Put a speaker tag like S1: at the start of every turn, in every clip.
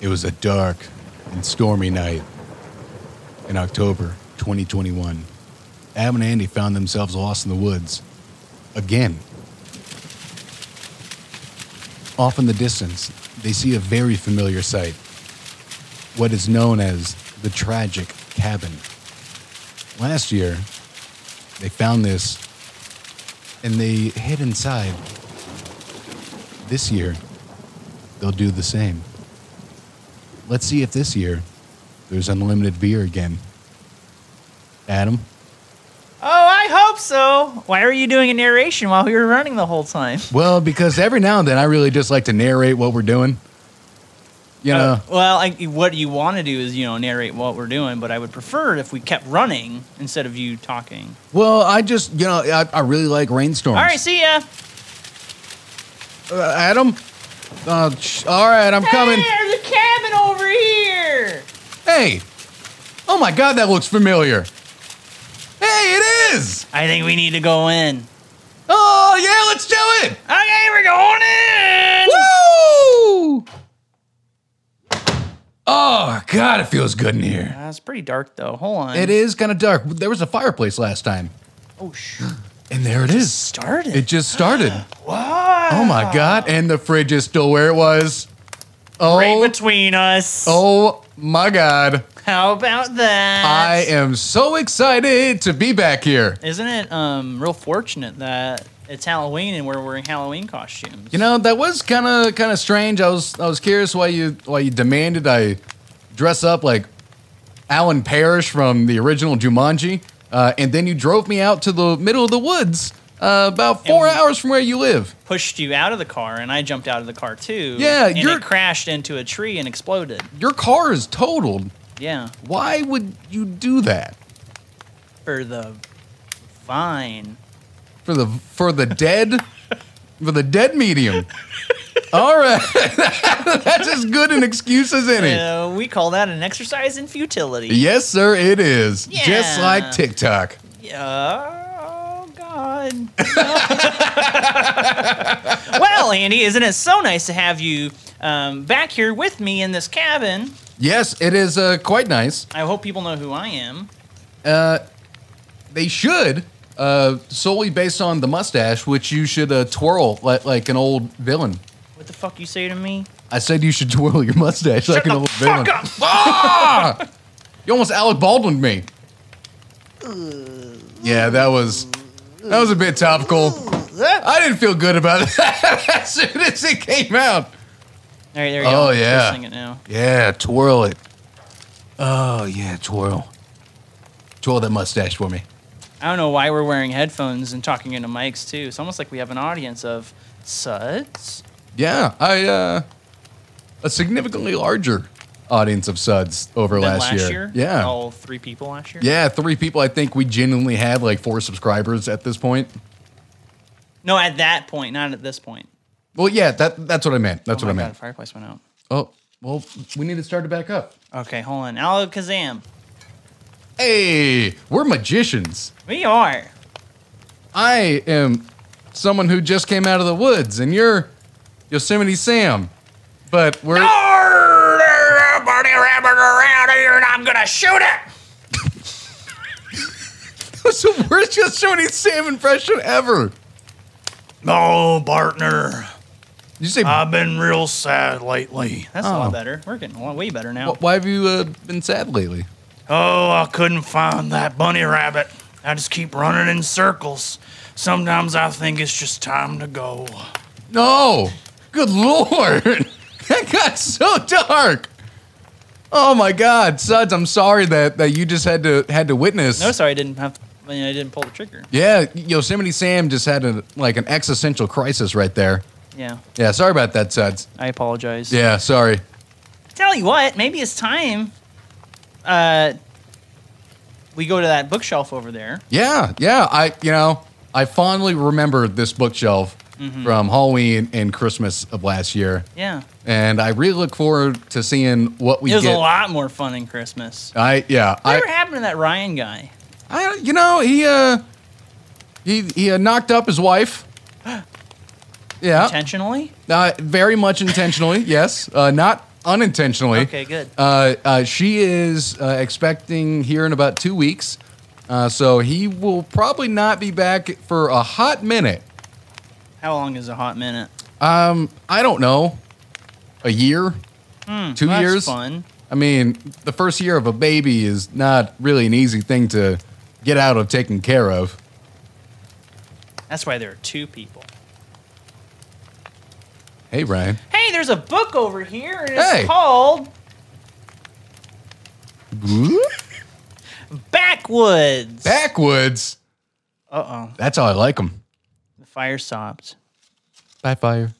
S1: It was a dark and stormy night in October 2021. Ab and Andy found themselves lost in the woods again. Off in the distance, they see a very familiar sight what is known as the Tragic Cabin. Last year, they found this and they hid inside. This year, they'll do the same. Let's see if this year there's unlimited beer again. Adam,
S2: Oh, I hope so. Why are you doing a narration while we were running the whole time?
S1: Well, because every now and then I really just like to narrate what we're doing. You know,
S2: Uh, well, I, what you want to do is, you know, narrate what we're doing, but I would prefer it if we kept running instead of you talking.
S1: well, I just, you know, I, I really like rainstorms.
S2: All right, see ya.
S1: Uh, Adam? Uh, sh- all right, I'm coming.
S2: Hey, there's a cabin over here.
S1: Hey! Oh my god, that looks familiar. Hey, it is!
S2: I think we need to go in.
S1: Oh, yeah, let's do it!
S2: Okay, we're going in.
S1: Woo! Oh, god, it feels good in here.
S2: Uh, it's pretty dark though. Hold on.
S1: It is kind of dark. There was a fireplace last time,
S2: Oh sh.
S1: and there it is.
S2: Started.
S1: It just started.
S2: wow.
S1: Oh my god! And the fridge is still where it was. Oh,
S2: Right between us.
S1: oh my god!
S2: How about that?
S1: I am so excited to be back here.
S2: Isn't it um real fortunate that it's Halloween and we're wearing Halloween costumes?
S1: You know that was kind of kind of strange. I was I was curious why you why you demanded I dress up like Alan Parrish from the original Jumanji, uh, and then you drove me out to the middle of the woods uh, about four
S2: And-
S1: hours from where you live.
S2: pushed you out of the car and I jumped out of the car too.
S1: Yeah,
S2: and
S1: you're-
S2: it crashed into a tree and exploded.
S1: Your car is totaled.
S2: Yeah,
S1: Why would you do that
S2: for the fine.
S1: for the for the dead for the dead medium? All right, that's as good an excuse as any.
S2: Uh, we call that an exercise in futility.
S1: Yes, sir, it is. Just
S2: Yeah.
S1: like TikTok.
S2: Yeah. Oh God. well, Andy, isn't it so nice to have you um, back here with me in this cabin?
S1: Yes, it is uh, quite nice.
S2: I hope people know who I am.
S1: They should, uh, solely based on the mustache, which you should uh, twirl like, like an old villain.
S2: What the fuck you say to me?
S1: I said you should twirl your mustache like
S2: Shut
S1: an
S2: the
S1: old
S2: fuck
S1: villain.
S2: up!
S1: Ah! you almost Alec Baldwined me. Yeah, that was that was a bit topical. I didn't feel good about that as soon as it came out.
S2: All right, there you go.
S1: Oh,
S2: Let's
S1: yeah.
S2: Sing it now.
S1: Yeah, twirl it. Oh yeah, twirl. Twirl that mustache for me.
S2: I don't know why we're wearing headphones and talking into mics too. It's almost like we have an audience of suds.
S1: Yeah, I uh a significantly larger audience of suds over
S2: than
S1: last, year. Oh. Yeah.
S2: all three people last year.
S1: Yeah, three people I think we genuinely had like four subscribers at this point.
S2: No, at that point, not at this point.
S1: Well, yeah, that that's what I meant. That's
S2: oh
S1: what I
S2: my
S1: meant.
S2: God, fireplace went out.
S1: Oh, well, we need to start it back up.
S2: Okay, hold on. Alakazam.
S1: Hey, we're magicians.
S2: We are.
S1: I am someone who just came out of the woods, and you're Yosemite Sam. But we're
S2: Everybody rabbit around here, and I'm gonna shoot it.
S1: so we're just Yosemite Sam impression ever.
S3: No, partner.
S1: You say
S3: Oh, I've been real sad lately.
S2: That's a
S1: Oh.
S2: lot better. We're getting a lot way better now.
S1: "Wh- why have you uh, been sad lately?
S3: Oh, I couldn't find that bunny rabbit. I just keep running in circles. Sometimes I think it's just time to go.
S1: No, good lord, that got so dark. Oh my God, Suds, I'm sorry that that you just had to had to witness.
S2: No, sorry, I didn't have. I, mean, I didn't pull the trigger.
S1: Yeah, Yosemite Sam just had a, like an existential crisis right there.
S2: Yeah,
S1: Yeah, sorry about that, Suds.
S2: I apologize.
S1: Yeah, sorry.
S2: Tell you what, maybe it's time. Uh, we go to that bookshelf over there.
S1: Yeah, yeah. I you know I fondly remember this bookshelf
S2: Mm-hmm.
S1: from Halloween and Christmas of last year,
S2: Yeah,
S1: and I really look forward to seeing what we
S2: it was
S1: get.
S2: a lot more fun in Christmas.
S1: I yeah.
S2: Whatever
S1: I,
S2: happened to that Ryan guy?
S1: I you know he uh he he uh, knocked up his wife. Yeah,
S2: Intentionally?
S1: uh, very much intentionally. yes, uh, not unintentionally.
S2: Okay, good.
S1: Uh, uh, she is uh, expecting here in about two weeks, uh, so he will probably not be back for a hot minute.
S2: How long is a hot minute?
S1: Um, I don't know, a year, two
S2: Well, Hmm, that's
S1: years.
S2: Fun.
S1: I mean, the first year of a baby is not really an easy thing to get out of taking care of.
S2: That's why there are two people.
S1: Hey, Ryan,
S2: Hey, there's a book over here, and
S1: Hey.
S2: it's called Backwoods.
S1: backwoods.
S2: uh oh,
S1: That's how I like them.
S2: the fire stopped.
S1: By fire.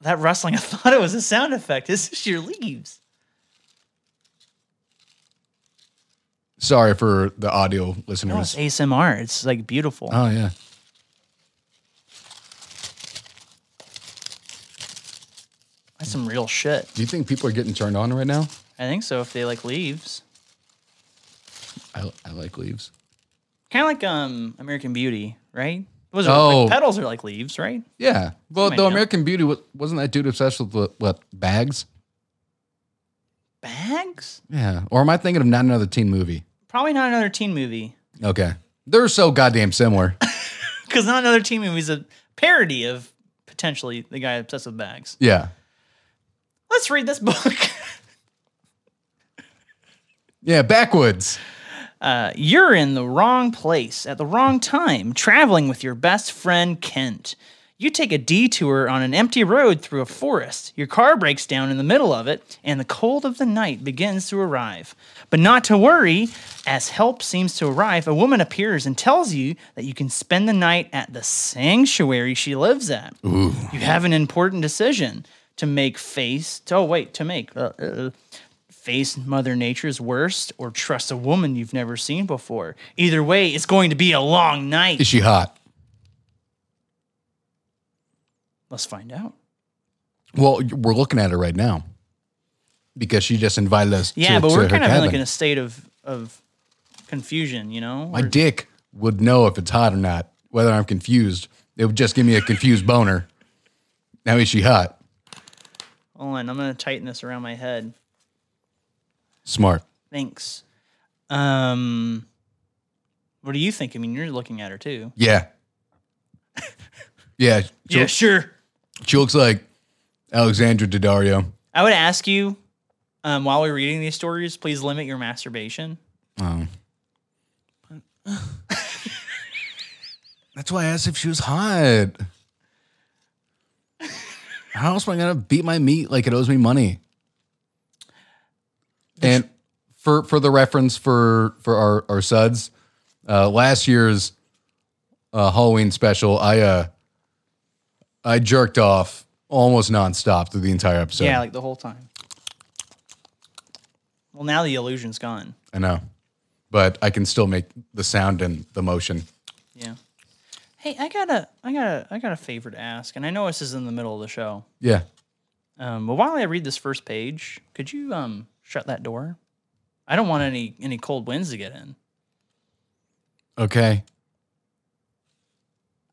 S2: That rustling, I thought it was a sound effect. It's just your leaves.
S1: Sorry for the audio
S2: No, it's
S1: listeners.
S2: ASMR. It's like beautiful.
S1: Oh yeah.
S2: That's some real shit.
S1: Do you think people are getting turned on right now?
S2: I think so. If they like leaves,
S1: I, I like leaves.
S2: kind of like um American Beauty, right? Those are
S1: Oh.
S2: like petals are like leaves, right?
S1: Yeah. Well,
S2: Somebody
S1: though
S2: know.
S1: American Beauty wa- wasn't that dude obsessed with what, what bags?
S2: Bags?
S1: Yeah. Or am I thinking of not another teen movie?
S2: Probably not another teen movie.
S1: Okay. They're so goddamn similar.
S2: Because not another teen movie is a parody of potentially the guy obsessed with bags.
S1: yeah.
S2: Let's read this book.
S1: Yeah. Backwoods.
S2: Uh, you're in the wrong place at the wrong time, traveling with your best friend Kent. You take a detour on an empty road through a forest. Your car breaks down in the middle of it, and the cold of the night begins to arrive. But not to worry, as help seems to arrive, a woman appears and tells you that you can spend the night at the sanctuary she lives at. You have an important decision to make face. To, oh wait, to make uh, uh, face Mother Nature's worst, or trust a woman you've never seen before. Either way, it's going to be a long
S1: Is
S2: night.
S1: she hot?
S2: Let's find out.
S1: Well, we're looking at her right now because she just invited us.
S2: Yeah,
S1: to,
S2: but
S1: to
S2: we're
S1: her
S2: kind of in,
S1: cabin.
S2: like in a state of of confusion. You know,
S1: My
S2: We're-
S1: dick would know if it's hot or not, whether I'm confused. It would just give me a confused boner. Now is she hot?
S2: hold on, I'm gonna tighten this around my head.
S1: Smart.
S2: Thanks. Um, what do you think? I mean, you're looking at her too.
S1: Yeah. Yeah. She,
S2: yeah, sure.
S1: she looks like Alexandra Daddario.
S2: I would ask you, um, while we're reading these stories, please limit your masturbation.
S1: Oh. That's why I asked if she was hot. How else am I gonna beat my meat like it owes me money? And for for the reference for for our our suds, uh, last year's uh, Halloween special, I uh I jerked off almost nonstop through the entire episode.
S2: Yeah, like the whole time. Well, now the illusion's gone.
S1: I know, but I can still make the sound and the motion.
S2: Yeah. Hey, I got a, I got a, I got a favor to ask, and I know this is in the middle of the show,
S1: Yeah.
S2: um, but while I read this first page, could you um shut that door? I don't want any any cold winds to get in.
S1: Okay.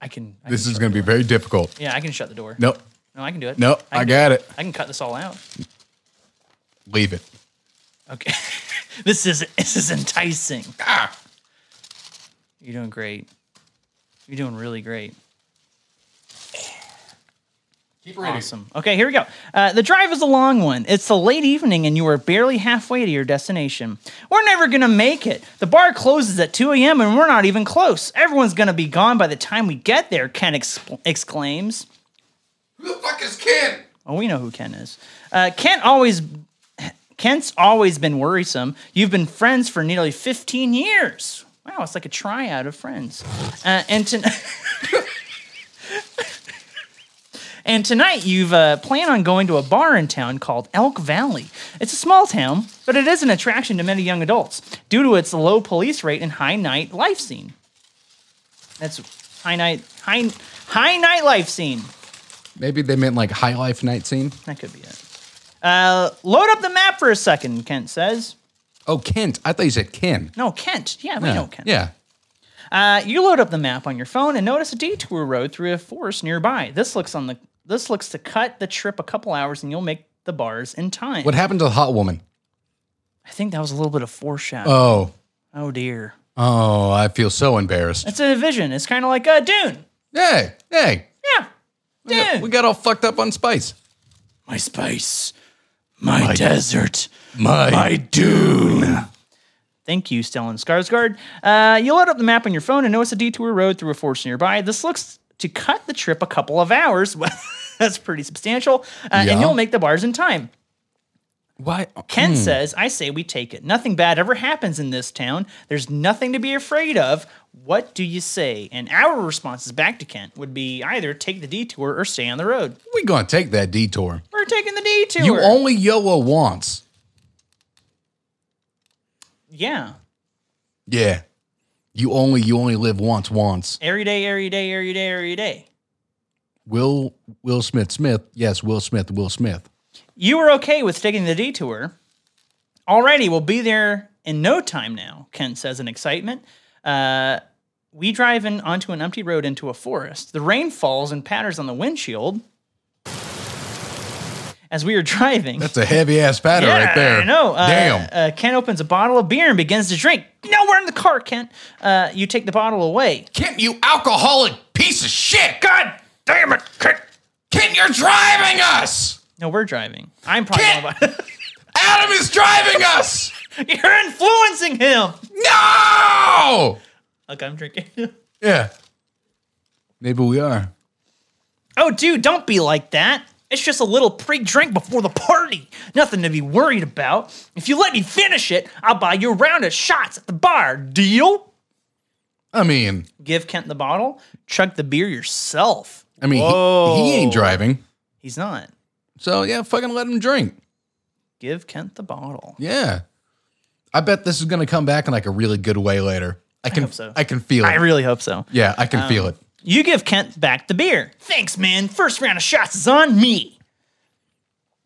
S2: I can. I
S1: This
S2: can
S1: is
S2: shut
S1: going
S2: the
S1: to be
S2: door.
S1: very difficult.
S2: Yeah, I can shut the door.
S1: Nope.
S2: No, I can do it.
S1: Nope. I
S2: can-
S1: got it.
S2: I can cut this all out.
S1: Leave it.
S2: Okay. this is this is enticing.
S1: Ah.
S2: You're doing great. You're doing really great.
S1: Keep
S2: Awesome. Okay, here we go. Uh, the drive is a long one. It's the late evening, and you are barely halfway to your destination. We're never going to make it. The bar closes at 2 a.m., and we're not even close. Everyone's going to be gone by the time we get there, Ken exp- exclaims.
S1: Who the fuck is Ken?
S2: Oh, we know who Ken is. Uh, Kent always, Kent's always been worrisome. You've been friends for nearly 15 years. Wow, it's like a tryout of friends. Uh, and to, and tonight you've uh, planned on going to a bar in town called Elk Valley. It's a small town, but it is an attraction to many young adults due to its low police rate and high night life scene. That's high night high high night life scene.
S1: Maybe they meant like high life night scene.
S2: That could be it. Uh, load up the map for a second, Kent says.
S1: Oh, Kent. I thought you said Ken.
S2: No, Kent. Yeah, we
S1: Yeah.
S2: know Kent.
S1: Yeah.
S2: Uh, you load up the map on your phone and notice a detour road through a forest nearby. This looks on the this looks to cut the trip a couple hours, and you'll make the bars in time.
S1: What happened to the hot woman?
S2: I think that was a little bit of foreshadowing.
S1: Oh,
S2: oh dear.
S1: oh, I feel so embarrassed.
S2: It's a vision. It's kind of like uh, Dune.
S1: Hey, hey,
S2: Yeah.
S1: we got,
S2: Dune.
S1: we got all fucked up on spice.
S3: My space. My, desert.
S1: My,
S3: My dune.
S2: Thank you, Stellan Skarsgård. Uh, you load up the map on your phone and notice a detour road through a forest nearby. This looks to cut the trip a couple of hours. That's pretty substantial. Uh,
S1: Yeah.
S2: And you'll make the bars in time.
S1: why?
S2: Ken says, I say we take it. Nothing bad ever happens in this town. There's nothing to be afraid of. What do you say? And our responses back to Kent would be either take the detour or stay on the road.
S1: We gonna take that detour.
S2: We're taking the detour.
S1: You only Yoa once.
S2: yeah.
S1: Yeah. You only you only live once once.
S2: Every day, every day, every day, every day.
S1: Will Will Smith Smith. Yes, Will Smith Will Smith.
S2: You were okay with taking the detour. Alrighty, we'll be there in no time now, Kent says in excitement. Uh, we drive in onto an empty road into a forest. The rain falls and patters on the windshield. As we are driving,
S1: That's a heavy ass patter right there.
S2: I know. Uh,
S1: Damn.
S2: Uh, Kent opens a bottle of beer and begins to drink. No, we're in the car, Kent. Uh, you take the bottle away.
S1: Kent, you alcoholic piece of shit.
S3: God damn it, Kent.
S1: Kent, you're driving us.
S2: No, we're driving. I'm probably
S1: Kent!
S2: the one-
S1: Adam is driving us.
S2: You're influencing him.
S1: No.
S2: Look, I'm drinking.
S1: Yeah. Maybe we are.
S2: oh, dude, don't be like that. It's just a little pre-drink before the party. Nothing to be worried about. If you let me finish it, I'll buy you a round of shots at the bar. Deal?
S1: I mean,
S2: Give Kent the bottle. Chug the beer yourself.
S1: I mean,
S2: Whoa.
S1: he, he ain't driving.
S2: He's not.
S1: So yeah, fucking let him drink.
S2: Give Kent the bottle.
S1: Yeah. I bet this is going to come back in like a really good way later. I can I,
S2: hope so.
S1: can feel it.
S2: I Um, really hope so.
S1: yeah, I can feel it.
S2: You give Kent back the beer. Thanks, man. First round of shots is on me.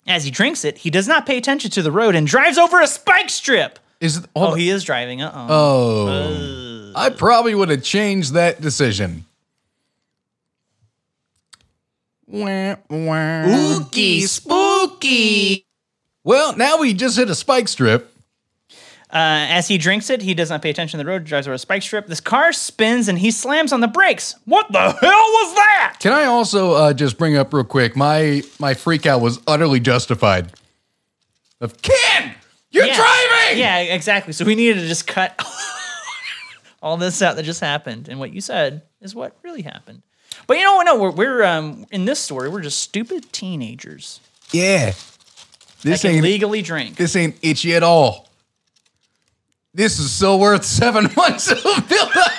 S2: As he drinks it, he does not pay attention to the road and drives over a spike strip.
S1: Is it,
S2: Oh,
S1: hold
S2: he is driving. Uh oh.
S1: oh, I probably would have changed that decision. Wah, wah.
S2: Spooky, spooky.
S1: Well, now we just hit a spike strip.
S2: Uh, as he drinks it, he does not pay attention to the road, drives over a spike strip. This car spins and he slams on the brakes. What the hell was that?
S1: Can I also uh, just bring up real quick? My my freak out was utterly justified. Of Ken, you're
S2: Yeah.
S1: driving.
S2: Yeah, exactly. So we needed to just cut all this out that just happened, and what you said is what really happened. But you know what? No, we're, we're um, in this story. We're just stupid teenagers
S1: yeah.
S2: that
S1: This
S2: can
S1: ain't
S2: legally drink.
S1: This ain't itchy at all. This is so worth seven months of build up.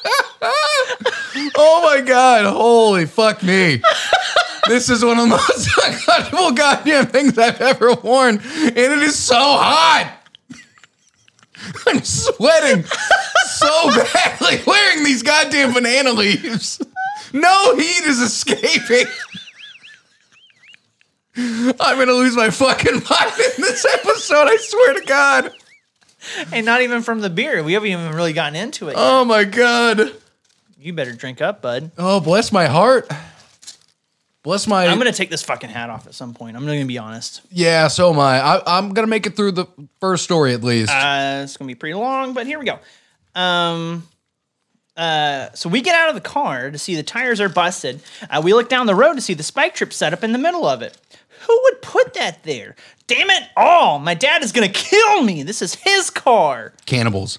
S1: oh my god, holy fuck me. This is one of the most uncomfortable goddamn things I've ever worn, and it is so hot. I'm sweating so badly wearing these goddamn banana leaves. No heat is escaping. I'm gonna lose my fucking mind in this episode. I swear to God.
S2: And not even from the beer. We haven't even really gotten into it. yet.
S1: Oh my God.
S2: you better drink up, bud.
S1: Oh, bless my heart. Bless my.
S2: I'm gonna take this fucking hat off at some point. I'm gonna be honest.
S1: yeah, so am I. I. I'm gonna make it through the first story at least.
S2: Uh, it's gonna be pretty long, but here we go. Um, uh, so we get out of the car to see the tires are busted. Uh, we look down the road to see the spike trip set up in the middle of it. Who would put that there? Damn it all! My dad is gonna kill me. This is his car.
S1: cannibals.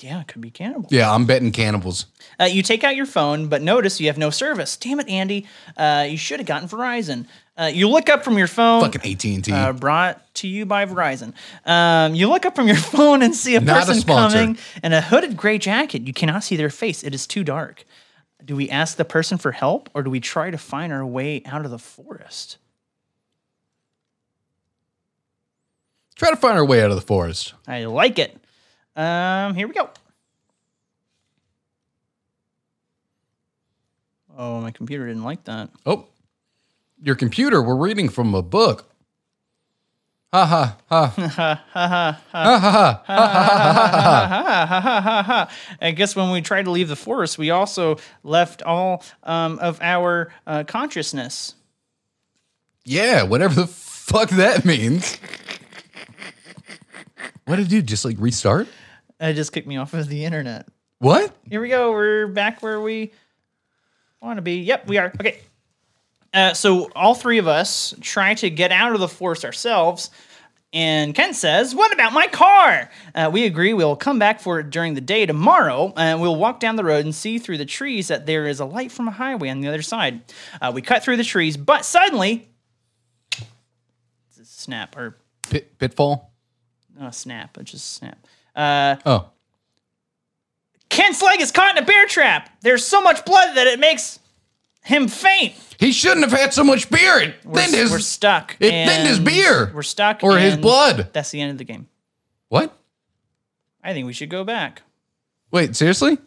S2: Yeah, it could be cannibal.
S1: Yeah, I'm betting cannibals.
S2: Uh, you take out your phone, but notice you have no service. Damn it, Andy. Uh, you should have gotten Verizon. Uh, you look up from your phone.
S1: Fucking AT&T.
S2: uh, brought to you by Verizon. Um, you look up from your phone and see a
S1: Not a
S2: person
S1: sponsor.
S2: coming in a hooded gray jacket. You cannot see their face, it is too dark. Do we ask the person for help or do we try to find our way out of the forest?
S1: Try to find our way out of the forest.
S2: I like it. Um, here we go. Oh, my computer didn't like that.
S1: Oh, your computer. We're reading from a book. Ha ha ha. Ha ha ha.
S2: I guess when we tried to leave the forest, we also left all um, of our uh, consciousness.
S1: Yeah, whatever the fuck that means. What did you do? Just like restart?
S2: It just kicked me off of the internet.
S1: What?
S2: Here we go. We're back where we want to be. Yep, we are. Okay. Uh, so all three of us try to get out of the forest ourselves. And Ken says, What about my car? Uh, we agree we'll come back for it during the day tomorrow, and we'll walk down the road and see through the trees that there is a light from a highway on the other side. Uh, we cut through the trees, but suddenly, it's a snap, or
S1: Pit, pitfall?
S2: not a snap, it's just a snap. Uh,
S1: Oh,
S2: Kent's leg is caught in a bear trap. There's so much blood that it makes him faint.
S1: he shouldn't have had so much beer. It
S2: We're,
S1: thinned his
S2: we're stuck.
S1: it thinned his
S2: and
S1: beer.
S2: We're stuck.
S1: or his
S2: and
S1: blood.
S2: That's the end of the game.
S1: What?
S2: I think we should go back.
S1: Wait, seriously?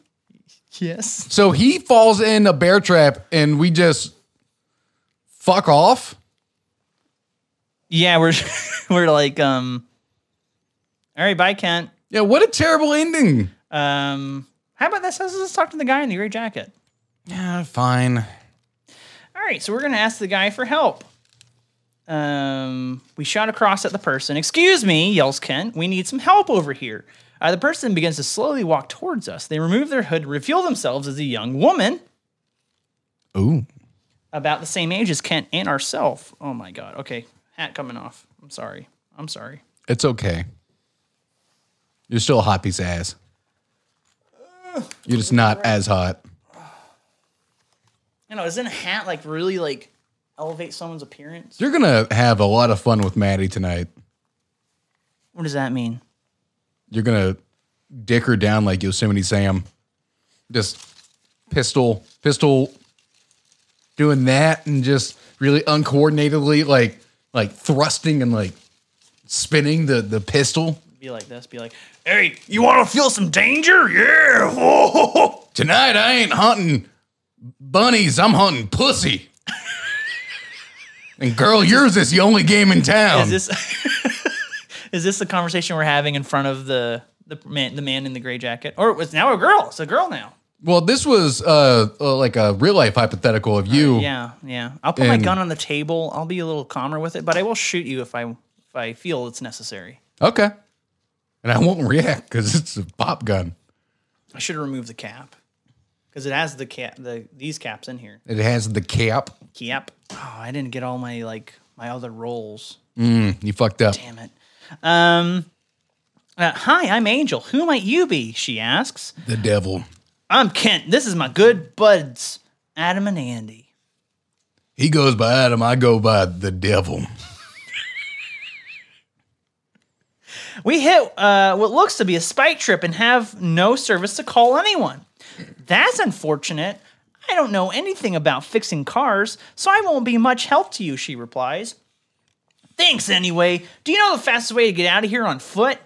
S2: Yes.
S1: So he falls in a bear trap, and we just fuck off.
S2: Yeah, we're we're like um. All right, bye, Kent.
S1: Yeah, what a terrible ending.
S2: Um, how about this? Let's, let's talk to the guy in the gray jacket.
S1: Yeah, fine.
S2: All right, so we're gonna ask the guy for help. Um, we shout across at the person. Excuse me, yells Kent. We need some help over here. Uh, the person begins to slowly walk towards us. They remove their hood, reveal themselves as a young woman
S1: Ooh,
S2: about the same age as Kent and ourselves. Oh my god. Okay, hat coming off. I'm sorry. I'm sorry.
S1: it's okay. You're still a hot piece of ass. You're just not as hot.
S2: You know, doesn't a hat like really like elevate someone's appearance?
S1: You're gonna have a lot of fun with Maddie tonight.
S2: What does that mean?
S1: You're gonna dick her down like Yosemite Sam. Just pistol, pistol, doing that, and just really uncoordinatedly, like like thrusting and like spinning the the pistol.
S2: Be like this. Be like,
S3: Hey, you want to feel some danger? Yeah. Whoa.
S1: Tonight I ain't hunting bunnies. I'm hunting pussy. and girl, yours is the only game in town.
S2: is this is this the conversation we're having in front of the the man the man in the gray jacket or it's now a girl it's a girl now
S1: well, this was uh, uh like a real life hypothetical of you.
S2: Uh, yeah yeah i'll put my
S1: And-
S2: gun on the table i'll be a little calmer with it but i will shoot you if i if i feel it's necessary
S1: Okay. And I won't react because it's a pop gun.
S2: i should remove the cap because it has the cap the these caps in here
S1: It has the cap.
S2: cap oh i didn't get all my like my other rolls
S1: You fucked up.
S2: Damn it. Um, uh, Hi, I'm Angel. Who might you be? She asks.
S1: The devil.
S2: I'm Kent. This is my good buds, Adam and Andy.
S1: He goes by Adam. I go by the devil.
S2: We hit uh, what looks to be a spike trip and have no service to call anyone. That's unfortunate. I don't know anything about fixing cars, so I won't be much help to you, she replies. Thanks anyway. Do you know the fastest way to get out of here on foot?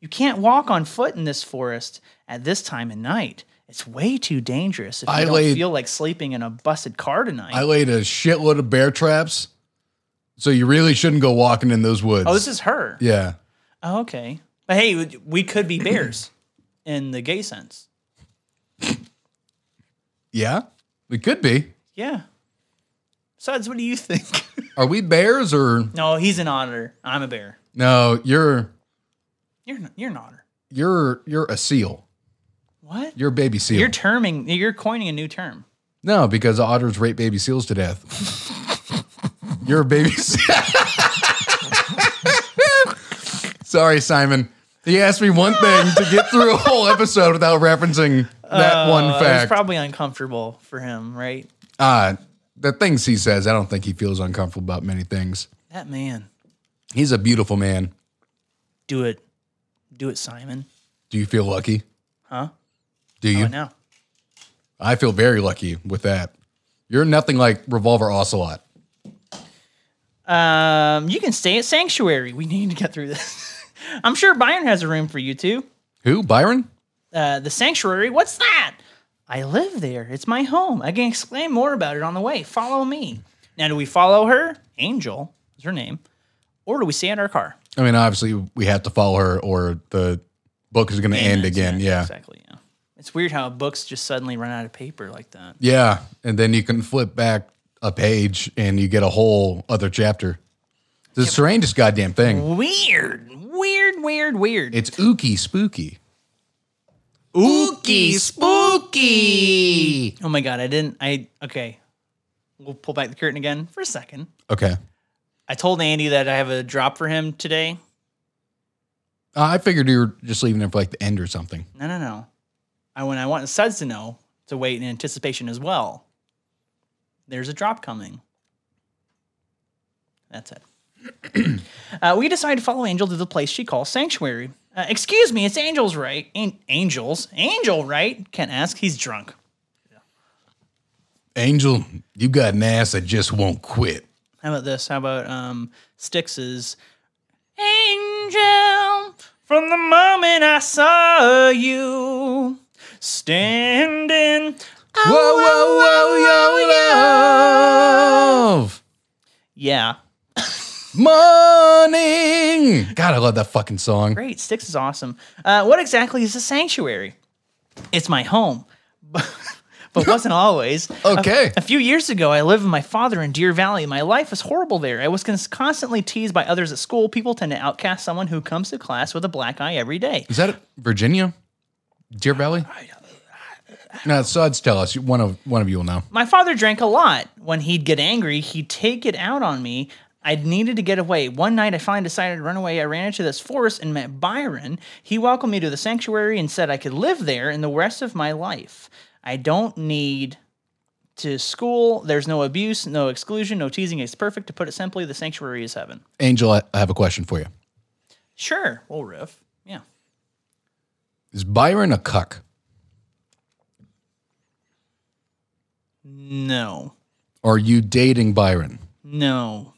S2: You can't walk on foot in this forest at this time of night. It's way too dangerous if you
S1: I
S2: don't
S1: laid-
S2: feel like sleeping in a busted car tonight.
S1: I laid a shitload of bear traps. So you really shouldn't go walking in those woods.
S2: oh, this is her.
S1: yeah.
S2: Oh, okay. But hey, we could be bears in the gay sense.
S1: Yeah. We could be.
S2: Yeah. Suds, what do you think?
S1: Are we bears or
S2: no, he's an otter. I'm a bear.
S1: no? You're
S2: You're n- you're an otter.
S1: you're you're a seal.
S2: What?
S1: You're a baby seal.
S2: You're terming. You're coining a new term.
S1: no, because otters rape baby seals to death. you're a baby seal. Sorry, Simon. He asked me one thing to get through a whole episode without referencing that one
S2: Uh,
S1: fact.
S2: It's probably uncomfortable for him, right?
S1: uh, the things he says, I don't think he feels uncomfortable about many things.
S2: That man.
S1: He's a beautiful man.
S2: Do it. Do it, Simon.
S1: Do you feel lucky?
S2: Huh?
S1: Do you?
S2: Oh, no.
S1: I feel very lucky with that. You're nothing like Revolver Ocelot.
S2: Um, you can stay at Sanctuary. We need to get through this. I'm sure Byron has a room for you too.
S1: Who? Byron?
S2: Uh, the Sanctuary. What's that? I live there. It's my home. I can explain more about it on the way. Follow me. Now, do we follow her? Angel is her name. Or do we stay in our car?
S1: I mean, obviously, we have to follow her, or the book is going to end
S2: That's
S1: again.
S2: right.
S1: Yeah.
S2: Exactly. Yeah. It's weird how books just suddenly run out of paper like that.
S1: Yeah. And then you can flip back a page and you get a whole other chapter. It's the strangest goddamn thing.
S2: Weird, weird, weird, weird.
S1: It's ooky spooky.
S2: Ooky spooky. Oh my god, I didn't. I okay. We'll pull back the curtain again for a second.
S1: Okay.
S2: I told Andy that I have a drop for him today.
S1: Uh, I figured you were just leaving it for like the end or something.
S2: No, no, no. I when I want the suds to know to wait in anticipation as well. There's a drop coming. That's it. uh, we decide to follow Angel to the place she calls Sanctuary. Uh, excuse me, it's Angel's right. An- Angels, Angel, right? Kent asks. He's drunk.
S1: Angel, you got an ass that just won't quit.
S2: How about this? How about um Styx's Angel from the moment I saw you standing.
S1: Whoa,
S2: oh,
S1: whoa, whoa, yo, love.
S2: Yeah.
S1: Morning. God, I love that fucking song.
S2: Great. Styx is awesome. Uh, what exactly is a sanctuary? It's my home. but wasn't always.
S1: Okay.
S2: A few years ago, I lived with my father in Deer Valley. My life was horrible there. I was cons- constantly teased by others at school. People tend to outcast someone who comes to class with a black eye every day.
S1: Is that Virginia? Deer Valley? No, Suds tell us. One of one of you will know.
S2: My father drank a lot. When he'd get angry, he'd take it out on me. I needed to get away. One night, I finally decided to run away. I ran into this forest and met Byron. He welcomed me to the sanctuary and said I could live there in the rest of my life. I don't need to school. There's no abuse, no exclusion, no teasing. It's perfect. To put it simply, the sanctuary is heaven.
S1: Angel, I I have a question for you.
S2: Sure, we'll riff. Yeah.
S1: Is Byron a cuck
S2: No.
S1: are you dating Byron?
S2: No.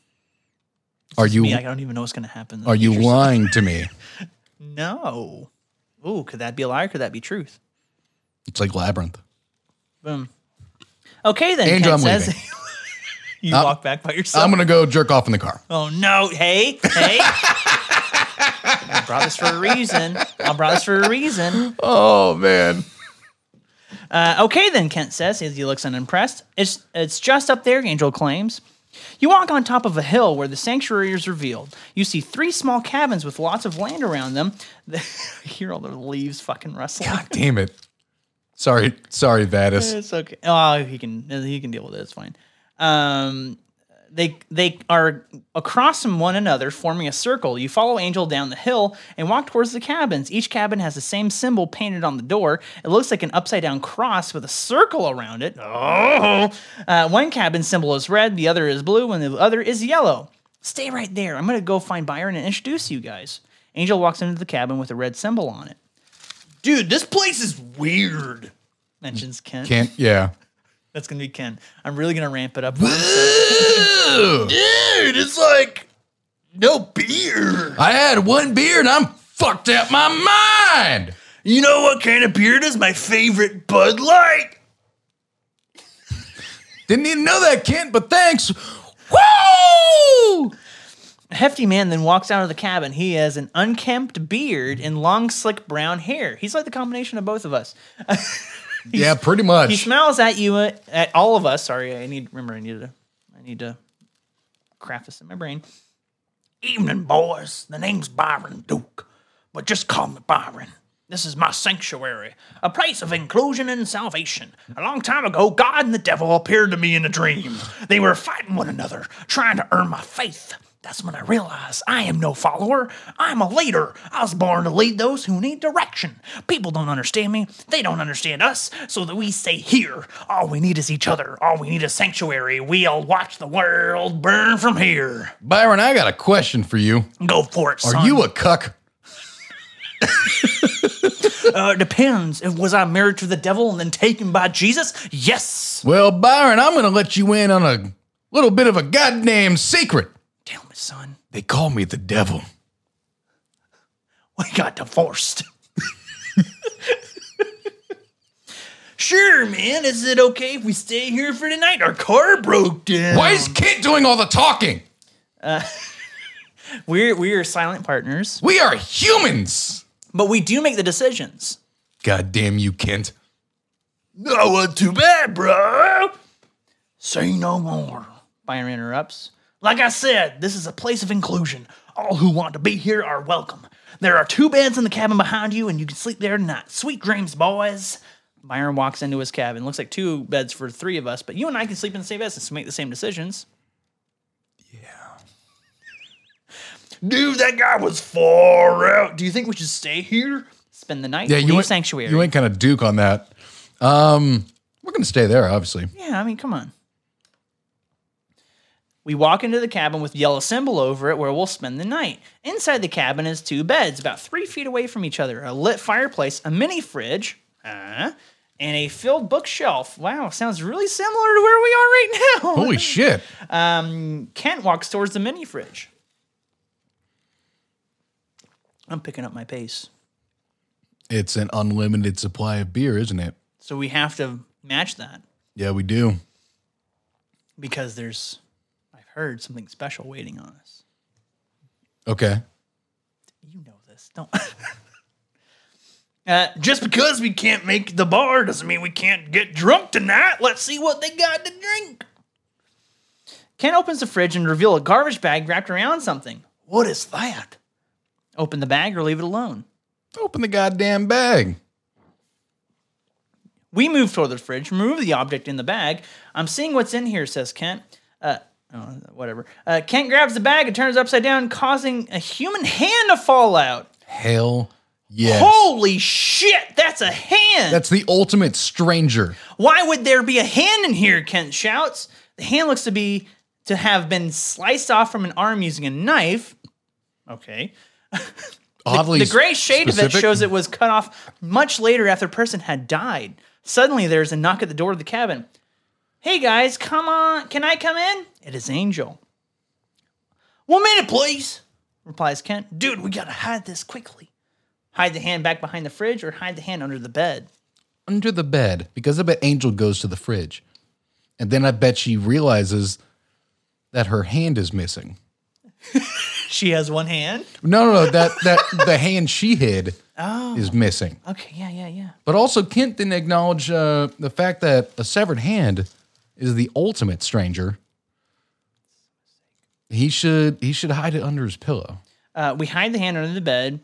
S1: Are
S2: Me,
S1: you
S2: I don't even know what's going to happen. in the
S1: are you
S2: future.
S1: lying to me?
S2: No. Ooh, could that be a lie? Or could that be truth?
S1: It's like labyrinth.
S2: Boom. Okay then.
S1: Andrew,
S2: Ken
S1: I'm
S2: says,
S1: leaving. Uh,
S2: you walk back by yourself.
S1: I'm gonna go jerk off in the car.
S2: oh no! Hey, hey. I brought this for a reason. I brought this for a reason.
S1: Oh man.
S2: Uh, okay then, Kent says as he looks unimpressed. It's it's just up there. Angel claims. You walk on top of a hill where the sanctuary is revealed. You see three small cabins with lots of land around them. I hear all the leaves fucking rustling.
S1: God damn it. Sorry, sorry, Vadis.
S2: It's okay. Oh, he can he can deal with it. It's fine. Um, they they are across from one another, forming a circle. You follow Angel down the hill and walk towards the cabins. Each cabin has the same symbol painted on the door. It looks like an upside down cross with a circle around it. Oh! Uh, one cabin symbol is red, the other is blue, and the other is yellow. Stay right there. I'm gonna go find Byron and introduce you guys. Angel walks into the cabin with a red symbol on it.
S3: Dude, this place is weird.
S2: Mentions Kent.
S1: Can't yeah.
S2: That's gonna be Ken. I'm really gonna ramp it up.
S3: Dude, it's like no beer.
S1: I had one beer and I'm fucked out my mind.
S3: You know what kind of beer is my favorite Bud Light?
S1: Didn't even know that, Kent, but thanks. Woo!
S2: A hefty man then walks out of the cabin. He has an unkempt beard and long, slick brown hair. He's like the combination of both of us.
S1: yeah, pretty
S2: He
S1: much.
S2: smiles at you, uh, at all of us. Sorry, I need remember. I need to, I need to craft this in my brain.
S3: Evening, boys. The name's Byron Duke, but just call me Byron. This is my sanctuary, a place of inclusion and salvation. A long time ago, God and the devil appeared to me in a dream. They were fighting one another, trying to earn my faith. That's when I realized I am no follower. I'm a leader. I was born to lead those who need direction. People don't understand me. They don't understand us. So that we stay here. All we need is each other. All we need is sanctuary. We'll watch the world burn from here.
S1: Byron, I got a question for you.
S3: Go for it,
S1: Are
S3: son.
S1: you a cuck?
S2: Uh, depends. If was I married to the devil and then taken by Jesus? Yes.
S1: Well, Byron, I'm gonna let you in on a little bit of a goddamn secret.
S2: Damn it, son.
S1: They call me the devil.
S3: We got divorced. sure, man. Is it okay if we stay here for tonight? Our car broke down.
S1: Why is Kent doing all the talking?
S2: We're we are silent partners,
S1: We are humans.
S2: but we do make the decisions.
S1: God damn you, Kent.
S3: Oh, No, well, too bad, bro. Say no more.
S2: Byron interrupts.
S3: Like I said, this is a place of inclusion. All who want to be here are welcome. There are two beds in the cabin behind you, and you can sleep there tonight. Sweet dreams, boys.
S2: Byron walks into his cabin. Looks like two beds for three of us, but you and I can sleep in the same beds and make the same decisions.
S3: Dude, that guy was far out. Do you think we should stay here?
S2: Spend the night,
S1: Yeah,
S2: leave
S1: you went
S2: sanctuary.
S1: You went kind of Duke on that. Um, we're gonna stay there, obviously.
S2: Yeah, I mean, come on. We walk into the cabin with yellow symbol over it where we'll spend the night. Inside the cabin is two beds, about three feet away from each other, a lit fireplace, a mini fridge, uh, and a filled bookshelf. Wow, sounds really similar to where we are right now.
S1: Holy shit!
S2: Um, Kent walks towards the mini fridge. I'm picking up my pace.
S1: It's an unlimited supply of beer, isn't it?
S2: So we have to match that
S1: Yeah, we do.
S2: because there's, I've heard, something special waiting on us.
S1: Okay.
S2: You know this, don't? Uh,
S3: Just because we can't make the bar doesn't mean we can't get drunk tonight. Let's see what they got to drink.
S2: Ken opens the fridge and reveal a garbage bag wrapped around something.
S3: What is that?
S2: Open the bag or leave it alone.
S1: Open the goddamn bag.
S2: We move toward the fridge, remove the object in the bag. I'm seeing what's in here, says Kent. Uh, oh, whatever. Uh, Kent grabs the bag and turns it upside down, causing a human hand to fall out.
S1: Hell yes.
S2: Holy shit, that's a hand!
S1: That's the ultimate stranger.
S2: Why would there be a hand in here? Kent shouts. The hand looks to be to have been sliced off from an arm using a knife. Okay.
S1: Oddly,
S2: The gray shade of it
S1: specific.
S2: shows it was cut off much later after the person had died. Suddenly, there's a knock at the door of the cabin. Hey guys, come on. Can I come in? It is Angel,
S3: One minute, please.
S2: replies Kent.
S3: Dude, we gotta hide this quickly.
S2: Hide the hand back behind the fridge or hide the hand under the bed.
S1: under the bed because I bet Angel goes to the fridge, and then I bet she realizes that her hand is missing.
S2: She has one hand.
S1: No, no, no. That that the hand she hid
S2: Oh.
S1: is missing.
S2: Okay, yeah, yeah, yeah.
S1: But also, Kent didn't acknowledge uh, the fact that a severed hand is the ultimate stranger. He should he should hide it under his pillow.
S2: Uh, we hide the hand under the bed.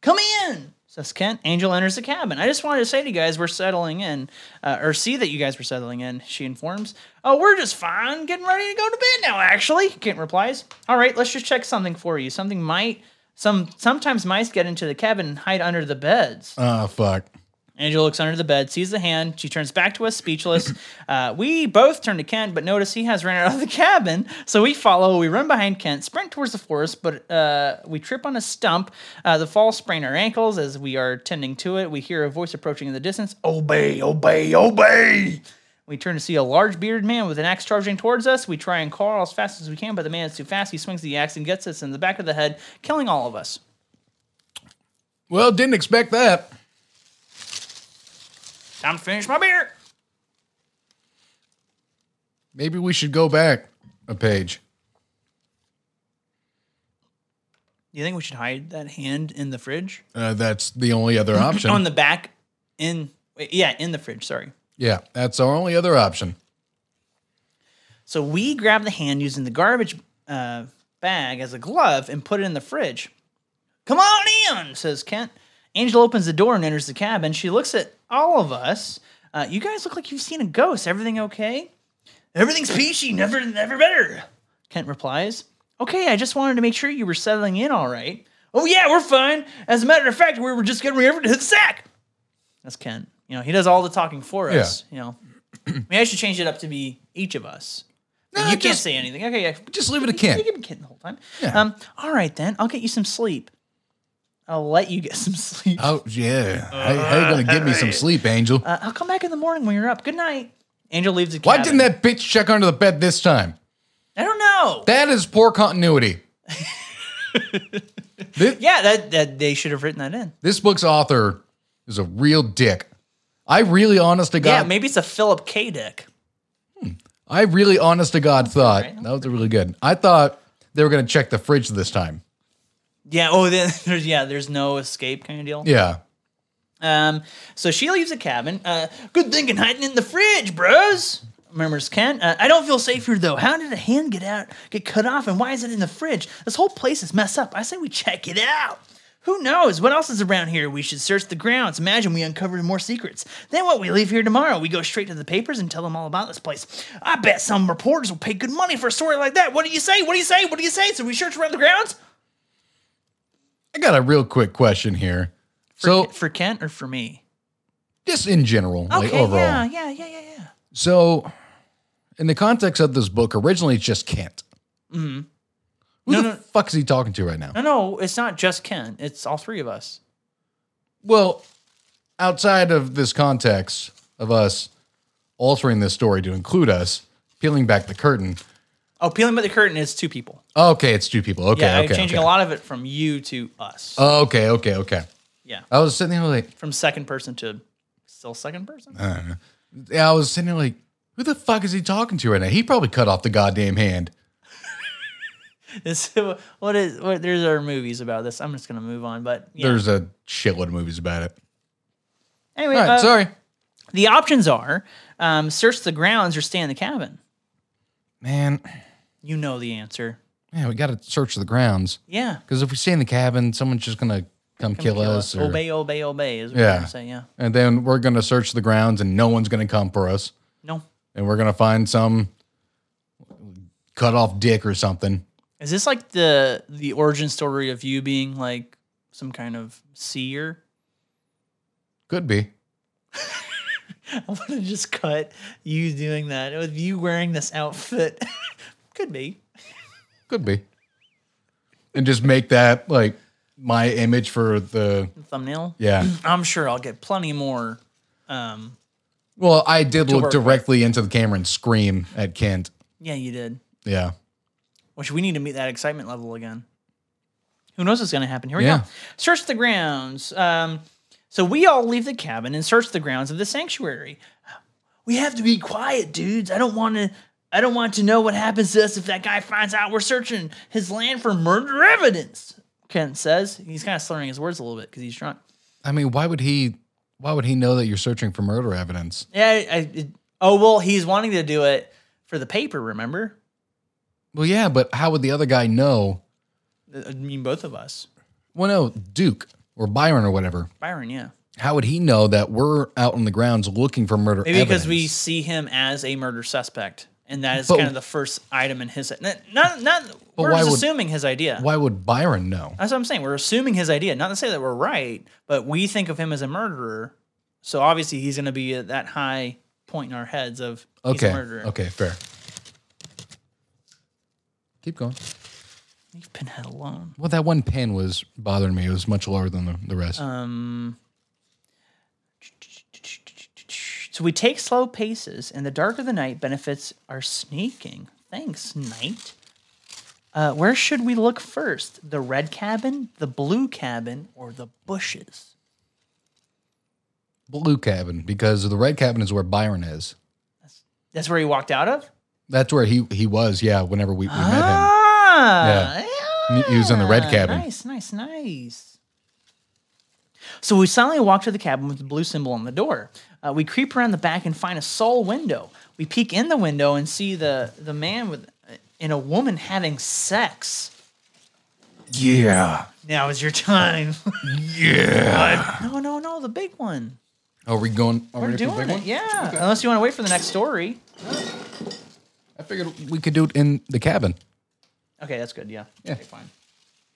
S2: Come in, says Kent. Angel enters the cabin. I just wanted to say to you guys we're settling in, uh, or see that you guys were settling in, she informs. Oh, we're just fine, getting ready to go to bed now, actually, Kent replies. All right, let's just check something for you. Something might. Some sometimes mice get into the cabin and hide under the beds.
S1: Oh fuck!
S2: Angel looks under the bed, sees the hand. She turns back to us, speechless. Uh, we both turn to Kent, but notice he has run out of the cabin. So we follow. We run behind Kent, sprint towards the forest, but uh, we trip on a stump. Uh, the fall sprain our ankles as we are tending to it. We hear a voice approaching in the distance. Oh,
S3: Obey, obey, obey.
S2: We turn to see a large bearded man with an axe charging towards us. We try and call as fast as we can, but the man is too fast. He swings the axe and gets us in the back of the head, killing all of us.
S1: Well, didn't expect that.
S3: Time to finish my beer.
S1: Maybe we should go back a page.
S2: Do you think we should hide that hand in the fridge?
S1: Uh, that's the only other option.
S2: On the back, in wait, yeah, in the fridge. Sorry.
S1: yeah, that's our only other option.
S2: So we grab the hand using the garbage uh, bag as a glove and put it in the fridge. Come on in, says Kent. Angel opens the door and enters the cabin. She looks at all of us. Uh, you guys look like you've seen a ghost. Everything okay?
S3: Everything's peachy, never, never better.
S2: Kent replies. Okay, I just wanted to make sure you were settling in all right. Oh, yeah, we're fine. As a matter of fact, we were just getting ready to hit the sack. That's Kent. You know, he does all the talking for us. You know, maybe I should change it up to be each of us. you can't
S1: just-
S2: say anything. Okay, yeah.
S1: Just leave it to
S2: You
S1: Kent.
S2: can be kidding the whole time. Um, all right then, I'll get you some sleep. I'll let you get some sleep.
S1: Oh yeah. How, how you gonna give me some sleep, Angel?
S2: Uh, I'll come back in the morning when you're up. Good night. Angel leaves the
S1: Why
S2: cabin.
S1: didn't that bitch check under the bed this time?
S2: I don't know.
S1: That is poor continuity. Thi-
S2: yeah, that, that they should have written that in.
S1: this book's author is a real dick. I really honest to
S2: Yeah,
S1: God
S2: maybe it's a Philip K. Dick.
S1: I really honest to God thought
S2: right.
S1: that was really good. I thought they were gonna check the fridge this time.
S2: Yeah. Oh, then there's yeah, there's no escape kind of deal.
S1: Yeah.
S2: Um. So she leaves the cabin. Uh. Good thinking, hiding in the fridge, bros. murmurs Ken. Uh, I don't feel safe here though. How did a hand get out, get cut off, and why is it in the fridge? This whole place is messed up. I say we check it out. Who knows? What else is around here? We should search the grounds. Imagine we uncovered more secrets. Then what? We leave here tomorrow. We go straight to the papers and tell them all about this place. I bet some reporters will pay good money for a story like that. What do you say? What do you say? What do you say? So we search around the grounds?
S1: I got a real quick question here.
S2: For,
S1: so,
S2: for Kent or for me?
S1: just in general, like
S2: Okay,
S1: overall.
S2: yeah, yeah, yeah, yeah, yeah.
S1: So, in the context of this book, originally it's just Kent. Mm-hmm. Who
S2: No,
S1: the fuck is he talking to right now?
S2: No, no, it's not just Ken. It's all three of us.
S1: Well, outside of this context of us altering this story to include us, peeling back the curtain.
S2: Oh, peeling by the curtain is two people.
S1: Okay, it's two people. Okay,
S2: Yeah, I'm
S1: okay,
S2: changing
S1: okay. Oh.
S2: a lot of it from you to us.
S1: Okay, okay, okay.
S2: yeah,
S1: I was sitting there like,
S2: from second person to still second person.
S1: Uh. yeah, I was sitting there like, who the fuck is he talking to right now? He probably cut off the goddamn hand.
S2: This, what is what? There's our movies about this. I'm just gonna move on. But yeah.
S1: There's a shitload of movies about it.
S2: anyway,
S1: All right,
S2: uh,
S1: sorry.
S2: the options are um, search the grounds or stay in the cabin.
S1: Man,
S2: You know the answer.
S1: yeah, we got to search the grounds.
S2: Yeah,
S1: Because if we stay in the cabin, someone's just gonna come, kill, us, or,
S2: Obey, obey, obey is what
S1: Yeah.
S2: I'm saying. Yeah,
S1: and then we're gonna search the grounds, and no one's gonna come for us,
S2: no.
S1: and we're gonna find some cut off dick or something.
S2: Is this like the the origin story of you being like some kind of seer?
S1: Could be.
S2: I want to just cut you doing that with you wearing this outfit. Could be.
S1: Could be. And just make that like my image for the
S2: Thumbnail.
S1: yeah.
S2: I'm sure I'll get plenty more.
S1: Well, I did look
S2: work.
S1: directly into the camera and scream at Kent.
S2: Yeah, you did.
S1: Yeah.
S2: Which we need to meet that excitement level again. Who knows what's going to happen? Here we
S1: Yeah.
S2: go. Search the grounds. Um, so we all leave the cabin and search the grounds of the sanctuary. We have to be quiet, dudes. I don't want to. I don't want to know what happens to us if that guy finds out we're searching his land for murder evidence. Kent says he's kind of slurring his words a little bit because he's drunk.
S1: I mean, why would he? Why would he know that you're searching for murder evidence?
S2: Yeah. I, I, oh well, he's wanting to do it for the paper. Remember?
S1: Well, yeah, but how would the other guy know?
S2: Uh, I mean, both of us,
S1: Well, no, Duke or Byron or whatever.
S2: Byron. Yeah.
S1: how would he know that we're out on the grounds looking for murder?
S2: Maybe because we
S1: evidence?
S2: see him as a murder suspect, and that is
S1: But-
S2: kind of the first item in his. Not, not, not we're
S1: why
S2: just
S1: would-
S2: assuming his idea.
S1: Why would Byron know?
S2: That's what I'm saying. We're assuming his idea. Not to say that we're right, but we think of him as a murderer. So obviously he's going to be at that high point in our heads of he's
S1: Okay.
S2: a murderer.
S1: Okay. Fair. Keep going.
S2: Leave Pinhead alone.
S1: Well, that one pin was bothering me. It was much lower than the, the
S2: Uh.
S1: rest.
S2: Um, So we take slow paces, and the dark of the night benefits our sneaking. Thanks, night. Uh, where should we look first? The red cabin, the blue cabin, or the bushes?
S1: Blue cabin, because the red cabin is where Byron is.
S2: That's where he walked out of?
S1: That's where he he was. Yeah. Whenever we, we met him,
S2: Ah,
S1: Yeah. He- he was in the red
S2: yeah,
S1: cabin.
S2: Ah, Nice, nice, nice. So we silently walk to the cabin with the blue symbol on the door. Uh, we creep around the back and find a sole window. We peek in the window and see the the man with and a woman having sex.
S1: Yeah.
S2: Now is your time. yeah. no, no, no, the big one.
S1: Are we going? Are
S2: We're
S1: we
S2: doing
S1: one?
S2: it. Yeah. Unless you want to wait for the next story.
S1: I figured we could do it in the cabin.
S2: Okay, that's good. Yeah.
S1: Yeah.
S2: Okay, fine.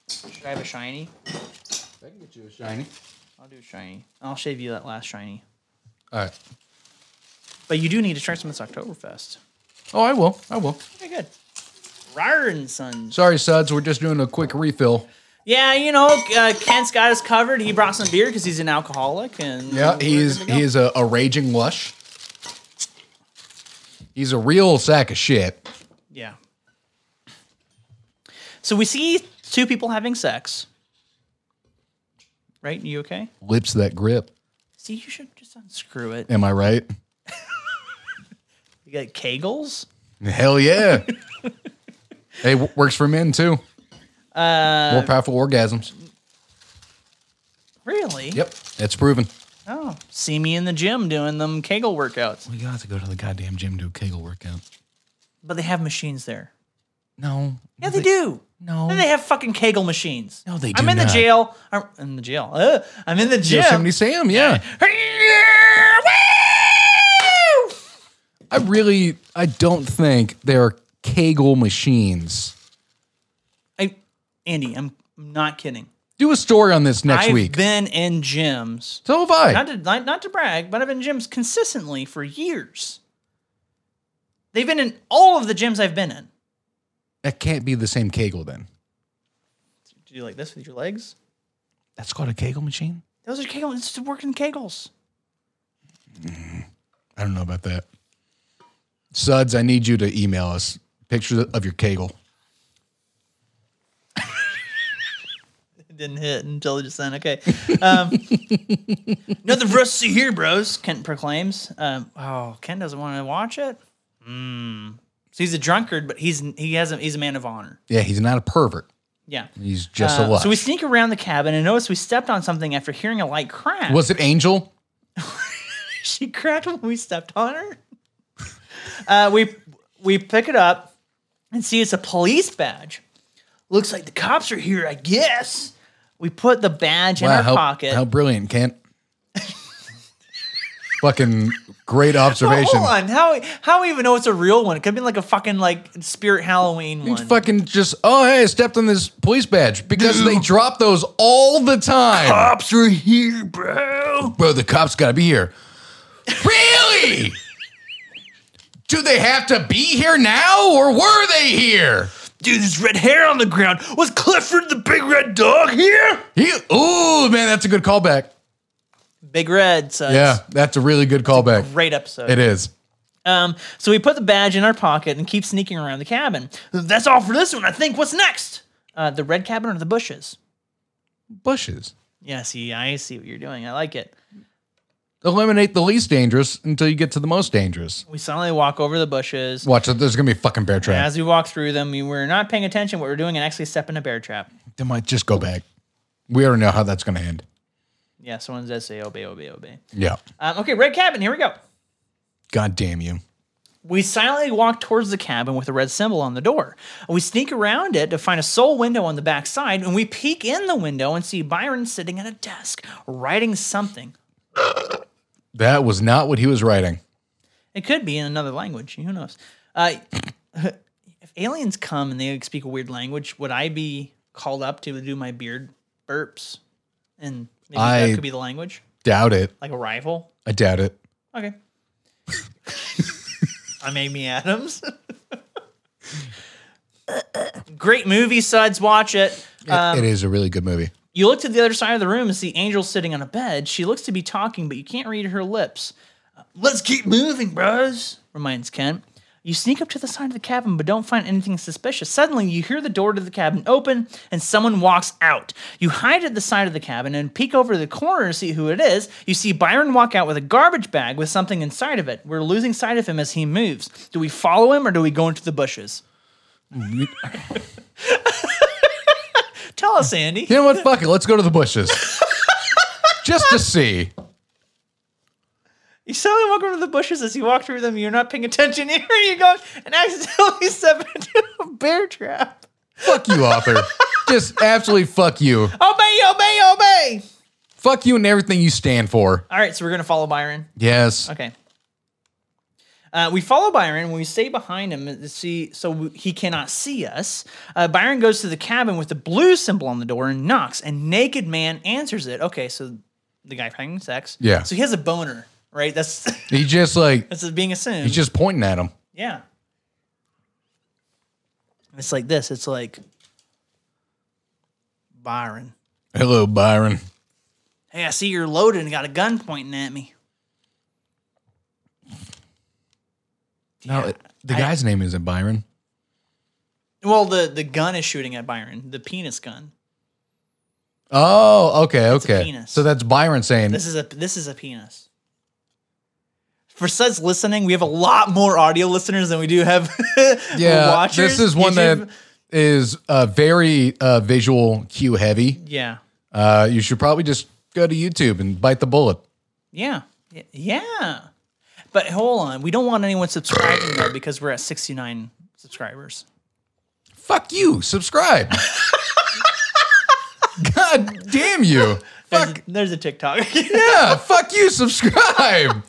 S2: Should I have a shiny?
S1: I can get you a shiny.
S2: I'll do a shiny. I'll shave you that last shiny.
S1: All right.
S2: But you do need to try some of this Oktoberfest.
S1: Oh, I will. I will.
S2: Okay, good. Ryan Sons.
S1: Sorry, Suds. We're just doing a quick refill.
S2: Yeah, you know, uh, Kent's got us covered. He brought some beer because he's an alcoholic, and
S1: Yeah, he is. He is a, a raging lush. He's a real sack of shit.
S2: yeah. So we see two people having sex. Right? You okay?
S1: Lips that grip.
S2: See, you should just unscrew it.
S1: Am I right?
S2: You got kegels.
S1: Hell yeah. hey, w- works for men too. Uh, More powerful orgasms.
S2: Really?
S1: Yep, it's proven.
S2: Oh, see me in the gym doing them Kegel workouts.
S1: We got to go to the goddamn gym to do a Kegel workout.
S2: But they have machines there.
S1: No.
S2: Yeah, they do.
S1: No.
S2: Then they have fucking Kegel machines.
S1: No, they
S2: I'm
S1: do
S2: in the
S1: not.
S2: jail. I'm in the jail. Ugh, I'm in the gym.
S1: Yosemite Sam, yeah. I really, I don't think there are Kegel machines.
S2: I, Andy, I'm not kidding.
S1: Do a story on this next
S2: I've
S1: week.
S2: been in gyms.
S1: so have I.
S2: Not to not, not to brag, but I've been in gyms consistently for years. They've been in all of the gyms I've been in.
S1: that can't be the same Kegel then.
S2: Do you like this with your legs?
S1: That's called a Kegel machine?
S2: Those are Kegels. It's working Kegels.
S1: I don't know about that. Suds, I need you to email us pictures of your Kegel.
S2: It didn't hit until just then. Okay. Um, nothing for us to see here, bros. Kent proclaims. Um, oh, Kent doesn't want to watch it. Mm. So he's a drunkard, but he's he has a, he's a man of honor.
S1: Yeah, he's not a pervert.
S2: Yeah.
S1: He's just a
S2: Uh,
S1: luck.
S2: so we sneak around the cabin and notice we stepped on something after hearing a light crash.
S1: Was it Angel?
S2: she cracked when we stepped on her. Uh, we we pick it up and see it's a police badge. Looks like the cops are here, I guess. We put the badge in our
S1: how,
S2: pocket.
S1: how brilliant, Kent. Fucking great observation.
S2: Hold on, how how we even know it's a real one? It could be like a fucking like spirit Halloween one.
S1: Fucking just, oh, hey, I stepped on this police badge because they drop those all the time.
S3: Cops are here, bro.
S1: Bro, the cops gotta be here. Really? Do they have to be here now or were they here?
S3: Dude, there's red hair on the ground. Was Clifford the big red dog here?
S1: He, ooh, man, that's a good callback.
S2: Big Red says,
S1: Yeah, that's a really good callback.
S2: great episode.
S1: It is.
S2: Um, so we put the badge in our pocket and keep sneaking around the cabin.
S3: That's all for this one, I think. What's next?
S2: Uh, the red cabin or the bushes?
S1: Bushes.
S2: Yeah, see, I see what you're doing. I like it.
S1: Eliminate the least dangerous until you get to the most dangerous.
S2: We suddenly walk over the bushes.
S1: Watch, there's gonna be a fucking bear trap.
S2: As we walk through them, we were not paying attention what we are doing and actually step in a bear trap.
S1: They might just go back. We already know how that's gonna end.
S2: Yeah, someone does say obey, obey, obey.
S1: Yeah.
S2: Um, okay, red cabin. Here we go.
S1: God damn you.
S2: We silently walk towards the cabin with a red symbol on the door. We sneak around it to find a sole window on the back side, and we peek in the window and see Byron sitting at a desk writing something.
S1: That was not what he was writing.
S2: It could be in another language. Who knows? Uh, if aliens come and they speak a weird language, would I be called up to do my beard burps? And maybe
S1: I-
S2: that could be the language,
S1: Doubt it.
S2: like a rival.
S1: I doubt it.
S2: Okay. I'm Amy Adams. Great movie, suds. Watch it.
S1: It- it is a really good movie.
S2: You look to the other side of the room and see Angel sitting on a bed. She looks to be talking, but you can't read her lips.
S3: Let's keep moving, bros.
S2: reminds Kent. You sneak up to the side of the cabin but don't find anything suspicious. Suddenly, you hear the door to the cabin open and someone walks out. You hide at the side of the cabin and peek over the corner to see who it is. You see Byron walk out with a garbage bag with something inside of it. We're losing sight of him as he moves. Do we follow him or do we go into the bushes? Tell us, Andy.
S1: You know what? Fuck it. Let's go to the bushes. just to see.
S2: You suddenly walk over to the bushes as you walk through them. You're not paying attention. Here you go and accidentally step into a bear trap.
S1: Fuck you, author. just absolutely fuck you.
S2: Obey, obey, obey.
S1: Fuck you and everything you stand for.
S2: All right, so we're gonna follow Byron.
S1: Yes.
S2: Okay. Uh, we follow Byron when we stay behind him to see, so we, he cannot see us. Uh, Byron goes to the cabin with the blue symbol on the door and knocks. And naked man answers it. Okay, so the guy having sex.
S1: Yeah.
S2: So he has a boner, right? That's
S1: He just like,
S2: that's being assumed.
S1: he's just pointing at him.
S2: yeah. It's like this. It's like Byron.
S1: Hello, Byron.
S2: Hey, I see you're loaded and got a gun pointing at me.
S1: No, it- the guy's name isn't Byron.
S2: Well, the the gun is shooting at Byron, the penis gun.
S1: Oh, okay, okay.
S2: penis.
S1: So that's Byron saying,
S2: This is a this is a penis. For suds listening, we have a lot more audio listeners than we do have
S1: "Yeah,
S2: watchers.
S1: this is one
S2: YouTube-
S1: that is uh, very uh, visual cue heavy.
S2: yeah.
S1: Uh, you should probably just go to YouTube and bite the bullet."
S2: Yeah. Y- Yeah. But hold on. We don't want anyone subscribing though because we're at 69 subscribers.
S1: Fuck you. Subscribe. God damn you.
S2: There's,
S1: Fuck.
S2: A, there's a TikTok.
S1: Yeah. Fuck you. Subscribe.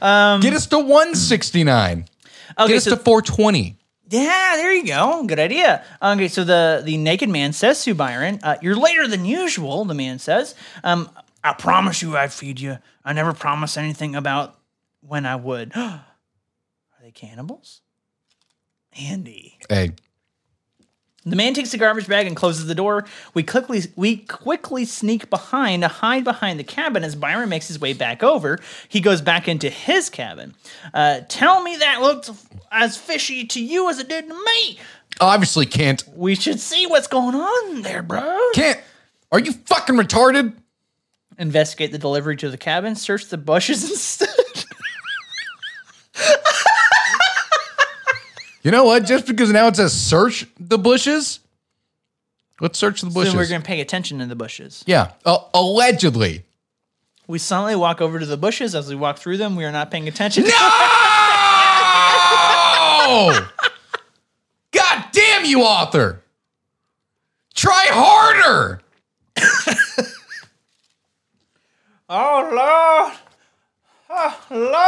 S1: Get us to 169. Get
S2: Um, okay,
S1: us
S2: so
S1: to 420.
S2: yeah, there you go. Good idea. Okay, so the the naked man says to Byron, uh, "You're later than usual." The man says, um,
S3: I promise you I'd feed you. I never promise anything about
S2: "When I would." Are they cannibals? Andy.
S1: Hey,
S2: The man takes the garbage bag and closes the door. We quickly we quickly sneak behind to hide behind the cabin as Byron makes his way back over. He goes back into his cabin. Uh, tell me that looked as fishy to you as it did to me.
S1: obviously can't.
S2: We should see what's going on there, bro.
S1: Can't. Are you fucking retarded?
S2: Investigate the delivery to the cabin. Search the bushes instead.
S1: You know what? Just because now it says search the bushes, let's search the bushes.
S2: Then we're gonna pay attention in the bushes.
S1: yeah, uh, allegedly.
S2: We silently walk over to the bushes. As we walk through them, we are not paying attention.
S1: No! God damn you, author! Try harder.
S2: Oh Lord!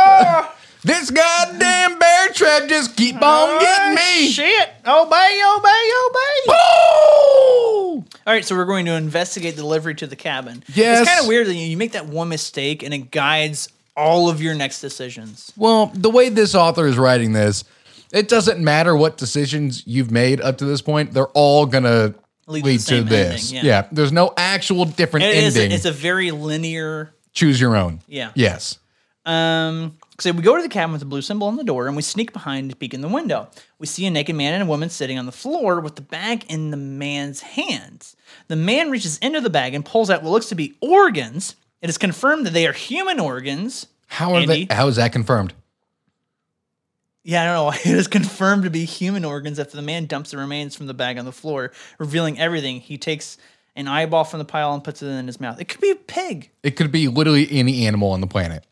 S2: Oh,
S1: This goddamn bear trap just keep on getting me.
S2: Oh, Shit! Obey! Obey! Obey!
S1: Woo!
S2: All right, so we're going to investigate the delivery to the cabin.
S1: Yes.
S2: It's kind of weird that you you make that one mistake and it guides all of your next decisions.
S1: Well, the way this author is writing this, it doesn't matter what decisions you've made up to this point; they're all gonna
S2: Lead
S1: lead, to
S2: to the same
S1: this.
S2: ending, yeah.
S1: yeah, there's no actual different
S2: It is a-
S1: ending.
S2: it's a very linear.
S1: Choose your own.
S2: Yeah.
S1: Yes.
S2: Um, so we go to the cabin with the blue symbol on the door and we sneak behind to peek in the window. We see a naked man and a woman sitting on the floor with the bag in the man's hands. The man reaches into the bag and pulls out what looks to be organs. It is confirmed that they are human organs.
S1: How are
S2: Andy?
S1: they? How is that confirmed?
S2: Yeah, I don't know. why It is confirmed to be human organs after the man dumps the remains from the bag on the floor, revealing everything. He takes an eyeball from the pile and puts it in his mouth. It could be a pig.
S1: It could be literally any animal on the planet.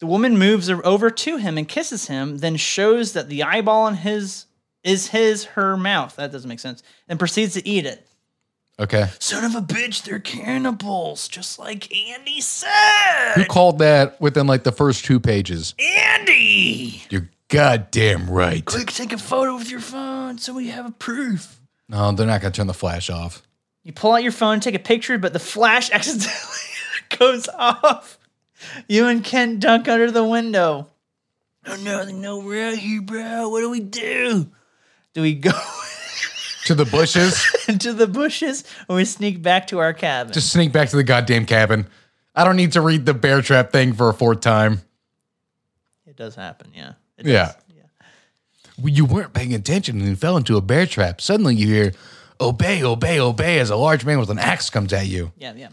S2: The woman moves her over to him and kisses him, then shows that the eyeball in his is his her mouth. That doesn't make sense. And proceeds to eat it.
S1: Okay.
S3: Son of a bitch, they're cannibals, just like Andy said.
S1: Who called that within like the first two pages?
S3: Andy!
S1: You're goddamn right.
S3: Quick, take a photo with your phone so we have a proof.
S1: No, they're not gonna turn the flash off.
S2: You pull out your phone, take a picture, but the flash accidentally goes off. You and Kent dunk under the window.
S3: Oh no, they know we're out here, bro. What do we do?
S2: Do we go
S1: To the bushes.
S2: into the bushes and we sneak back to our cabin.
S1: Just sneak back to the goddamn cabin. I don't need to read the bear trap thing for a fourth time.
S2: it does happen, yeah. It
S1: Yeah.
S2: does.
S1: Well, You weren't paying attention and fell into a bear trap. Suddenly you hear, obey, obey, obey, as a large man with an axe comes at you.
S2: Yeah, yeah.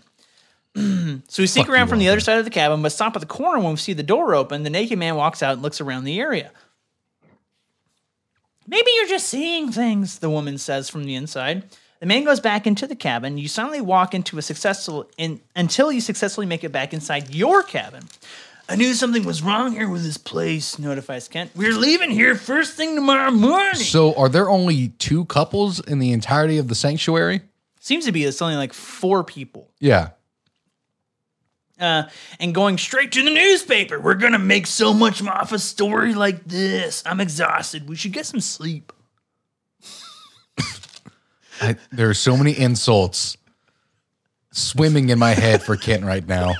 S2: so we sneak around from the other side of the cabin, but stop at the corner when we see the door open. The naked man walks out and looks around the area. Maybe you're just seeing things, the woman says from the inside. The man goes back into the cabin. You suddenly walk into a successful in, until you successfully make it back inside your cabin.
S3: I knew something was wrong here with this place.
S2: Notifies Kent.
S3: We're leaving here first thing tomorrow morning.
S1: So are there only two couples in the entirety of the sanctuary?
S2: Seems to be it's only like four people.
S1: Yeah.
S2: Uh, and going straight to the newspaper.
S3: We're gonna make so much more of a story like this. I'm exhausted. We should get some sleep.
S1: I, there are so many insults swimming in my head for Kent right now.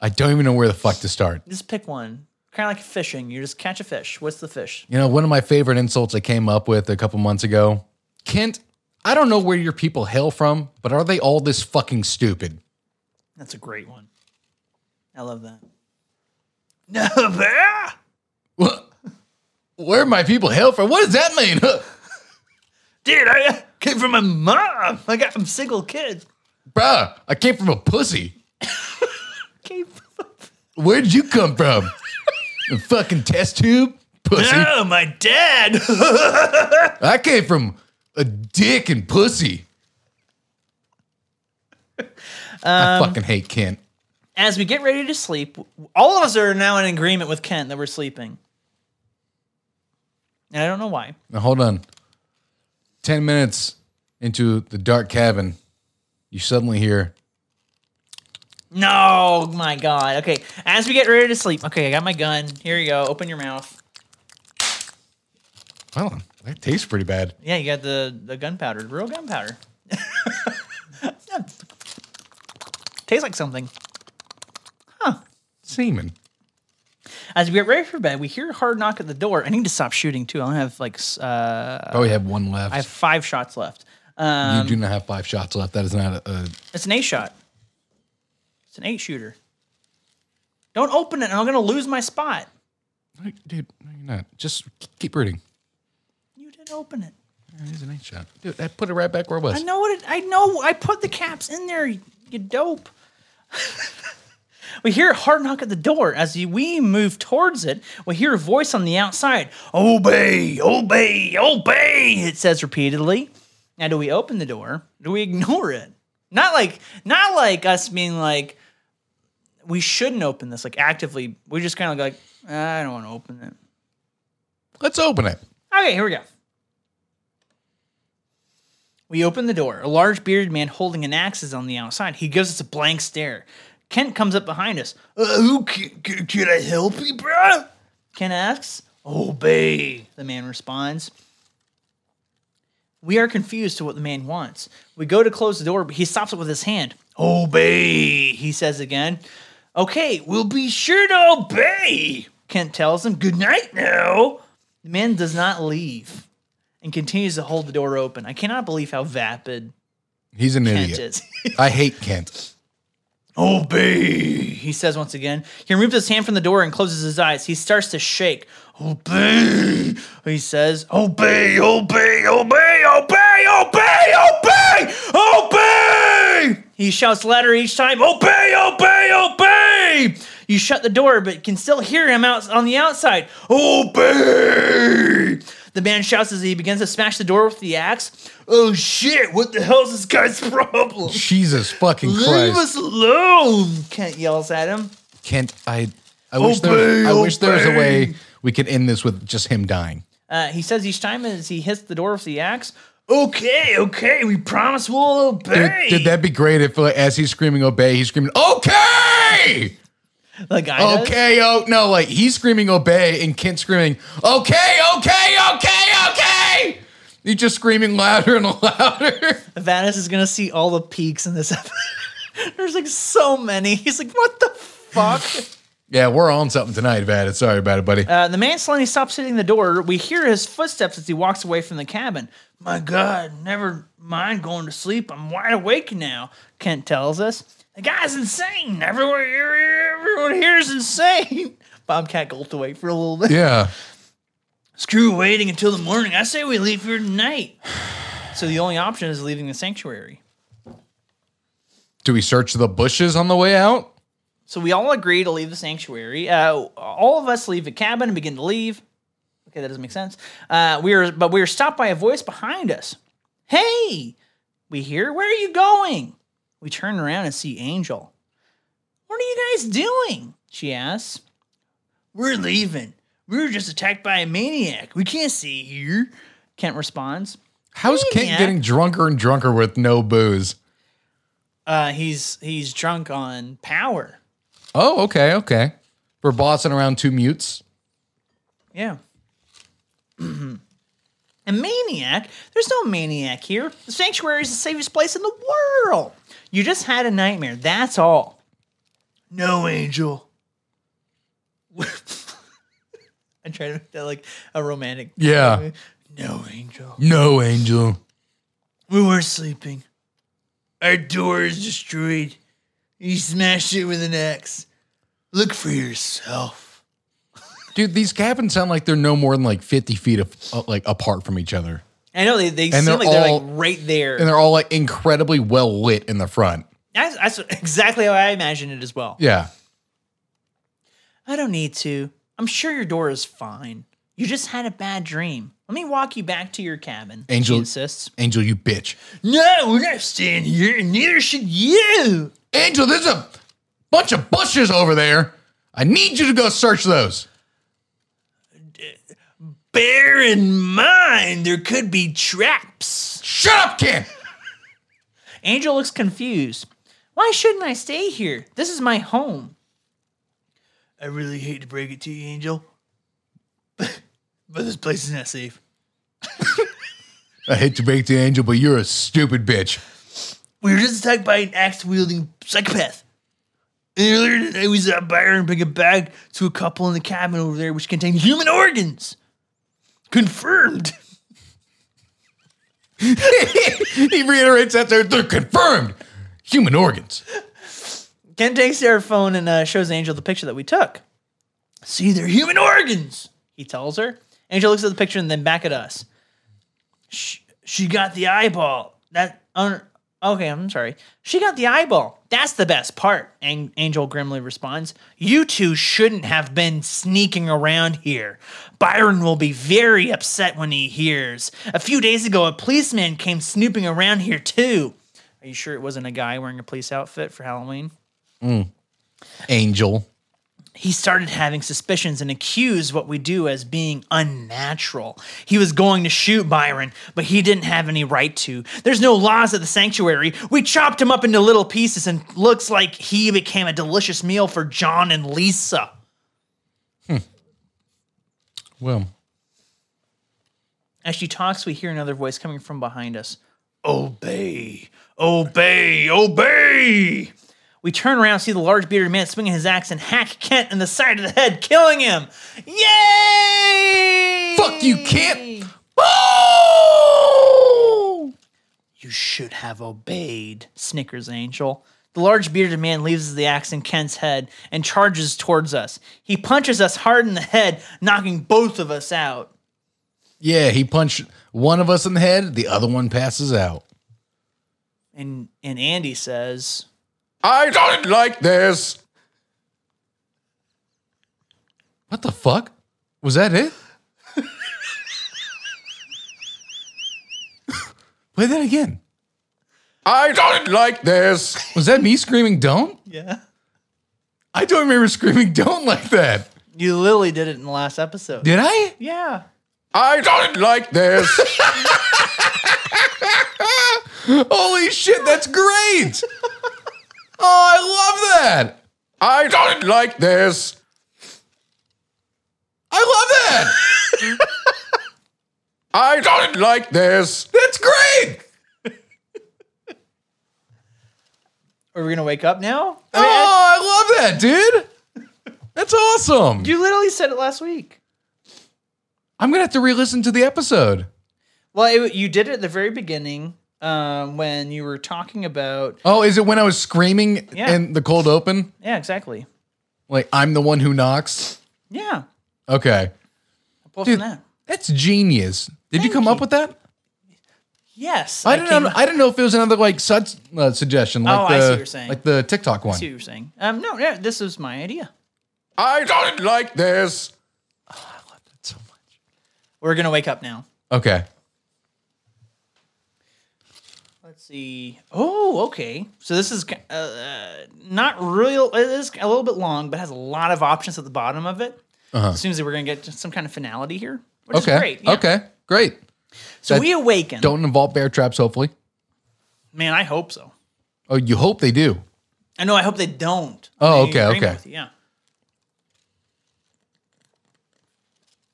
S1: I don't even know where the fuck to start.
S2: Just pick one. Kind of like fishing. You just catch a fish. What's the fish?
S1: You know, one of my favorite insults I came up with a couple months ago Kent, I don't know where your people hail from, but are they all this fucking stupid?
S2: That's a great one. I love that.
S3: No, bear.
S1: What? Where my people hail from? What does that mean?
S3: Dude, I uh, came from my mom.
S2: I got some single kids.
S1: Bruh, I came from a pussy. Where'd you come from? A fucking test tube? Pussy.
S3: No, Oh, my dad.
S1: I came from a dick and
S2: Um,
S1: pussy. I fucking hate Kent.
S2: as we get ready to sleep, all of us are now in agreement with Kent that we're sleeping. And I don't know why.
S1: Now hold on. Ten minutes into the dark cabin, you suddenly hear
S2: No, my God. Okay, as we get ready to sleep, okay, I got my gun. Here you go. Open your mouth.
S1: Well, that tastes pretty bad.
S2: Yeah, you got the, the gunpowder, real gunpowder. Tastes like something.
S1: Semen.
S2: As we get ready for bed, we hear a hard knock at the door. I need to stop shooting too. I only have like s- uh, um,
S1: Probably have one left.
S2: I have five shots left.
S1: you do not have five shots left. That is not a, a
S2: It's an eight shot. It's an eight shooter. Don't open it, and I'm gonna lose my spot.
S1: No, dude, no, you're not. Just keep reading.
S2: You didn't open it.
S1: It is an eight shot. Dude, I put it right back where it was.
S2: I know what it. I know. I put the caps in there. You, you dope. we hear a hard knock at the door. As we move towards it, we hear a voice on the outside. Obey, obey, obey. It says repeatedly. Now, do we open the door? Do we ignore it? Not like, not like us being like, we shouldn't open this. Like actively, we just kind of like, "Ah, I don't want to open it.
S1: Let's open it.
S2: Okay, here we go. We open the door. A large bearded man holding an axe is on the outside. He gives us a blank stare. Kent comes up behind us.
S3: Uh, who can, can, can I help you, bruh?
S2: Kent asks.
S3: Obey.
S2: Oh, The man responds. We are confused to what the man wants. We go to close the door, but he stops it with his hand.
S3: Obey.
S2: He says again, Okay, we'll be sure to obey. Kent tells him, Good night now. The man does not leave and continues to hold the door open. I cannot believe how vapid
S1: He's an
S2: Kent
S1: idiot.
S2: is.
S1: I hate Kent.
S3: Obey.
S2: he says once again. He removes his hand from the door and closes his eyes. He starts to shake.
S3: Obey.
S2: He says, Oh,
S3: Obey, obey, obey, obey, obey, obey, obey,
S2: he shouts louder each time. Oh,
S3: obey, obey, obey,
S2: you shut the door, but can still hear him out on the outside. Oh,
S3: obey.
S2: The man shouts as he begins to smash the door with the axe.
S3: Oh shit, what the hell's this guy's problem?
S1: Jesus fucking
S2: Leave
S1: Christ.
S2: us alone, Oh, Kent yells at him.
S1: Kent, I I wish there was, I
S3: Obey,
S1: wish there was a
S3: obey.
S1: way we could end this with just him dying.
S2: Uh, he says each time as he hits the door with the axe,
S3: Okay, okay, we promise we'll
S1: Dude,
S3: obey.
S1: dude, that'd be great if like, as he's screaming obey, he's screaming, Okay!
S2: the guy does.
S1: Okay, oh no, like he's screaming obey and Kent screaming, Okay, okay, okay, okay. He's just screaming louder and louder.
S2: Vanis is gonna see all the peaks in this episode. There's like so many. He's like, what the fuck?
S1: Yeah, we're on something tonight, Vad. Sorry about it, buddy.
S2: Uh, the man suddenly stops hitting the door. We hear his footsteps as he walks away from the cabin. My God, never mind going to sleep. I'm wide awake now, Kent tells us. The guy's insane. Everyone, everyone here is insane. Bobcat gulped away for a little bit.
S1: yeah.
S2: Screw waiting until the morning. I say we leave here tonight. So the only option is leaving the sanctuary.
S1: Do we search the bushes on the way out?
S2: So we all agree to leave the sanctuary. Uh, all of us leave the cabin and begin to leave. Okay, that doesn't make sense. Uh, we are, but we are stopped by a voice behind us. Hey, we hear. Where are you going? We turn around and see Angel. What are you guys doing? She asks. We're leaving. We were just attacked by a maniac. We can't stay here. Kent responds.
S1: How's Kent
S2: Maniac.
S1: getting drunker and drunker with no booze?
S2: Uh, he's he's drunk on power.
S1: Oh, okay, okay. We're bossing around two mutes.
S2: Yeah. a maniac? There's no maniac here. The sanctuary is the safest place in the world. You just had a nightmare. That's all.
S3: no angel.
S2: I try to make that like a romantic.
S1: Yeah.
S3: No angel.
S1: No, Angel.
S3: We were sleeping. Our door is destroyed. You smashed it with an axe. Look for yourself.
S1: Dude, these cabins sound like they're no more than like 50 feet of, uh, like apart from each other.
S2: I know they, they
S1: And
S2: seem
S1: they're
S2: like they're
S1: all-
S2: like right there.
S1: And they're all like incredibly well lit in the front.
S2: That's, that's exactly how I imagined it as well.
S1: Yeah.
S2: I don't need to. I'm sure your door is fine. You just had a bad dream. Let me walk you back to your cabin. she
S1: Angel-
S2: insists.
S1: Angel, you bitch.
S3: No, we're not staying here, and neither should you.
S1: Angel, this is a bunch of bushes over there. I need you to go search those.
S3: Bear in mind, there could be traps.
S1: Shut up, Ken.
S2: Angel looks confused. Why shouldn't I stay here? This is my home.
S3: I really hate to break it to you, Angel, but this place is not safe.
S1: I hate to break the angel, but you're a stupid bitch.
S3: We were just attacked by an axe wielding psychopath. And earlier today, we saw Byron bring a bag to a couple in the cabin over there, which contained human organs. Confirmed.
S1: he reiterates that they're, they're confirmed human organs.
S2: Ken takes their phone and uh, shows Angel the picture that we took.
S3: See, they're human organs.
S2: He tells her. Angel looks at the picture and then back at us.
S3: She, she got the eyeball. That
S2: Un- okay, I'm sorry. She got the eyeball. That's the best part. Ang- Angel grimly responds. You two shouldn't have been sneaking around here. Byron will be very upset when he hears. A few days ago, a policeman came snooping around here too. Are you sure it wasn't a guy wearing a police outfit for Halloween?
S1: Angel.
S2: he started having suspicions and accused what we do as being unnatural. He was going to shoot Byron, but he didn't have any right to. There's no laws at the sanctuary. We chopped him up into little pieces, and looks like he became a delicious meal for John and Lisa.
S1: Well,
S2: As she talks, we hear another voice coming from behind us.
S3: obey, obey, obey.
S2: We turn around, see the large bearded man swinging his axe and hack Kent in the side of the head, killing him. Yay!
S1: fuck you, Kent. Boo!
S2: You should have obeyed, snickers Angel. The large bearded man leaves the axe in Kent's head and charges towards us. He punches us hard in the head, knocking both of us out.
S1: Yeah, he punched one of us in the head, the other one passes out.
S2: And and Andy says,
S1: I don't like this. What the fuck? Was that it? Play that again. I don't like this. Was that me screaming don't?
S2: "Yeah,
S1: I don't remember screaming don't like that.
S2: you literally did it in the last episode."
S1: Did I?
S2: Yeah.
S1: I don't like this. Holy shit, that's great. Oh, I love that. I don't like this. I love that. I don't like this. That's great.
S2: Are we gonna wake up now?
S1: Oh, I love that, dude. That's awesome.
S2: You literally said it last week.
S1: I'm going to have to re listen to the episode.
S2: Well, it, you did it at the very beginning um, when you were talking about.
S1: Oh, is it when I was screaming
S2: Yeah.
S1: in the cold open?
S2: Yeah, exactly.
S1: Like, I'm the one who knocks?
S2: Yeah,
S1: Okay.
S2: pull
S1: Dude,
S2: from that.
S1: That's genius. Did you come up with that?
S2: Yes,
S1: I don't
S2: came
S1: know. I don't know if it was another like such uh, suggestion, like
S2: Oh, I
S1: the
S2: see what you're saying.
S1: like the TikTok one.
S2: see what you're saying. Um, no, no, this was my idea.
S1: I don't like this.
S2: Oh,
S1: so much.
S2: We're gonna wake up now.
S1: Okay.
S2: Let's see. Oh, okay. So this is uh, uh, not real. uh, It is a little bit long, but has a lot of options at the bottom of it. Assumes that we're gonna get to some kind of finality here,
S1: Uh-huh.
S2: which
S1: Okay.
S2: is great. yeah.
S1: Okay. Great.
S2: So
S1: That
S2: we awaken.
S1: Don't involve bear traps. Hopefully.
S2: Man, I hope so.
S1: Oh, you hope they do.
S2: I know. I hope they don't.
S1: Oh,
S2: I'm
S1: okay,
S2: agreeing
S1: okay.
S2: with you, yeah.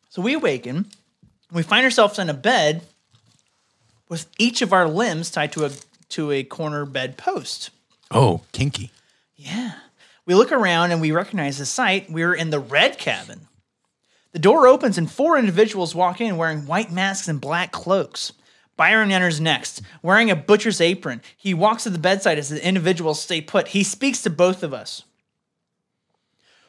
S2: So we awaken. We find ourselves in a bed with each of our limbs tied to a to a corner bed post.
S1: Oh, kinky.
S2: Yeah. We look around and we recognize the site. We're in the red cabin. The door opens and four individuals walk in wearing white masks and black cloaks. Byron enters next, wearing a butcher's apron. He walks to the bedside as the individuals stay put. He speaks to both of us.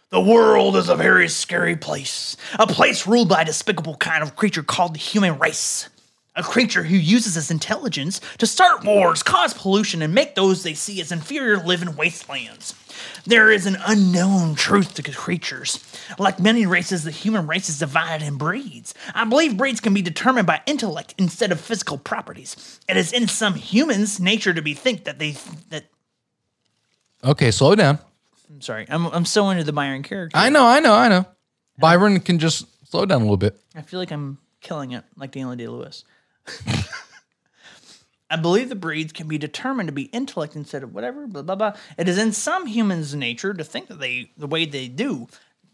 S3: The world is a very scary place,
S2: A place ruled by a despicable kind of creature called the human race. A creature who uses its intelligence to start wars, cause pollution, and make those they see as inferior live in wastelands. There is an unknown truth to creatures. Like many races, the human race is divided in breeds. I believe breeds can be determined by intellect instead of physical properties. It is in some humans' nature to be think that they that
S1: Okay, slow down.
S2: I'm sorry. I'm I'm so into the Byron character.
S1: I know, I know, I know. Byron can just slow down a little bit.
S2: I feel like I'm killing it, like Daniel Day Lewis. I believe the breeds can be determined to be intellect instead of whatever, blah, blah, blah. It is in some humans' nature to think that they, the way they do,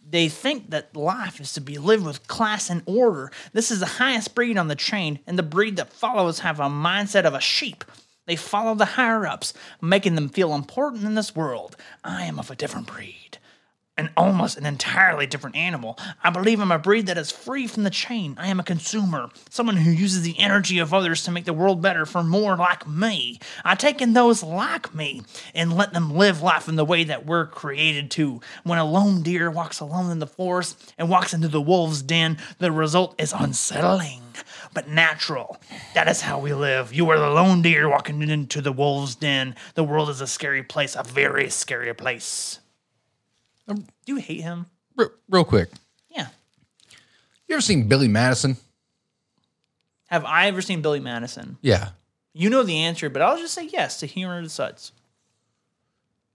S2: they think that life is to be lived with class and order. This is the highest breed on the chain, and the breed that follows have a mindset of a sheep. They follow the higher ups, making them feel important in this world. I am of a different breed an almost an entirely different animal. I believe I'm a breed that is free from the chain. I am a consumer, someone who uses the energy of others to make the world better for more like me. I take in those like me and let them live life in the way that we're created to. When a lone deer walks alone in the forest and walks into the wolf's den, the result is unsettling but natural. That is how we live. You are the lone deer walking into the wolf's den. The world is a scary place, a very scary place. Do you hate him?
S1: R- real quick.
S2: Yeah.
S1: You ever seen Billy Madison?
S2: Have I ever seen Billy Madison?
S1: Yeah.
S2: You know the answer, but I'll just say yes to humor the suds.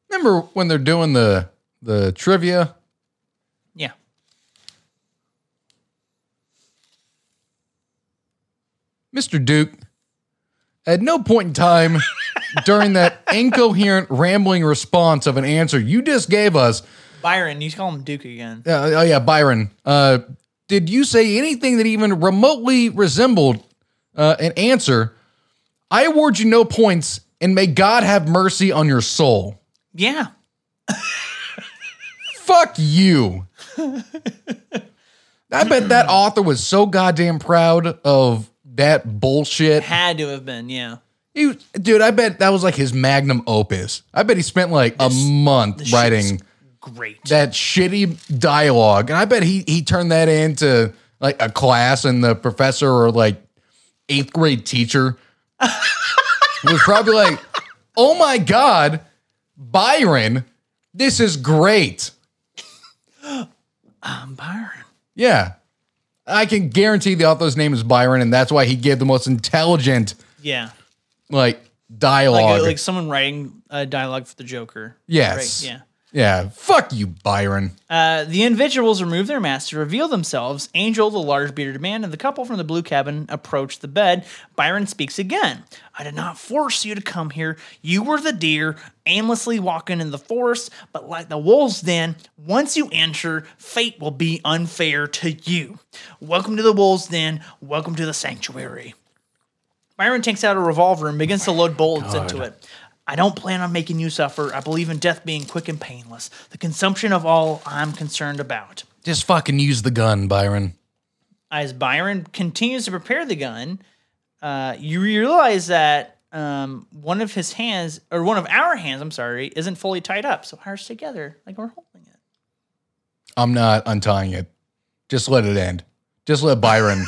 S1: Remember when they're doing the the trivia?
S2: Yeah.
S1: Mr. Duke, at no point in time during that incoherent rambling response of an answer you just gave us,
S2: Byron, you call him Duke again.
S1: uh, oh yeah, Byron, uh, did you say anything that even remotely resembled uh, an answer? I award you no points, and may God have mercy on your soul.
S2: Yeah.
S1: Fuck you. I bet that author was so goddamn proud of that bullshit.
S2: Had to have been, yeah.
S1: He, dude, I bet that was like his magnum opus. I bet he spent like a month writing
S2: Great.
S1: that shitty dialogue, and I bet he he turned that into like a class, and the professor or like eighth grade teacher was probably like, "Oh my god, Byron, this is great."
S2: I'm Byron.
S1: Yeah. I can guarantee the author's name is Byron, and that's why he gave the most intelligent
S2: Yeah.
S1: like
S2: Like,
S1: dialogue.
S2: like someone writing a dialogue for the Joker.
S1: yes.
S2: Right, yeah.
S1: Yeah. Fuck you, Byron.
S2: Uh, the individuals remove their masks to reveal themselves. Angel, the large bearded man, and the couple from the blue cabin approach the bed. Byron speaks again. I did not force you to come here. You were the deer, aimlessly walking in the forest, but like the wolves, then, once you enter, fate will be unfair to you. Welcome to the wolves, then. Welcome to the sanctuary. Byron takes out a revolver and begins to load bullets into it. I don't plan on making you suffer. I believe in death being quick and painless, the consumption of all I'm concerned about.
S1: Just fucking use the gun, Byron.
S2: As Byron continues to prepare the gun, uh, you realize that um, one of his hands, or one of our hands, I'm sorry, isn't fully tied up. So ours together, like we're holding it.
S1: I'm not untying it. Just let it end. Just let Byron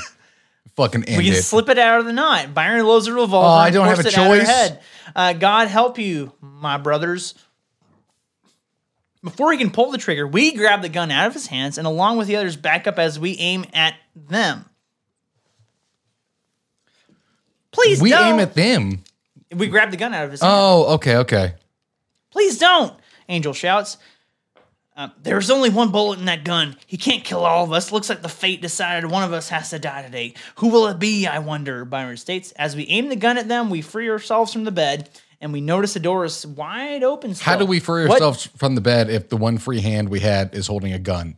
S1: fucking end
S2: We can
S1: it.
S2: slip it out of the knot. Byron loads a revolver.
S1: Oh, I
S2: and
S1: don't
S2: points
S1: have a
S2: it at her
S1: choice?
S2: head. Uh, God help you, my brothers. Before he can pull the trigger, we grab the gun out of his hands and, along with the others, back up as we aim at them. Please
S1: we
S2: don't.
S1: aim at them.
S2: we grab the gun out of his hand.
S1: Oh, okay, okay.
S2: Please don't, Angel shouts. Um, There's only one bullet in that gun. He can't kill all of us. Looks like the fate decided one of us has to die today. Who will it be, I wonder? Byron states. As we aim the gun at them, we free ourselves from the bed and we notice the door is wide open. Still.
S1: How do we free
S2: What-
S1: ourselves from the bed if the one free hand we had is holding a gun?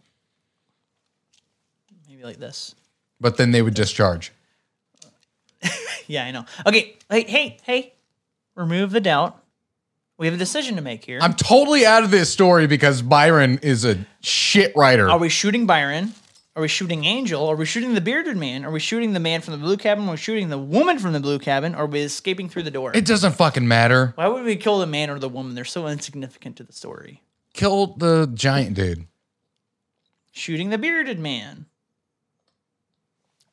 S2: Maybe like this.
S1: But then they would discharge.
S2: Yeah, I know. Okay, hey, hey, hey. Remove the doubt. We have a decision to make here.
S1: I'm totally out of this story because Byron is a shit writer.
S2: Are we shooting Byron? Are we shooting Angel? Are we shooting the bearded man? Are we shooting the man from the blue cabin? Are we shooting the woman from the blue cabin? Or are we escaping through the door?
S1: It doesn't fucking matter.
S2: Why would we kill the man or the woman? They're so insignificant to the story.
S1: Kill the giant dude.
S2: Shooting the bearded man.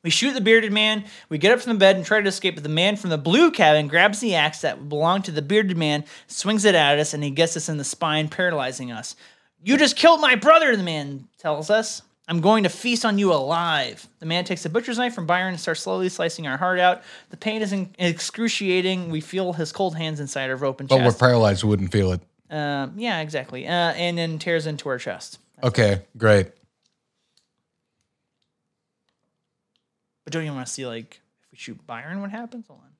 S2: We shoot the bearded man. We get up from the bed and try to escape, but the man from the blue cabin grabs the axe that belonged to the bearded man, swings it at us, and he gets us in the spine, paralyzing us. You just killed my brother, the man tells us. I'm going to feast on you alive. The man takes a butcher's knife from Byron and starts slowly slicing our heart out. The pain is in- excruciating. We feel his cold hands inside our open
S1: But
S2: chest.
S1: we're paralyzed, we wouldn't feel it.
S2: Um, yeah, exactly. Uh, and then tears into her chest.
S1: Okay, great.
S2: But don't you want to see like if we shoot Byron, what happens? Hold on.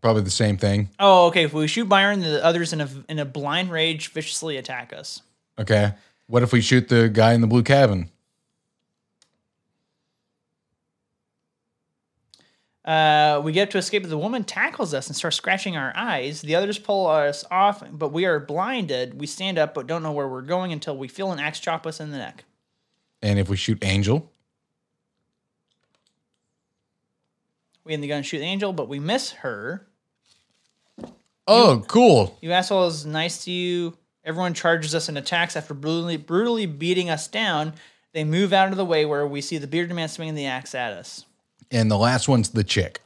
S1: Probably the same thing.
S2: Oh, okay. If we shoot Byron, the others in a in a blind rage viciously attack us.
S1: Okay. What if we shoot the guy in the blue cabin?
S2: Uh, we get up to escape, but the woman tackles us and starts scratching our eyes. The others pull us off, but we are blinded. We stand up, but don't know where we're going until we feel an axe chop us in the neck.
S1: And if we shoot Angel?
S2: We in the gun shoot the angel, but we miss her.
S1: Oh, cool.
S2: You asshole is nice to you. Everyone charges us and attacks after brutally, brutally beating us down. They move out of the way where we see the bearded man swinging the axe at us.
S1: And the last one's the chick.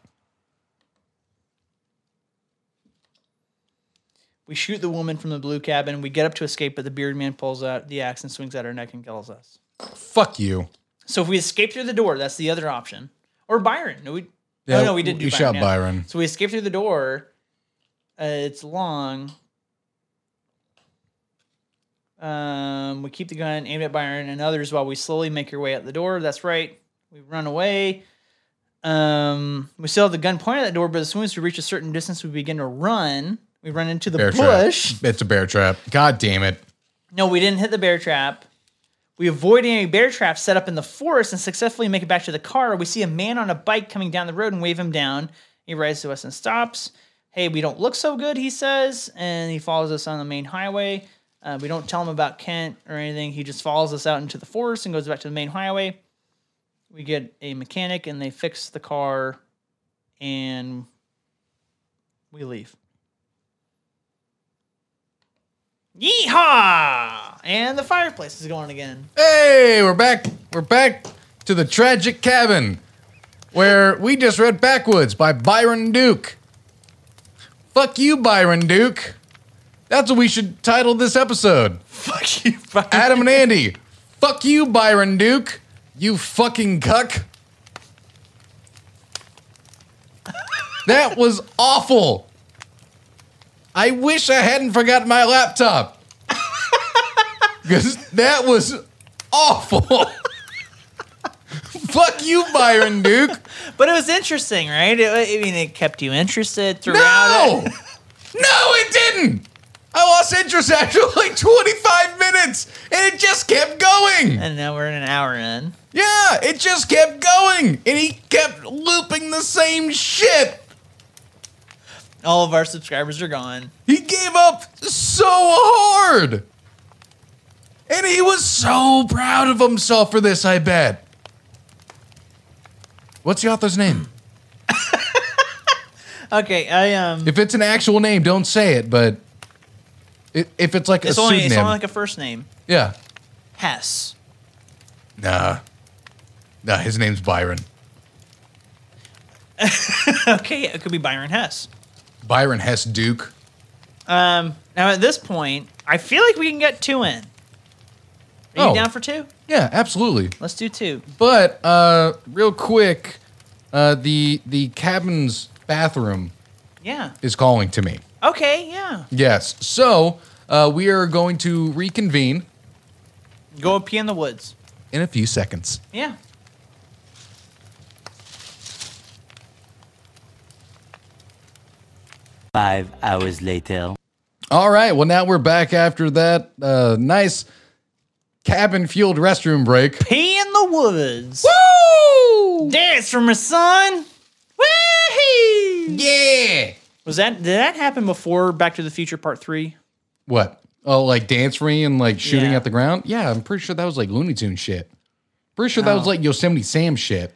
S2: We shoot the woman from the blue cabin. We get up to escape, but the bearded man pulls out the axe and swings at our neck and kills us.
S1: Fuck
S2: Oh,
S1: you.
S2: So if we escape through the door, that's the other option. Or Byron. No, we, no, no, we did do
S1: You
S2: Byron,
S1: shot
S2: yeah.
S1: Byron.
S2: So we escape through the door. Uh, it's long. Um, we keep the gun aimed at Byron and others while we slowly make our way out the door. That's right. We run away. Um, we still have the gun pointed at the door, but as soon as we reach a certain distance, we begin to run. We run into the
S1: Bear
S2: bush.
S1: trap. It's a bear trap. God damn it.
S2: No, we didn't hit the bear trap. We avoid any bear traps set up in the forest and successfully make it back to the car. We see a man on a bike coming down the road and wave him down. He rides to us and stops. Hey, we don't look so good, he says, and he follows us on the main highway. Uh, we don't tell him about Kent or anything. He just follows us out into the forest and goes back to the main highway. We get a mechanic and they fix the car and we leave. Yeehaw! And the fireplace is going again.
S1: Hey, we're back. We're back to the tragic cabin where we just read Backwoods by Byron Duke. Fuck you, Byron Duke. That's what we should title this episode.
S2: Fuck you, Byron.
S1: Adam and Andy. Fuck you, Byron Duke. You fucking cuck. That was awful. I wish I hadn't forgotten my laptop. Because that was awful. Fuck you, Byron Duke.
S2: But it was interesting, right? It, I mean, it kept you interested throughout.
S1: No!
S2: it.
S1: no, it didn't! I lost interest after like 25 minutes and it just kept going.
S2: And now we're in an hour in.
S1: Yeah, it just kept going, and he kept looping the same shit.
S2: All of our subscribers are gone.
S1: He gave up so hard. And he was so proud of himself for this, I bet. What's the author's name?
S2: Okay, I um.
S1: If it's an actual name, don't say it, but i- if it's like
S2: It's
S1: a
S2: only it's
S1: pseudonym.
S2: only like a first name.
S1: yeah.
S2: Hess.
S1: Nah. Nah, his name's Byron.
S2: Okay, it could be Byron Hess.
S1: Byron Hess Duke.
S2: Um. Now at this point, I feel like we can get two in. Are you
S1: Oh.
S2: down for two?
S1: Yeah, absolutely.
S2: Let's do two.
S1: But uh, real quick, uh, the the cabin's bathroom
S2: Yeah.
S1: is calling to me.
S2: Okay. Yeah.
S1: Yes, so uh, we are going to reconvene
S2: Go pee in the woods.
S1: in a few seconds.
S2: Yeah.
S4: Five hours later.
S1: All right. Well, now we're back after that uh, nice cabin fueled restroom break.
S2: Pee in the woods.
S1: Woo!
S2: Dance for my son. Woo!
S1: Yeah.
S2: Was that did that happen before Back to the Future Part Three?
S1: What? Oh, like dance free and like shooting
S2: Yeah.
S1: at the ground? Yeah, I'm pretty sure that was like Looney Tune shit. Pretty sure that was like Yosemite Sam shit.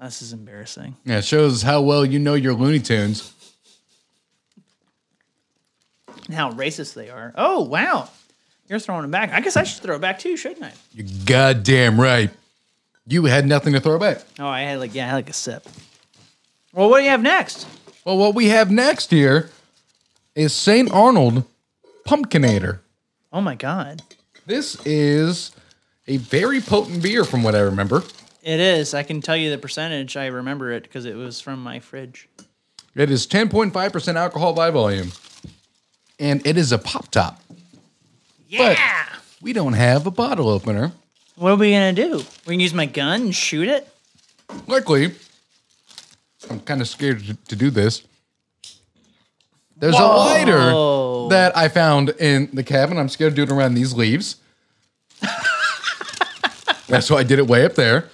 S2: Oh, This is embarrassing.
S1: Yeah, it shows how well you know your Looney Tunes.
S2: And how racist they are. Oh wow, you're throwing it back. I guess I should throw it back too, shouldn't I?
S1: You're goddamn right. You had nothing to throw back.
S2: Oh, I had like yeah, I had like a sip. Well, what do you have next?
S1: Well, what we have next here is St. Arnold Pumpkinator.
S2: Oh my god,
S1: This is a very potent beer, from what I remember.
S2: it is. I can tell you the percentage. I remember it because it was from my fridge.
S1: It is 10.5% alcohol by volume. and it is a pop top.
S2: Yeah.
S1: We don't have a bottle opener.
S2: what are we gonna do? We can use my gun and shoot it.
S1: Luckily, I'm kind of scared to, to do this. There's a lighter that I found in the cabin. I'm scared to do it around these leaves. That's why I did it way up there.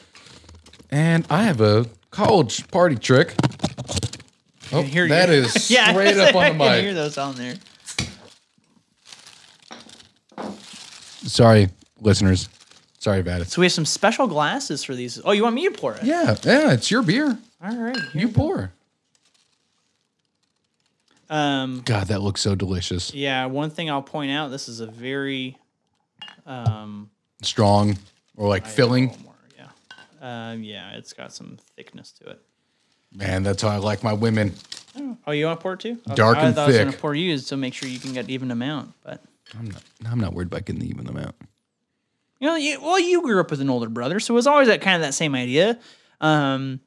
S1: And I have a college party trick. Oh,
S2: hear
S1: that
S2: you.
S1: is
S2: Yeah, I
S1: straight
S2: was
S1: up
S2: like,
S1: on the
S2: I can hear
S1: mic.
S2: those on there.
S1: Sorry, listeners. Sorry about it.
S2: So we have some special glasses for these. Oh, you want me to pour it?
S1: Yeah, yeah, it's your beer.
S2: All right.
S1: You pour.
S2: Um.
S1: God, that looks so delicious.
S2: Yeah. One thing I'll point out: this is a very
S1: Strong or like filling.
S2: more. Yeah. Um. Yeah. It's got some thickness to it.
S1: Man, that's how I like my women.
S2: Oh, you want to pour it too? Okay,
S1: Dark
S2: I
S1: and
S2: thought I was gonna
S1: thick.
S2: pour you so make sure you can get even amount. But
S1: I'm not worried about getting even them out.
S2: you know, you, well, you grew up with an older brother, so it was always that kind of that same idea. Um,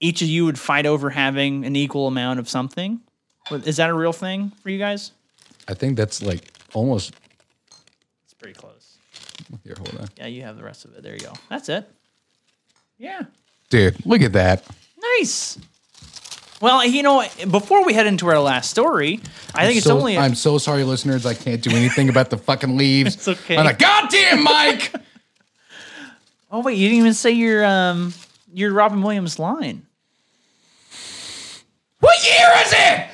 S2: each of you would fight over having an equal amount of something. What- Is that a real thing for you guys?
S1: I think that's like almost
S2: It's pretty close.
S1: here. Hold on,
S2: Yeah, you have the rest of it. There you go. That's it. Yeah.
S1: dude. Look at that.
S2: Nice. Well, you know, before we head into our last story, I think it's
S1: so,
S2: only.
S1: I'm so sorry, listeners. I can't do anything about the fucking leaves.
S2: It's okay.
S1: I'm like, goddamn, Mike.
S2: oh wait, you didn't even say your um your Robin Williams line.
S1: what year is it?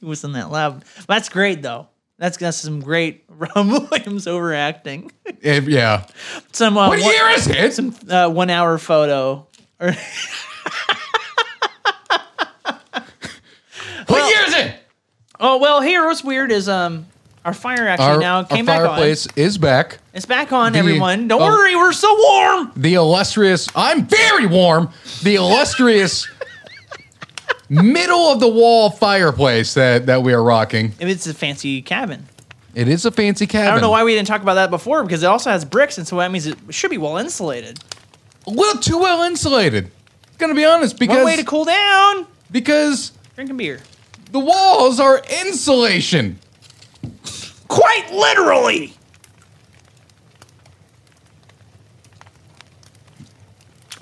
S2: It wasn't that loud. That's great though. That's that's some great Robin Williams overacting.
S1: Eh, yeah.
S2: Some uh,
S1: What
S2: one,
S1: year is it?
S2: uh, one hour photo.
S1: what year is it?
S2: Oh well, here what's weird is um our fire actually
S1: Our,
S2: now
S1: our
S2: came back
S1: fireplace is back.
S2: on. It's back on,
S1: The-
S2: everyone. Don't
S1: oh.
S2: worry, we're so warm.
S1: The illustrious. I'm very warm. The illustrious. Middle of the wall fireplace that, that we are rocking.
S2: It's a fancy cabin.
S1: It is a fancy cabin.
S2: I don't know why we didn't talk about that before because it also has bricks, and so that means it should be well insulated.
S1: a little too well insulated. Gonna be honest,
S2: One
S1: because
S2: way to cool down:
S1: because
S2: drinking beer.
S1: the walls are insulation.
S3: Quite literally.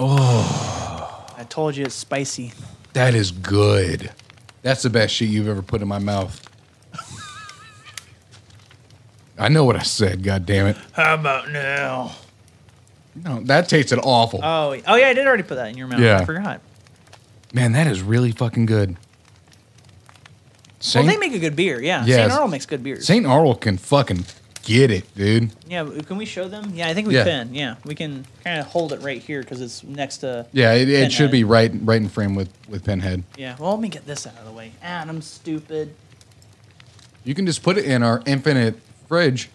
S2: I told you it's spicy.
S1: That is good. That's the best shit you've ever put in my mouth. I know what I said. God damn it!
S3: How about now?
S1: No, that tasted awful.
S2: Oh, oh yeah, I did already put that in your mouth.
S1: Yeah.
S2: I forgot.
S1: Man, that is really fucking good. Saint
S2: well, they make a good beer. Yeah,
S1: Yes.
S2: Saint Arl makes good beers.
S1: Saint Arnold can fucking get it, dude.
S2: yeah, w- can we show them? Yeah, I think we
S1: Yeah.
S2: can. Yeah, we can kind of hold it right here because it's next to.
S1: Yeah, it, it should
S2: Pinhead.
S1: be right right in frame with with Pinhead.
S2: Yeah. Well, let me get this out of the way. Adam, stupid.
S1: You can just put it in our infinite fridge.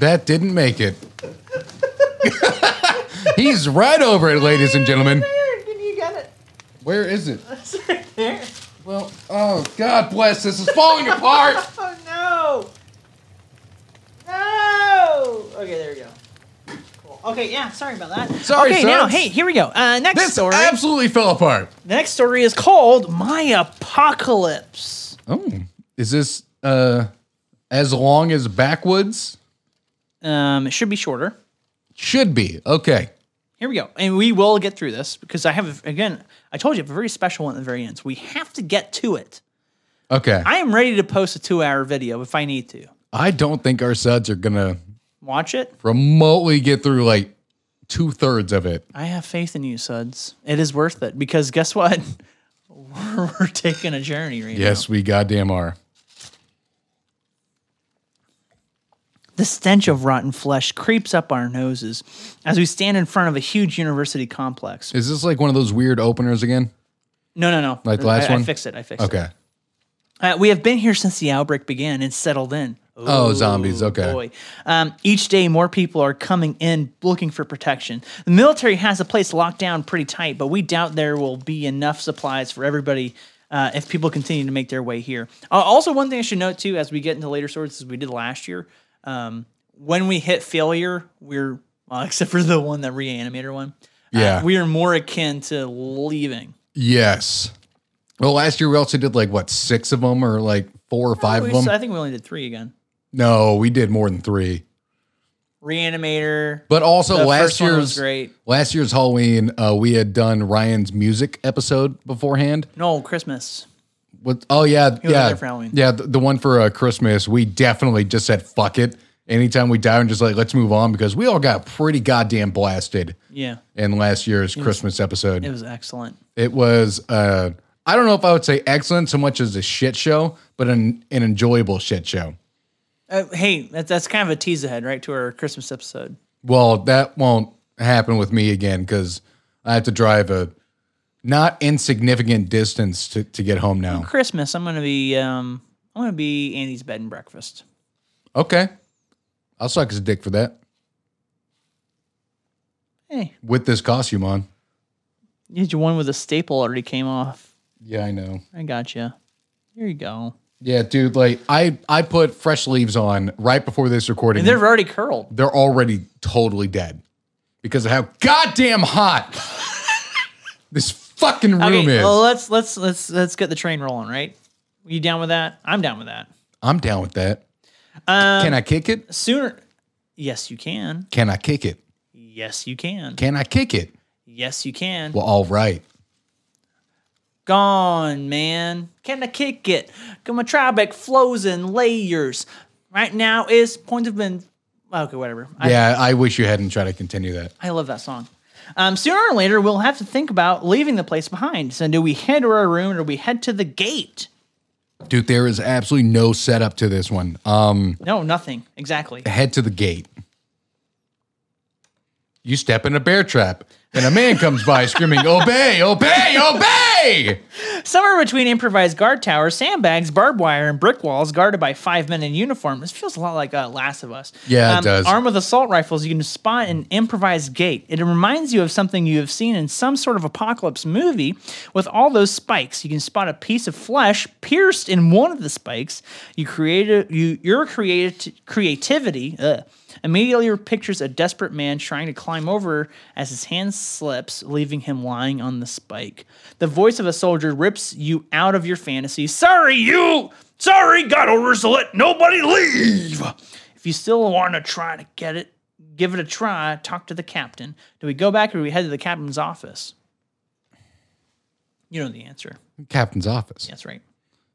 S1: That didn't make it. He's right over it, ladies and gentlemen.
S2: Can you get it?
S1: Where is it?
S2: It's right there.
S1: Well, oh, God bless. This is falling apart.
S2: Oh no! No! Okay, there we go. Cool. Okay, yeah. Sorry about that.
S1: Sorry,
S2: Okay,
S1: sir.
S2: now, hey, here we go. Uh, next
S1: This
S2: story.
S1: absolutely fell apart.
S2: the next story is called "My Apocalypse."
S1: Oh, is this uh as long as backwoods?
S2: Um, it should be shorter.
S1: Should be. Okay.
S2: Here we go. And we will get through this because I have, again, I told you I have a very special one at the very end. So we have to get to it.
S1: Okay.
S2: I am ready to post a two hour video if I need to.
S1: I don't think our suds are going to
S2: Watch it.
S1: remotely get through like two thirds of it.
S2: I have faith in you, suds. It is worth it because guess what? We're taking a journey right
S1: Yes, we goddamn are.
S2: now. The stench of rotten flesh creeps up our noses as we stand in front of a huge university complex.
S1: Is this like one of those weird openers again?
S2: No, no, no.
S1: Like the last
S2: I,
S1: one?
S2: I fixed it. I fixed it.
S1: Okay.
S2: Uh, we have been here since the outbreak began and settled in.
S1: Oh, zombies. Okay.
S2: Boy. Um, each day, more people are coming in looking for protection. The military has the place locked down pretty tight, but we doubt there will be enough supplies for everybody uh, if people continue to make their way here. Uh, also, one thing I should note too, as we get into later swords, as we did last year, um, when we hit failure, we're well, except for the one that reanimator one. uh,
S1: Yeah.
S2: we are more akin to leaving
S1: Yes. Well, last year we also did like what six of them or like four or five
S2: We-
S1: of
S2: I
S1: them.
S2: think we only did three again.
S1: No, we did more than three.
S2: Reanimator.
S1: But also
S2: the
S1: last
S2: first one was
S1: year's
S2: great.
S1: last year's Halloween, uh, we had done Ryan's music episode beforehand.
S2: No, Christmas.
S1: What? Oh yeah,
S2: was
S1: yeah,
S2: there for Halloween.
S1: yeah. The, the one for uh, Christmas, we definitely just said fuck it. Anytime we die, and just like let's move on because we all got pretty goddamn blasted
S2: Yeah,
S1: in last year's Christmas episode.
S2: it was excellent.
S1: It was uh I don't know if I would say excellent so much as a shit show, but an, an enjoyable shit show.
S2: Uh, hey, that's that's kind of a tease ahead, right, to our Christmas episode.
S1: Well, that won't happen with me again because I have to drive a not insignificant distance to, to get home now.
S2: Christmas, I'm gonna be um, I'm gonna be Andy's bed and breakfast.
S1: Okay. I'll suck his dick for that
S2: Hey,
S1: with this costume on.
S2: you did your one with a staple already came off.
S1: Yeah, I know.
S2: I gotcha. Here you go.
S1: Yeah, dude, like I I put fresh leaves on right before this recording.
S2: And they're already curled.
S1: they're already totally dead because of how goddamn hot this fucking room
S2: Okay,
S1: is.
S2: well, let's let's let's let's get the train rolling, right? You down with that? I'm down with that.
S1: I'm down with that.
S2: Um,
S1: can I kick it?
S2: Sooner. Yes, you can.
S1: Can I kick it?
S2: Yes, you can.
S1: Can I kick it?
S2: Yes, you can.
S1: Well, all right.
S2: Gone, man. Can I kick it? Come on, Tribeck flows in layers. Right now is point of been. Okay, whatever. I,
S1: Yeah, I wish you hadn't tried to continue that.
S2: I love that song. Um, sooner or later, we'll have to think about leaving the place behind. So, do we head to our room or do we head to the gate?
S1: Dude, there is absolutely no setup to this one. Um,
S2: No, nothing. Exactly.
S1: head to the gate. You step in a bear trap, and a man comes by screaming, Obey, obey, obey!
S2: Somewhere between improvised guard towers, sandbags, barbed wire, and brick walls guarded by five men in uniform. This feels a lot like uh, Last of Us. Um,
S1: Yeah, it does.
S2: Armed with assault rifles, you can spot an improvised gate. It reminds you of something you have seen in some sort of apocalypse movie with all those spikes. You can spot a piece of flesh pierced in one of the spikes. You created you your creati- creativity ugh, immediately pictures a desperate man trying to climb over as his hand slips, leaving him lying on the spike. The voice of a soldier rips you out of your fantasy. Sorry, you.
S3: Sorry, got orders to let nobody leave.
S2: If you still want to try to get it, give it a try. Talk to the captain. Do we go back or do we head to the captain's office? You know the answer.
S1: Captain's office.
S2: That's right.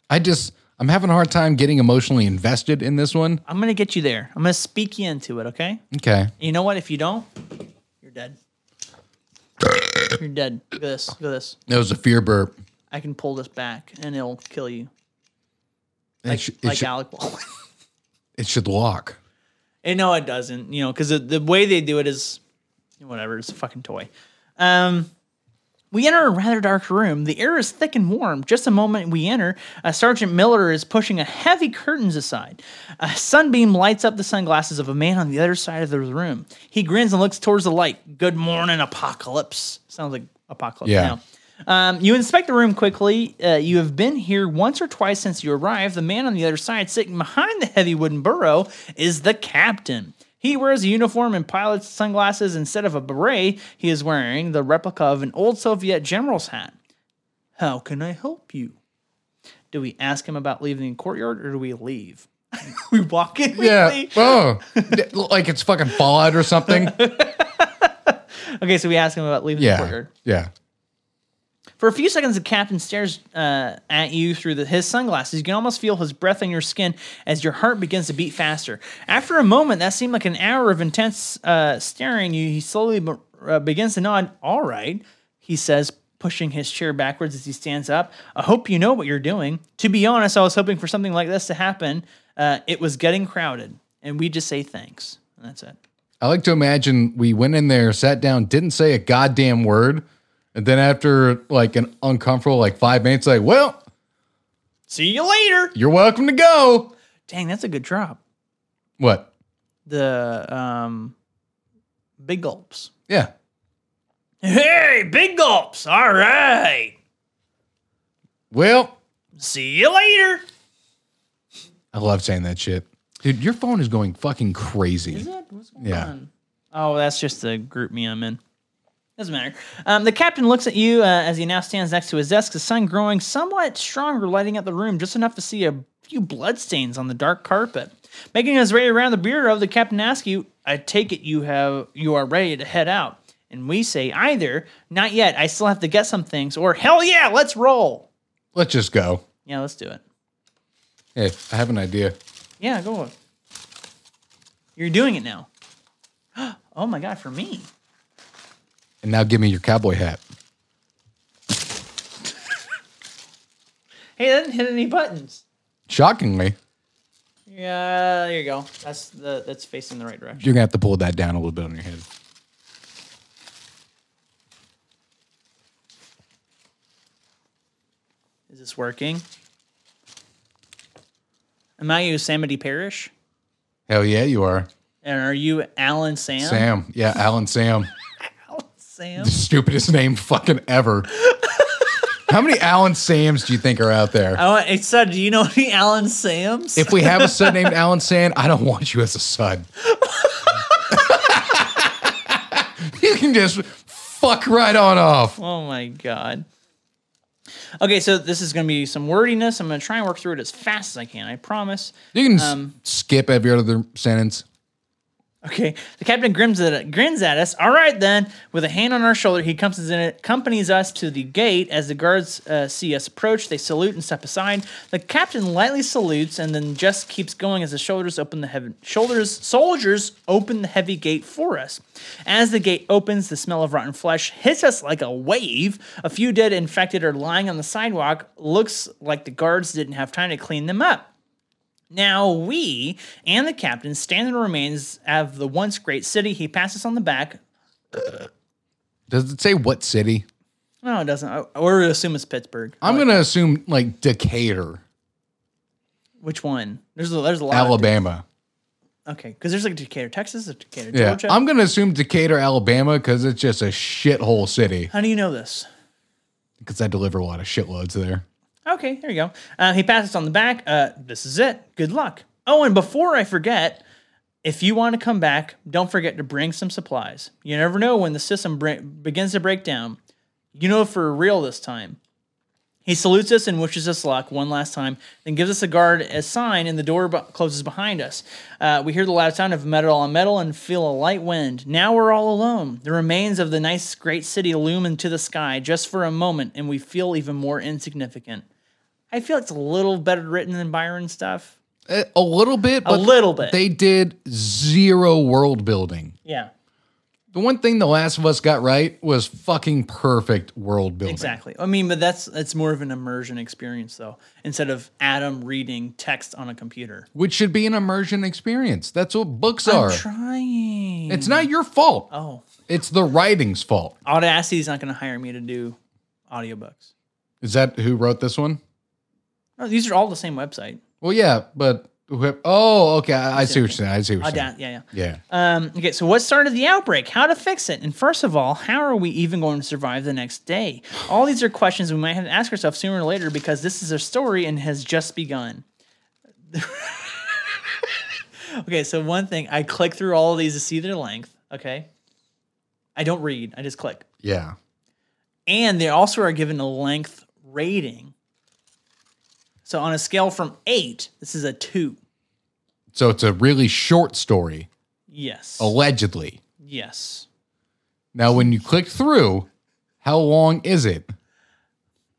S1: I just, I'm having a hard time getting emotionally invested in this one.
S2: I'm gonna get you there. I'm gonna speak you into it. Okay.
S1: Okay.
S2: You know what? If you don't, you're dead. you're dead. Look at this. Look at this.
S1: That was a fear burp.
S2: I can pull this back and it'll kill you,
S1: It
S2: like,
S1: sh- it,
S2: like
S1: sh-
S2: Alec Baldwin.
S1: it should lock.
S2: And no, it doesn't. You know, because the, the way they do it is whatever. It's a fucking toy. Um, we enter a rather dark room. The air is thick and warm. Just the moment we enter, uh, Sergeant Miller is pushing a heavy curtains aside. A sunbeam lights up the sunglasses of a man on the other side of the room. He grins and looks towards the light. Good morning, apocalypse. Sounds like apocalypse
S1: Yeah.
S2: now. Um, you inspect the room quickly. Uh, you have been here once or twice since you arrived. The man on the other side, sitting behind the heavy wooden burrow, is the captain. He wears a uniform and pilot's sunglasses instead of a beret. He is wearing the replica of an old Soviet general's hat. How can I help you? Do we ask him about leaving the courtyard or do we leave? we walk in. we
S1: Yeah.
S2: leave.
S1: Oh, like it's fucking Fallout or something.
S2: Okay, so we ask him about leaving the
S1: Yeah.
S2: courtyard.
S1: Yeah.
S2: For a few seconds, the captain stares uh, at you through the, his sunglasses. You can almost feel his breath on your skin as your heart begins to beat faster. After a moment, that seemed like an hour of intense uh, staring. You he slowly be- uh, begins to nod. All right, he says, pushing his chair backwards as he stands up. I hope you know what you're doing. To be honest, I was hoping for something like this to happen. Uh, it was getting crowded, and we just say thanks. And that's it.
S1: I like to imagine we went in there, sat down, didn't say a goddamn word. And then after like an uncomfortable, like five minutes, like, well,
S2: See you later.
S1: you're welcome to go.
S2: Dang, that's a good drop.
S1: What?
S2: The um, big gulps.
S1: Yeah.
S3: Hey, big gulps. All right.
S1: Well,
S3: See you later.
S1: I love saying that shit. Dude, your phone is going fucking crazy.
S2: Is it? What's going
S1: Yeah.
S2: on? Oh, that's just the group me I'm in. Doesn't matter. Um, the captain looks at you uh, as he now stands next to his desk, the sun growing somewhat stronger, lighting up the room just enough to see a few bloodstains on the dark carpet. Making his way around the bureau, the captain asks you, "I take it you have you are ready to head out?" And we say, "Either not yet. I still have to get some things," or "Hell yeah, let's roll."
S1: Let's just go.
S2: Yeah, let's do it.
S1: Hey, I have an idea.
S2: Yeah, go on. You're doing it now. Oh my god, for me.
S1: And now give me your cowboy hat.
S2: Hey, that didn't hit any buttons.
S1: Shockingly,
S2: Yeah, there you go. That's the that's facing the right direction.
S1: you're gonna have to pull that down a little bit on your head.
S2: Is this working? Am I Yosemite Parish?
S1: Hell yeah, you are.
S2: And are you Alan Sam?
S1: Sam. Yeah, Alan Sam.
S2: Sam?
S1: Stupidest name fucking ever. How many Alan Sams do you think are out there?
S2: Oh, it said, do you know any Alan Sams?
S1: If we have a son named Alan Sam, I don't want you as a son. you can just fuck right on off.
S2: oh my god. Okay, so this is going to be some wordiness. I'm going to try and work through it as fast as I can. I promise.
S1: You can s- skip every other sentence.
S2: Okay. The captain grins at, grins at us. All right, then. With a hand on our shoulder, he comes in, accompanies us to the gate. As the guards uh, see us approach, they salute and step aside. The captain lightly salutes and then just keeps going as the shoulders open the heaven. Shoulders soldiers open the heavy gate for us. As the gate opens, the smell of rotten flesh hits us like a wave. A few dead infected are lying on the sidewalk. Looks like the guards didn't have time to clean them up. Now we and the captain stand in the remains of the once great city. He passes on the back.
S1: Does it say what city?
S2: No, it doesn't. I- Or we assume it's Pittsburgh.
S1: I'm going to assume like Decatur,
S2: Which one? There's a, there's a lot. of-
S1: Alabama.
S2: okay, because there's like Decatur, Texas, or Decatur,
S1: Yeah.
S2: Georgia.
S1: I'm going to assume Decatur, Alabama because it's just a shithole city
S2: How do you know this?
S1: because I deliver a lot of shitloads there.
S2: Okay, there you go. Uh, he passes on the back. Uh, this is it. Good luck. Oh, and before I forget, if you want to come back, don't forget to bring some supplies. You never know when the system bre- begins to break down. You know for real this time. He salutes us and wishes us luck one last time, then gives us a guard a sign, and the door bu- closes behind us. Uh, we hear the loud sound of metal on metal and feel a light wind. Now we're all alone. The remains of the nice great city loom into the sky just for a moment, and we feel even more insignificant. I feel it's a little better written than Byron stuff.
S1: Eh, A little bit.
S2: A
S1: But
S2: little bit.
S1: They did zero world building.
S2: yeah,
S1: The one thing The Last of Us got right was fucking perfect world building.
S2: exactly. I mean, but that's it's more of an immersion experience though, instead of Adam reading text on a computer.
S1: Which should be an immersion experience. That's what books
S2: I'm
S1: are.
S2: trying.
S1: it's not your fault.
S2: oh,
S1: It's the writing's fault.
S2: Audacity's not going to hire me to do audiobooks.
S1: Is that who wrote this one?
S2: No, these are all the same website.
S1: Well, yeah, but who- oh, okay. I, I see what you're saying. I see what you're saying.
S2: Auda- yeah, yeah.
S1: Yeah.
S2: Um, okay, so what started the outbreak? How to fix it? And first of all, how are we even going to survive the next day? All these are questions we might have to ask ourselves sooner or later because this is a story and has just begun. okay, so one thing, I click through all of these to see their length. Okay. I don't read, I just click.
S1: Yeah.
S2: And they also are given a length rating. So on a scale from eight, this is a two.
S1: So it's a really short story,
S2: Yes.
S1: allegedly.
S2: Yes.
S1: Now, when you click through, how long is it?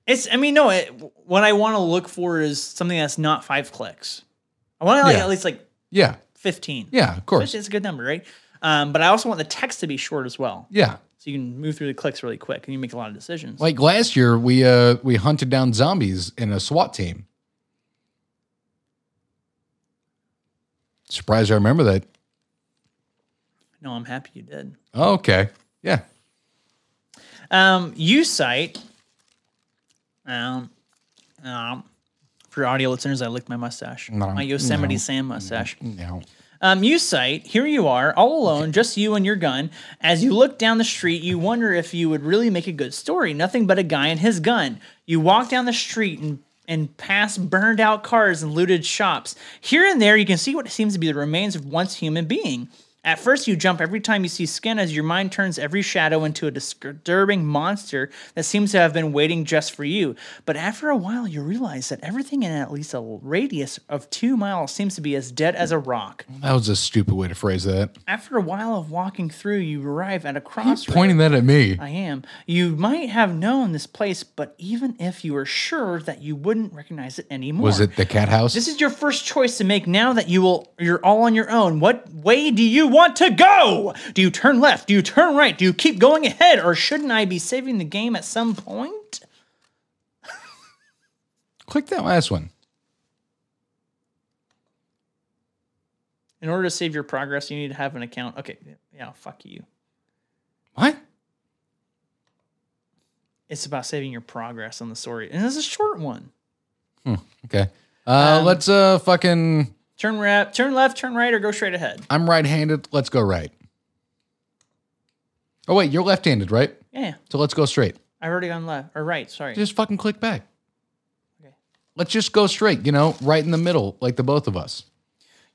S2: It's. I mean, no. It, what I want to look for is something that's not five clicks. I want like,
S1: Yeah.
S2: at least like
S1: Yeah.
S2: fifteen.
S1: Yeah. Of course.
S2: it's a good number, right? Um, but I also want the text to be short as well,
S1: Yeah.
S2: so you can move through the clicks really quick and you make a lot of decisions.
S1: Like last year, we uh we hunted down zombies in a SWAT team. Surprised I remember that.
S2: no, I'm happy you did.
S1: Oh, okay. Yeah.
S2: Um, you cite. Um, um, for audio listeners, I licked my mustache, my Yosemite Sam mustache.
S1: No.
S2: Um, you cite, here you are, all alone, just you and your gun. As you look down the street, you wonder if you would really make a good story. Nothing but a guy and his gun. You walk down the street and and past burned out cars and looted shops. Here and there, you can see what seems to be the remains of once human being. At first, you jump every time you see skin as your mind turns every shadow into a disturbing monster that seems to have been waiting just for you. But after a while, you realize that everything in at least a radius of two miles seems to be as dead as a rock.
S5: That was a stupid way to phrase that.
S2: After a while of walking through, you arrive at a crossroads.
S1: Pointing that at me.
S2: I am. You might have known this place, but even if you were sure that you wouldn't recognize it anymore.
S5: Was it the cat house?
S2: This is your first choice to make now that you will you're all on your own. What way do you want to go? Do you turn left? Do you turn right? Do you keep going ahead or shouldn't I be saving the game at some point?
S1: Click that last one.
S2: In order to save your progress, you need to have an account. Okay, yeah, fuck you.
S1: What?
S2: It's about saving your progress on the story. And it's a short one.
S1: Okay. Uh, let's uh fucking.
S2: Turn left, turn left, turn right or go straight ahead.
S1: I'm right-handed. Let's go right. Oh wait, you're left-handed, right?
S2: Yeah.
S1: So let's go straight.
S2: I've already gone left or right, sorry.
S1: Just fucking click back.
S2: Okay.
S1: Let's just go straight. You know, right in the middle, like the both of us.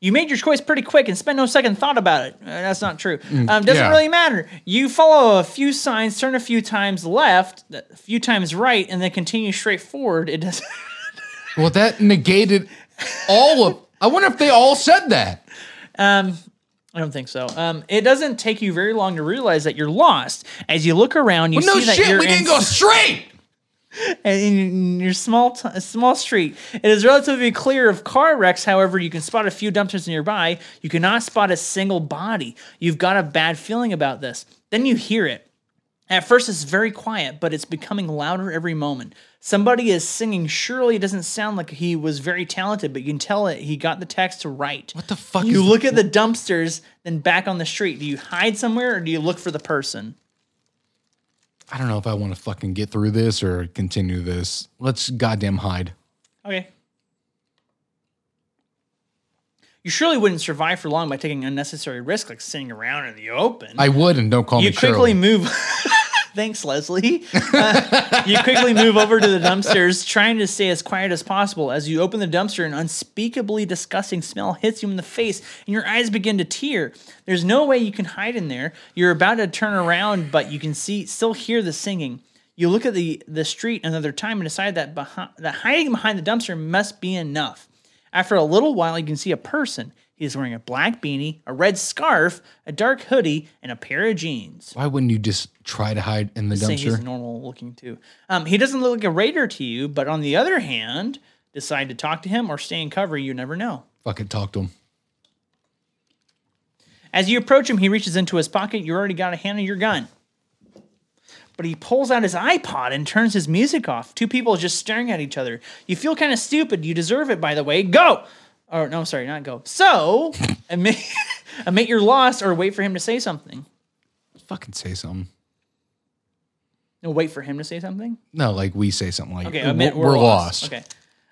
S2: You made your choice pretty quick and spent no second thought about it. Uh, that's not true. Um, doesn't
S1: Mm, yeah.
S2: really matter. You follow a few signs, turn a few times left, a few times right, and then continue straight forward. It doesn't.
S1: Well, that negated all of. I wonder if they all said that.
S2: I don't think so. Um, it doesn't take you very long to realize that you're lost. As you look around, you
S1: No
S2: see that
S1: shit,
S2: you're
S1: we
S2: in,
S1: didn't go straight.
S2: in- in your small t- small street. It is relatively clear of car wrecks. However, you can spot a few dumpsters nearby. You cannot spot a single body. You've got a bad feeling about this. Then you hear it. At first, it's very quiet, but it's becoming louder every moment. Somebody is singing. Surely it doesn't sound like he was very talented, but you can tell it. He got the text to write. What
S1: the fuck
S2: You
S1: is-
S2: look at the dumpsters, then back on the street. Do you hide somewhere or do you look for the person?
S1: I don't know if I want to fucking get through this or continue this. Let's goddamn hide.
S2: Okay. You surely wouldn't survive for long by taking unnecessary risk, like sitting around in the open.
S1: I would, and don't call
S2: you
S1: me
S2: quickly
S1: Shirley.
S2: move. Thanks, Leslie. Uh, you quickly move over to the dumpsters, trying to stay as quiet as possible. As you open the dumpster, an unspeakably disgusting smell hits you in the face, and your eyes begin to tear. There's no way you can hide in there. You're about to turn around, but you can see, still hear the singing. You look at the, the street another time and decide that, behind, that hiding behind the dumpster must be enough. After a little while, you can see a person. He is wearing a black beanie, a red scarf, a dark hoodie, and a pair of jeans
S1: Why wouldn't you just try to hide in the
S2: say he's
S1: dumpster?
S2: normal looking too. Um, he doesn't look like a raider to you, but on the other hand, decide to talk to him or stay in cover. You never know.
S1: Fucking talk to him.
S2: As you approach him, he reaches into his pocket. You already got a hand on your gun. But he pulls out his iPod and turns his music off. Two people just staring at each other. You feel kind of stupid. You deserve it, by the way. Go! Or, no, I'm sorry, not go. So, admit, admit you're lost or wait for him to say something.
S1: Fucking say something.
S2: No, wait for him to say something?
S1: No, like we say something like
S2: Okay,
S1: "We're-
S2: admit
S1: we're, lost.
S2: Okay.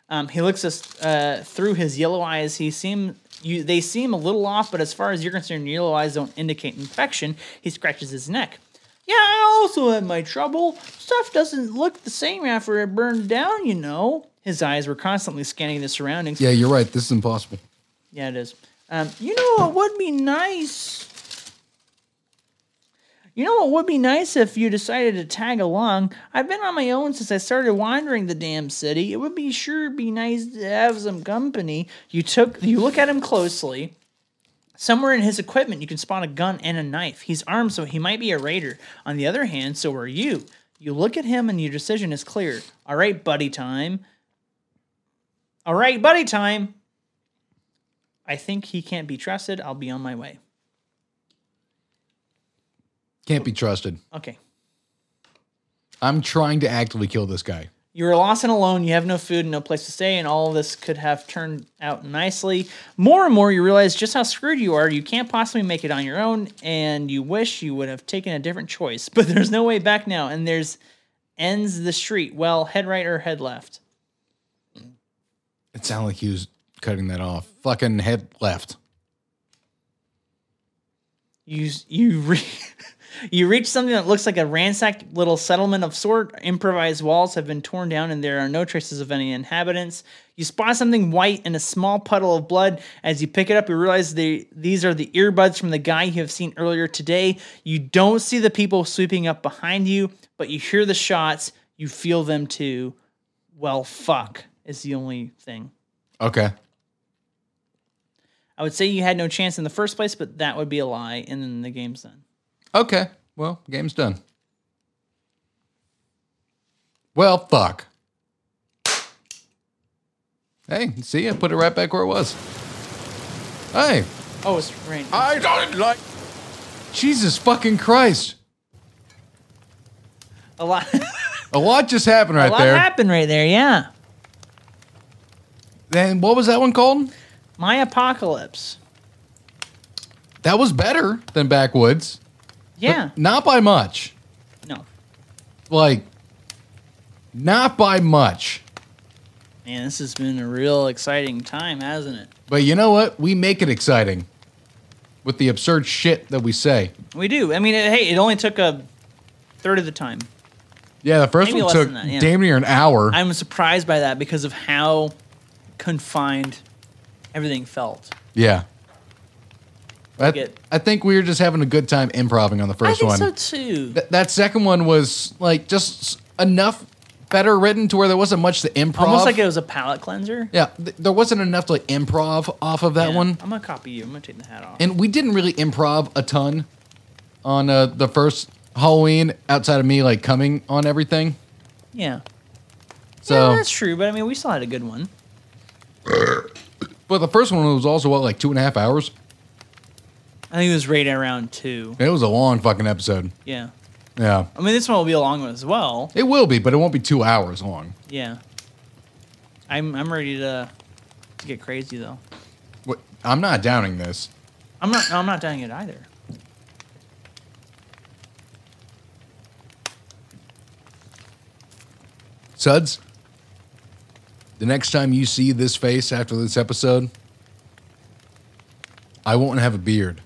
S2: Um, he looks us uh, through his yellow eyes. He seem you they seem a little off, but as far as you're concerned, your yellow eyes don't indicate infection. He scratches his neck. Yeah, I also had my trouble. Stuff doesn't look the same after it burned down, you know. His eyes were constantly scanning the surroundings.
S1: Yeah, you're right. This is impossible.
S2: Yeah, it is. Um, you know what would be nice? You know what would be nice if you decided to tag along? I've been on my own since I started wandering the damn city. It would be sure be nice to have some company. You took you look at him closely. Somewhere in his equipment you can spot a gun and a knife. He's armed so he might be a raider. On the other hand, so are you. You look at him and your decision is clear. All right, buddy time. All right, buddy time. I think he can't be trusted. I'll be on my way.
S1: Can't be trusted.
S2: Okay.
S1: I'm trying to actively kill this guy.
S2: You are lost and alone. You have no food and no place to stay, and all of this could have turned out nicely. More and more, you realize just how screwed you are. You can't possibly make it on your own, and you wish you would have taken a different choice. But there's no way back now, and there's ends the street. Well, head right or head left.
S1: It sounded like he was cutting that off. Fucking head left.
S2: You you re- You reach something that looks like a ransacked little settlement of sort. Improvised walls have been torn down and there are no traces of any inhabitants. You spot something white and a small puddle of blood. As you pick it up, you realize they, these are the earbuds from the guy you have seen earlier today. You don't see the people sweeping up behind you, but you hear the shots. You feel them too. Well, fuck is the only thing.
S1: Okay.
S2: I would say you had no chance in the first place, but that would be a lie, and then the game's done.
S1: Okay. Well, game's done. Well, fuck. Hey, see, I put it right back where it was. Hey,
S2: Oh, it's rain.
S1: I don't like. Jesus fucking Christ!
S2: A lot,
S1: A lot just happened
S2: a
S1: right
S2: lot
S1: there.
S2: happened right there. Yeah,
S1: And what was that one called?
S2: my apocalypse.
S1: That was better than Backwoods.
S2: Yeah,
S1: Not by much.
S2: no,
S1: Like, not by much.
S2: man, this has been a real exciting time, hasn't it?
S1: But you know what? We make it exciting with the absurd shit that we say.
S2: We do. I mean, it- hey, it only took a third of the time.
S1: Yeah, the first
S2: Maybe
S1: one
S2: less
S1: took
S2: than that, yeah.
S1: damn near an hour.
S2: I'm surprised by that because of how confined everything felt.
S1: yeah. I,
S2: get-
S1: I think we were just having a good time improving on the
S2: I
S1: first
S2: think
S1: one.
S2: so too.
S1: Th- that second one was like just s- enough better written to where there wasn't much to improv.
S2: Almost like it was a palate cleanser.
S1: yeah, th- there wasn't enough to like improv off of that
S2: Yeah.
S1: one.
S2: I'm gonna copy you. I'm gonna take the hat off.
S1: and we didn't really improv a ton on uh, the first Halloween outside of me like coming on everything.
S2: yeah.
S1: So,
S2: yeah, that's true. But I mean, we still had a good one.
S1: but the first one was also what like two and a half hours.
S2: I think it was right around two.
S1: It was a long fucking episode.
S2: Yeah.
S1: Yeah,
S2: I mean, this one will be a long one as well.
S1: it will be, but it won't be two hours long.
S2: Yeah. I'm I'm ready to to get crazy though.
S1: What- I'm not doubting this.
S2: I'm not I'm not doing it either.
S1: Suds, the next time you see this face after this episode, I won't have a beard.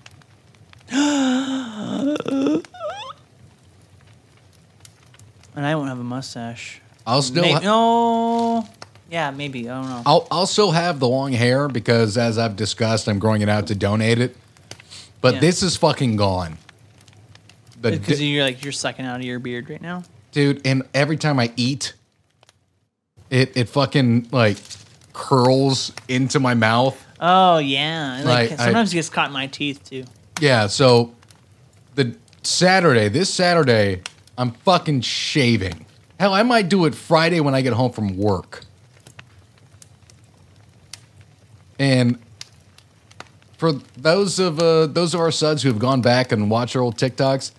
S2: And I won't have a mustache.
S1: I'll still
S2: May-
S1: ha-
S2: no. Yeah, maybe. I don't know.
S1: I'll, I'll still have the long hair because, as I've discussed, I'm growing it out to donate it. But
S2: Yeah.
S1: this is fucking gone. The
S2: Because
S1: di-
S2: you're like you're sucking out of your beard right now.
S1: dude, and every time I eat, it it fucking like curls into my mouth.
S2: Oh yeah. Like
S1: Like, I-
S2: sometimes it gets caught in my teeth too.
S1: Yeah. So the Saturday, this Saturday, I'm fucking shaving. Hell, I might do it Friday when I get home from work. And for those of uh, those of our suds who have gone back and watched our old TikToks,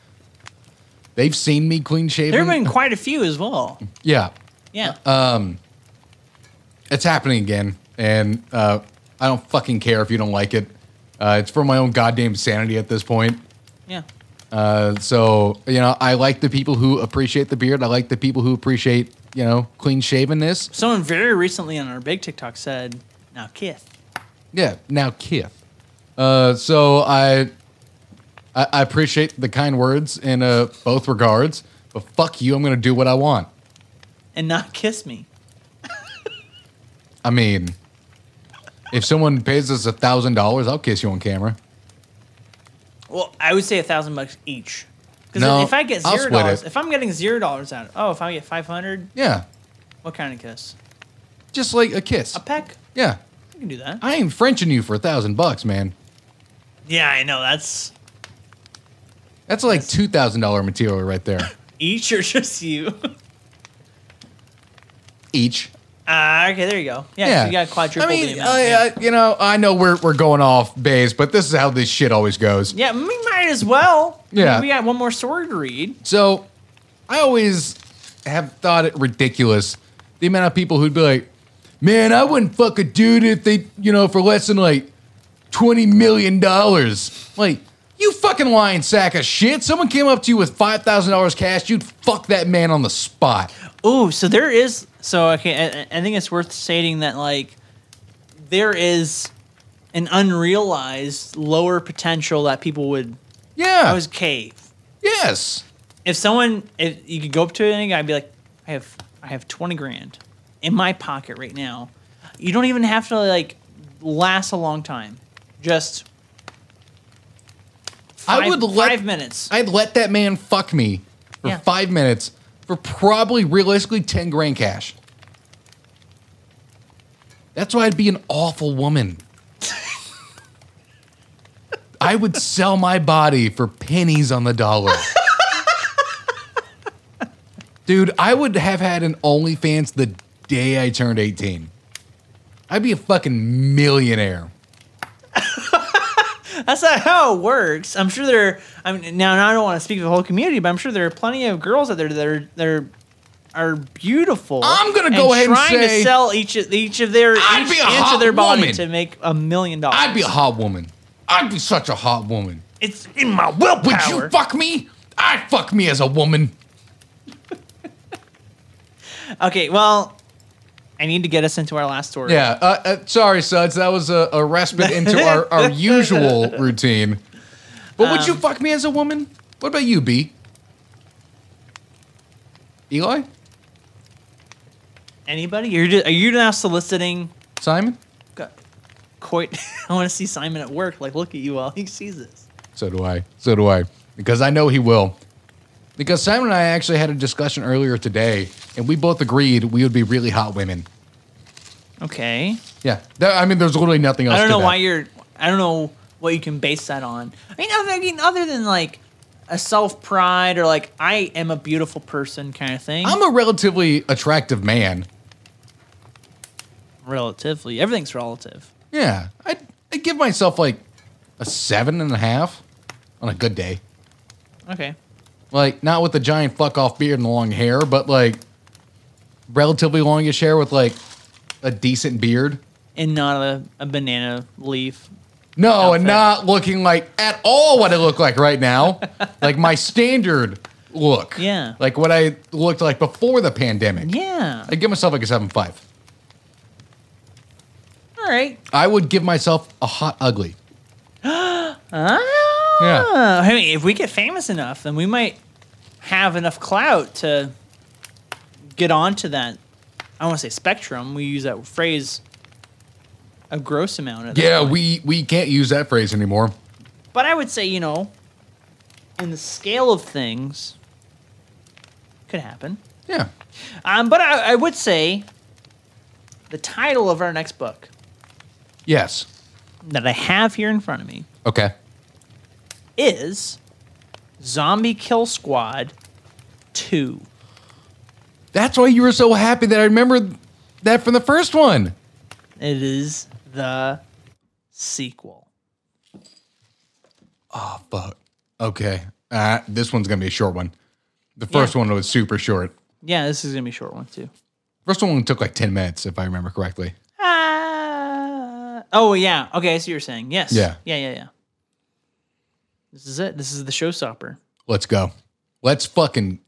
S1: they've seen me clean
S2: There have been
S1: shaven.
S2: quite a few as well.
S1: Yeah,
S2: Yeah.
S1: Uh, it's happening again, and uh, I don't fucking care if you don't like it. Uh, it's for my own goddamn sanity at this point.
S2: yeah.
S1: Uh, so you know, I like the people who appreciate the beard. I like the people who appreciate you know clean shavenness.
S2: Someone very recently on our big TikTok said, "Now kiss."
S1: Yeah. Now Kith. Uh, so I, I I appreciate the kind words in uh, both regards. But fuck you, I'm gonna do what I want.
S2: and not kiss me.
S1: I mean, if someone pays us a thousand dollars, I'll kiss you on camera.
S2: Well, I would say a thousand bucks each. Because
S1: No,
S2: if I get
S1: I'll
S2: zero
S1: split
S2: dollars,
S1: it.
S2: if I'm getting zero dollars out, oh, if I get five hundred,
S1: Yeah,
S2: what kind of kiss?
S1: just like a kiss.
S2: A peck?
S1: Yeah,
S2: I can do that.
S1: I ain't Frenching you for a thousand bucks, man.
S2: yeah, I know. That's
S1: That's like two thousand dollar material right there.
S2: each or just you.
S1: Each.
S2: uh, okay, there you go. Yeah, so you got quadruple
S1: I mean,
S2: the amount.
S1: I,
S2: yeah.
S1: I- you know, I know we're we're going off base, but this is how this shit always goes.
S2: yeah, we might as well. I mean,
S1: Yeah.
S2: we got one more story to read.
S1: So, I always have thought it ridiculous the amount of people who'd be like, "Man, I wouldn't fuck a dude if they, you know, for less than like twenty million dollars." Like, you fucking lying sack of shit. Someone came up to you with five thousand dollars cash, you'd fuck that man on the spot.
S2: Oh, so there is. So okay, I, I- I think it's worth stating that like there is an unrealized lower potential that people would
S1: Yeah,
S2: I was cave.
S1: Yes.
S2: If someone, if you could go up to any guy and be like, I have, I have twenty grand in my pocket right now. You don't even have to like last a long time. Just five,
S1: I would let
S2: five minutes.
S1: I'd let that man fuck me for
S2: Yeah.
S1: five minutes for probably realistically ten grand cash. That's why I'd be an awful woman. I would sell my body for pennies on the dollar. Dude, I would have had an OnlyFans the day I turned 18. I'd be a fucking millionaire.
S2: That's not how it works. I'm sure there. I mean, now, now I don't want to speak for the whole community, but I'm sure there are plenty of girls out there that are that are, are beautiful.
S1: I'm gonna go ahead and
S2: trying
S1: say-
S2: to sell each of- each of their
S1: I'd
S2: each
S1: be a
S2: inch
S1: hot
S2: of their body
S1: woman.
S2: to make a million dollars.
S1: I'd be a hot woman. I'd be such a hot woman.
S3: It's in my
S1: Would
S3: willpower.
S1: you fuck me? I fuck me as a woman.
S2: okay. Well, I need to get us into our last story.
S1: Yeah. Uh, uh, sorry, Suds. That was a, a respite into our, our usual routine. But would you fuck me as a woman? What about you, B? Eli?
S2: Anybody? You're just, are you now soliciting
S1: Simon?
S2: coit? I want to see Simon at work. Like, look at you while he sees this.
S1: So do I. So do I. Because I know he will. Because Simon and I actually had a discussion earlier today, and we both agreed we would be really hot women.
S2: Okay.
S1: Yeah. That- I mean, there's literally nothing else
S2: I don't
S1: to
S2: know
S1: that.
S2: why you're. I don't know what you can base that on. I mean, other, I mean, other than like a self pride or like I am a beautiful person kind of thing.
S1: I'm a relatively attractive man.
S2: relatively everything's relative.
S1: Yeah, I I give myself like a seven and a half on a good day.
S2: Okay.
S1: Like not with the giant fuck off beard and the long hair, but like relatively longish hair with like a decent beard.
S2: And not a, a banana leaf.
S1: No, and
S2: Outfit.
S1: not looking like at all what I look like right now. like my standard look.
S2: Yeah.
S1: Like what I looked like before the pandemic.
S2: Yeah.
S1: I give myself like a seven five.
S2: All right.
S1: I would give myself a hot ugly.
S2: Ah.
S1: Yeah.
S2: I mean, if we get famous enough, then we might have enough clout to get onto that. I don't want to say spectrum. We use that phrase a gross amount. At this
S1: Yeah,
S2: point.
S1: we we can't use that phrase anymore.
S2: But I would say, you know, in the scale of things, could happen.
S1: Yeah.
S2: Um, but I, I would say the title of our next book
S1: Yes.
S2: that I have here in front of me
S1: Okay.
S2: is Zombie Kill Squad 2.
S1: That's why you were so happy that I remembered that from the first one.
S2: It is the sequel.
S1: Fuck. Okay. Uh, this one's gonna be a short one. The first one was super short.
S2: Yeah, this is going to be a short one, too.
S1: First one took like ten minutes, if I remember correctly.
S2: Ah. oh, yeah. Okay, I see what you're saying. Yes.
S1: Yeah.
S2: Yeah, yeah, yeah. This is it. This is the showstopper.
S1: Let's go. Let's fucking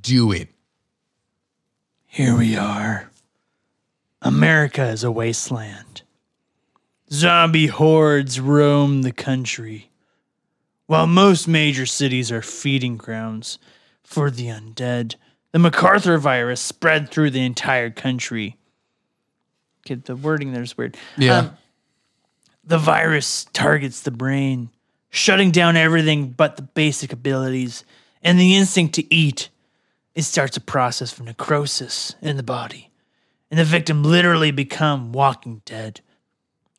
S1: do it.
S2: Here we are. America is a wasteland. Zombie hordes roam the country, while most major cities are feeding grounds for the undead. The MacArthur virus spread through the entire country. Okay, the wording there's weird.
S1: Yeah.
S2: The virus targets the brain, shutting down everything but the basic abilities and the instinct to eat. It starts a process of necrosis in the body, and the victim literally become walking dead,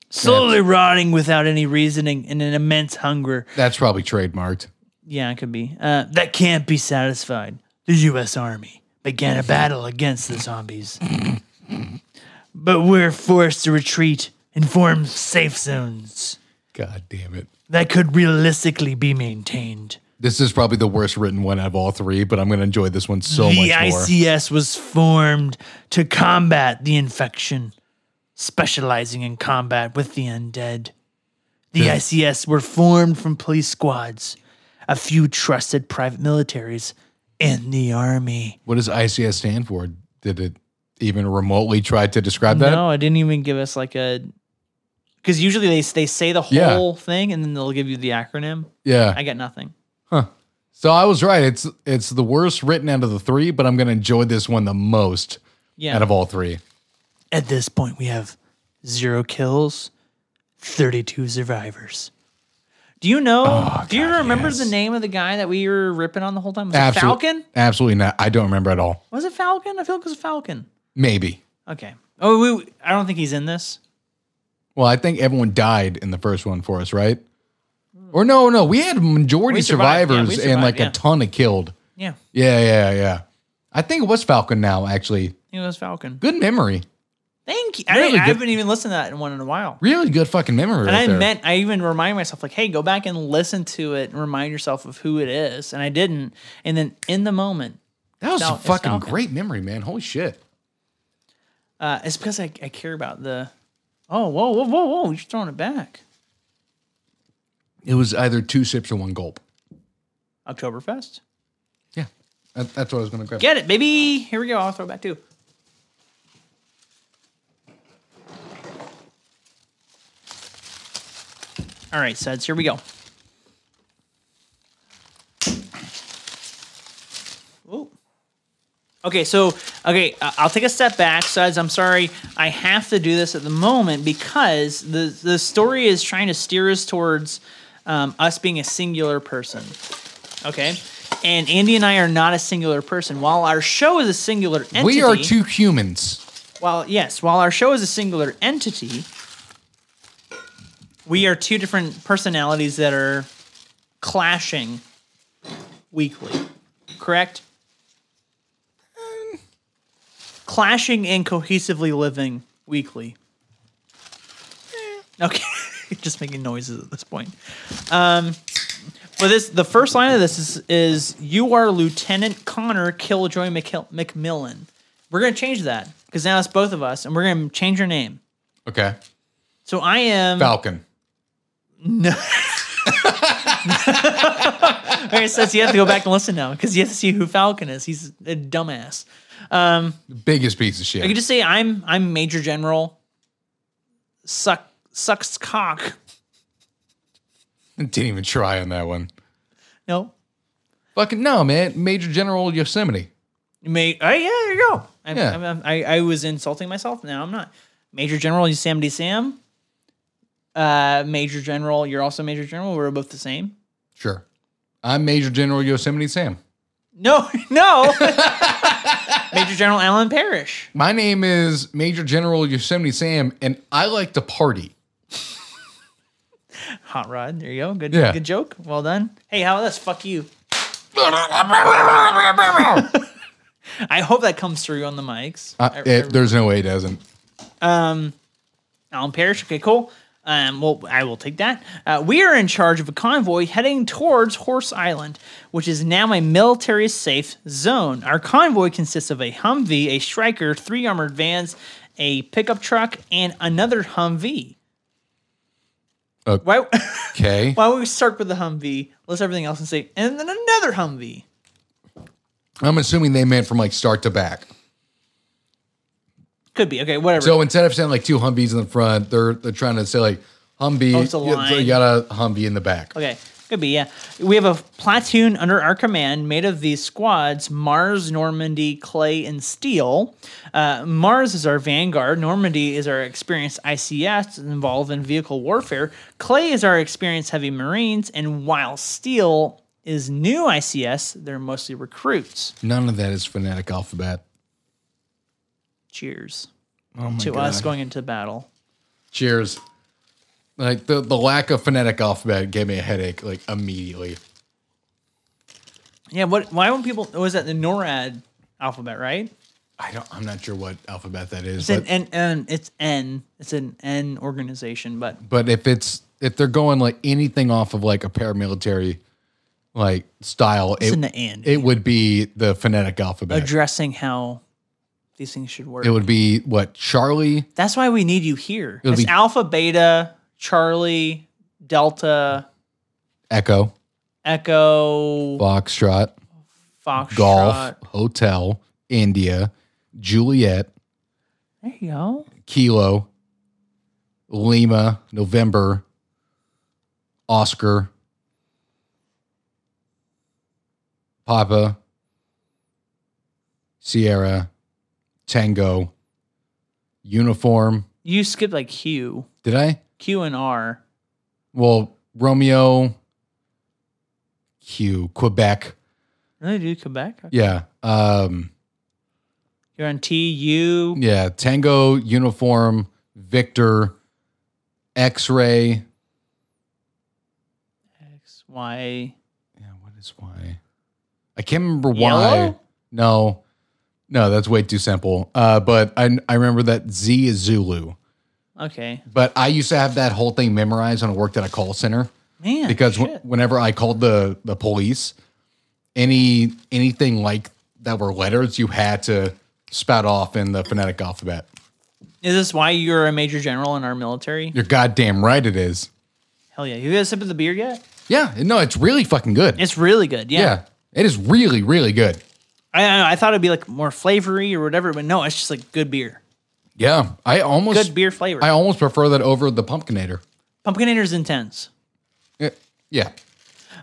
S2: slowly rotting without any reasoning in an immense hunger.
S1: That's probably trademarked.
S2: Yeah, it could be. Uh, that can't be satisfied. The U.S. Army began a battle against the zombies, but we're forced to retreat and form safe zones
S1: God damn it.
S2: that could realistically be maintained.
S1: This is probably the worst written one out of all three, but I'm gonna enjoy this one so much
S2: the
S1: more.
S2: ICS was formed to combat the infection, specializing in combat with the undead. The ICS were formed from police squads, a few trusted private militaries, and the army.
S1: What does ICS stand for? Did it even remotely try to describe that?
S2: No, it didn't even give us like a. Because usually they they say the
S1: Yeah.
S2: whole thing and then they'll give you the acronym.
S1: Yeah.
S2: I got nothing.
S1: So I was right. It's it's the worst written out of the three, but I'm gonna enjoy this one the most
S2: Yeah.
S1: out of all three.
S2: At this point, we have zero kills, 32 survivors. Do you know? do you remember the name of the guy that we were ripping on the whole time? Was
S1: Absol-
S2: it Falcon?
S1: Absolutely not. I don't remember at all.
S2: Was it Falcon? I feel like it was Falcon.
S1: Maybe.
S2: Okay. Oh, we, I don't think he's in this.
S1: Well, I think everyone died in the first one for us, right? Or no, no, we had majority
S2: We survived. Yeah, we
S1: survivors and
S2: survived,
S1: like
S2: yeah.
S1: a ton of killed.
S2: Yeah, I
S1: Yeah, yeah, yeah. I think it was Falcon now, actually.
S2: think it was Falcon.
S1: Good memory.
S2: Thank you. I,
S1: Really
S2: didn't- I
S1: good-
S2: haven't even listened to that one in a while.
S1: Really good fucking memory.
S2: And
S1: right
S2: I
S1: there.
S2: meant I even remind myself like, hey, go back and listen to it and remind yourself of who it is. And I didn't. And then in the moment,
S1: that was
S2: Fal-
S1: a
S2: it's
S1: fucking
S2: Falcon.
S1: great memory, man. Holy shit.
S2: uh, it's because I, I care about the. Oh, whoa, whoa, whoa, whoa! You're throwing it back.
S1: It was either two sips or one gulp.
S2: Oktoberfest.
S1: Yeah. That- that's what I was gonna grab.
S2: Get it, baby. Here we go. I'll throw it back too. All right, Suds, here we go. Ooh. Okay, so, okay, uh, I'll take a step back, Suds. I'm sorry. I have to do this at the moment because the, the story is trying to steer us towards um, us being a singular person okay? And Andy and I are not a singular person. While our show is a singular entity,
S1: We are two humans.
S2: While yes, while our show is a singular entity, we are two different personalities that are clashing weekly. Correct? Clashing and cohesively living weekly. Okay, you're just making noises at this point. But this, the first line of this is, is you are Lieutenant Connor Killjoy McKill- McMillan. We're gonna change that because now it's both of us, and we're gonna change your name.
S1: Okay.
S2: So I am.
S1: Falcon.
S2: All right, so you have to go back and listen now because you have to see who Falcon is. He's a dumbass.
S1: Biggest piece of
S2: I could
S1: shit.
S2: just say I'm I'm Major General. Suck sucks cock.
S1: Didn't even try on that one.
S2: No,
S1: Fucking no, man. Major General Yosemite.
S2: you may. Oh yeah, there you go. I'm,
S1: Yeah.
S2: I'm, I'm- i I was insulting myself. Now I'm not. Major General Yosemite Sam. Uh, Major General, you're also Major General. We're both the same.
S1: Sure. I'm Major General Yosemite Sam.
S2: No, no. Major General Alan Parrish.
S1: My name is Major General Yosemite Sam, and I like to party.
S2: Hot Rod. There you go. Good
S1: Yeah.
S2: good joke. Well done. Hey, how about this? Fuck you. I hope that comes through on the mics.
S1: Uh,
S2: I-
S1: eh, there's no way it doesn't.
S2: Alan Parrish. Okay, cool. Um, well, I will take that. Uh, we are in charge of a convoy heading towards Horse Island, which is now a military safe zone. Our convoy consists of a Humvee, a Striker, three armored vans, a pickup truck, and another Humvee.
S1: Uh,
S2: Why?
S1: Okay.
S2: Why don't we start with the Humvee, list everything else, and say, and then another Humvee?
S1: I'm assuming they meant from like start to back.
S2: Could be okay. Whatever.
S1: So instead of saying like two Humvees in the front, they're they're trying to say like Humvee.
S2: Oh, it's a
S1: you- so
S2: line.
S1: you got a Humvee in the back.
S2: Okay, could be, yeah. We have a platoon under our command made of these squads Mars, Normandy, Clay, and Steel. Uh, Mars is our vanguard, Normandy is our experienced ICS involved in vehicle warfare, Clay is our experienced heavy marines, and while Steel is new ICS, they're mostly recruits.
S1: None of that is phonetic alphabet. Oh
S2: Cheers to us going into battle.
S1: Cheers. Like the, the lack of phonetic alphabet gave me a headache like immediately.
S2: Yeah, what? Why would people? Was that the NORAD alphabet, right?
S1: I don't. I'm not sure what alphabet that is.
S2: It's an
S1: But,
S2: N, N. It's N. It's an N organization, but
S1: but if it's if they're going like anything off of like a paramilitary like style,
S2: it's
S1: it,
S2: an and.
S1: it would be the phonetic alphabet.
S2: addressing how these things should work.
S1: It would be what Charlie.
S2: That's why we need you here.
S1: would
S2: It's
S1: be-
S2: Alpha, Beta, Charlie, Delta,
S1: Echo,
S2: Echo,
S1: Foxtrot,
S2: Foxtrot.
S1: Golf, Hotel, India, Juliet,
S2: There you go.
S1: Kilo, Lima, November, Oscar, Papa, Sierra, Tango, Uniform.
S2: You skipped like Q,
S1: Did I?
S2: Q and R.
S1: Well, Romeo, Q, Quebec.
S2: Really, dude, Quebec?
S1: Yeah. Um,
S2: You're on T U.
S1: yeah. Tango, Uniform, Victor, X Ray.
S2: X Y.
S1: Yeah, what is why? I can't remember why.
S2: Yellow?
S1: No, no, that's way too simple. Uh, but I I remember that Z is Zulu.
S2: Okay,
S1: But I used to have that whole thing memorized when I worked at a call center
S2: man.
S1: because
S2: shit.
S1: wh- whenever I called the the police, any anything like that were letters you had to spout off in the phonetic alphabet.
S2: is this why you're a major general in our military?
S1: You're goddamn right, it is.
S2: Hell yeah! You guys sip of the beer yet?
S1: Yeah, no, it's really fucking good.
S2: It's really good. Yeah.
S1: yeah, it is really really good.
S2: I, I know, I thought it'd be like more flavory or whatever, but no, it's just like good beer.
S1: Yeah, I almost
S2: Good beer flavor.
S1: I almost prefer that over the pumpkinator.
S2: Pumpkinator's intense.
S1: Yeah. Yeah.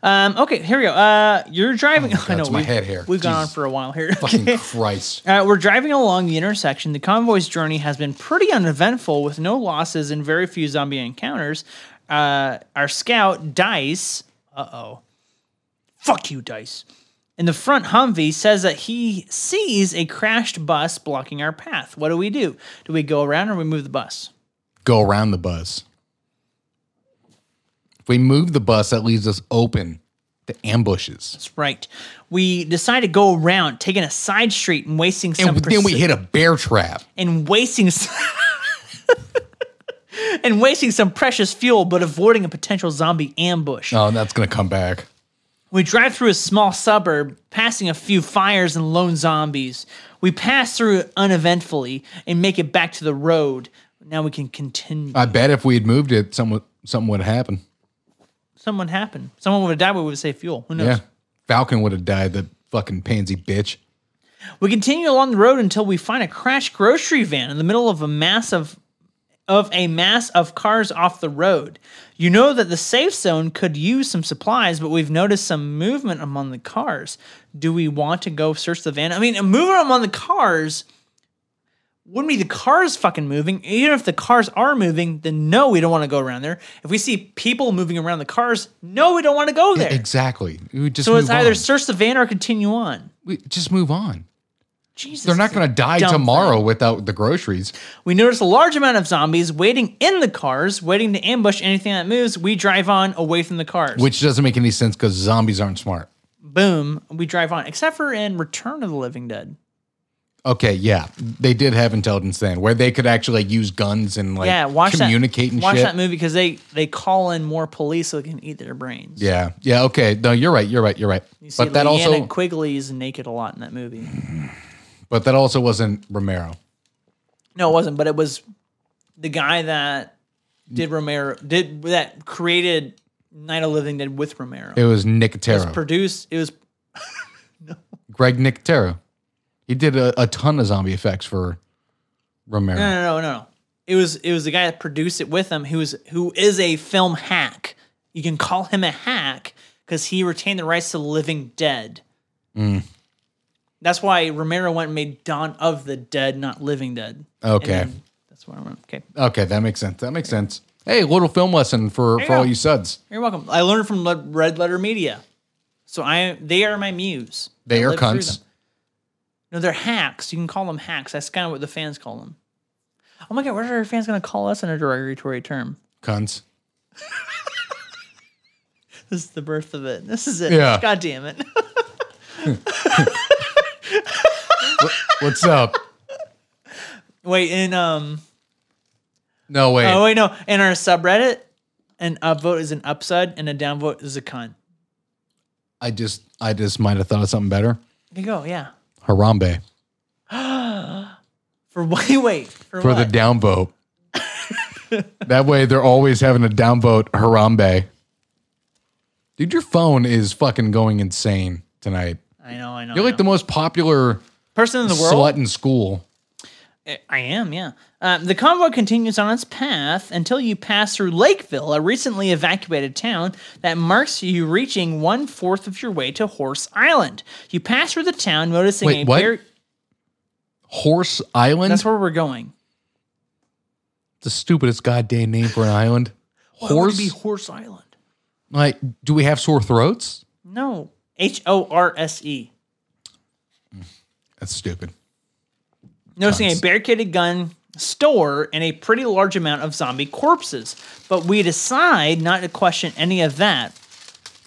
S2: Um, okay, here we go. Uh, you're driving. I know
S1: it's Oh my
S2: we've-
S1: head hair.
S2: We've gone on
S1: Jesus.
S2: for a while here.
S1: Fucking Christ.
S2: Uh, we're driving along the intersection. The convoy's journey has been pretty uneventful, with no losses and very few zombie encounters. Uh, our scout Dice, uh oh, fuck you, Dice, in the front Humvee says that he sees a crashed bus blocking our path. What do we do? Do we go around or we move the bus?
S1: Go around the bus. If we move the bus, that leaves us open to ambushes.
S2: That's right. We decide to go around, taking a side street and wasting some.
S1: And then we
S2: pursu-
S1: hit a bear trap.
S2: and wasting s- and wasting some precious fuel, but avoiding a potential zombie ambush.
S1: Oh, that's going to come back.
S2: We drive through a small suburb, passing a few fires and lone zombies. We pass through uneventfully and make it back to the road. Now we can continue.
S1: I bet if we had moved it, some, would- something would happen.
S2: Someone happened. Someone would have died. but We would say fuel. Who knows?
S1: Yeah. Falcon would have died, the fucking pansy bitch.
S2: We continue along the road until we find a crashed grocery van in the middle of a mass of of a mass of cars off the road. You know that the safe zone could use some supplies, but we've noticed some movement among the cars. Do we want to go search the van? I mean, a movement among the cars wouldn't be the cars fucking moving. Even if the cars are moving, then no, we don't want to go around there. If we see people moving around the cars, no, we don't want to go there.
S1: Exactly. We just
S2: So
S1: move
S2: it's either
S1: on.
S2: search the van or continue on.
S1: we just move on.
S2: Jesus,
S1: They're not
S2: it's a
S1: going to die
S2: dumb thing.
S1: tomorrow without the groceries.
S2: We notice a large amount of zombies waiting in the cars, waiting to ambush anything that moves. We drive on away from the cars.
S1: Which doesn't make any sense because zombies aren't smart.
S2: boom, we drive on, except for in Return of the Living Dead.
S1: Okay, yeah, they did have intelligence then, where they could actually like, use guns and like
S2: yeah, watch
S1: communicate
S2: that.
S1: and
S2: watch
S1: shit.
S2: that movie because they they call in more police so they can eat their brains.
S1: Yeah, yeah, okay. No, you're right. You're right. You're right.
S2: You see
S1: But that
S2: Leanna
S1: also,
S2: Quigley is naked a lot in that movie.
S1: but that also wasn't Romero.
S2: No, it wasn't, but it was the guy that did Romero did that created Night of the Living Dead with Romero.
S1: It was Nicotero.
S2: produced it was
S1: Greg Nicotero. He did a, a ton of zombie effects for Romero.
S2: No, no, no, no, no. It was it was the guy that produced it with him who is who is a film hack. You can call him a hack because he retained the rights to The Living Dead.
S1: Mm.
S2: That's why Romero went and made Dawn of the Dead, not Living Dead. And
S1: Okay,
S2: then- that's what I went. Okay,
S1: okay, that makes sense. That makes sense. Hey, little film lesson for for all you suds.
S2: you're welcome. I learned from Le- Red Letter Media, so I they are my muse.
S1: They
S2: I
S1: are
S2: live through
S1: cunts.
S2: them. No, they're hacks. You can call them hacks. That's kind of what the fans call them. Oh my god, what are our fans going to call us in a derogatory term?
S1: Cunts.
S2: This is the birth of it. This is it.
S1: Yeah.
S2: God damn it.
S1: What's up?
S2: wait, in um
S1: No wait.
S2: oh wait no, in our subreddit, an upvote is an upside and a downvote is a con.
S1: I just I just might have thought of something better.
S2: You go, yeah.
S1: Harambe
S2: For wait, wait, for,
S1: for the
S2: what?
S1: downvote. that way they're always having a downvote Harambe. Dude, your phone is fucking going insane tonight.
S2: I know, I know.
S1: You're
S2: I
S1: like the
S2: know.
S1: most popular
S2: person in the world. Eh,
S1: slut in school.
S2: I am, yeah. Um, the convoy continues on its path until you pass through Lakeville, a recently evacuated town that marks you reaching one fourth of your way to Horse Island. You pass through the town, noticing
S1: Wait,
S2: a
S1: what?
S2: very-
S1: Horse Island?
S2: That's
S1: That's
S2: where we're going.
S1: the stupidest goddamn name for an island.
S3: Horse
S1: Horse?
S3: be Horse Island.
S1: like, do we have sore throats?
S2: No, H O R S E.
S5: That's stupid.
S2: noticing a barricaded gun store and a pretty large amount of zombie corpses. But we decide not to question any of that.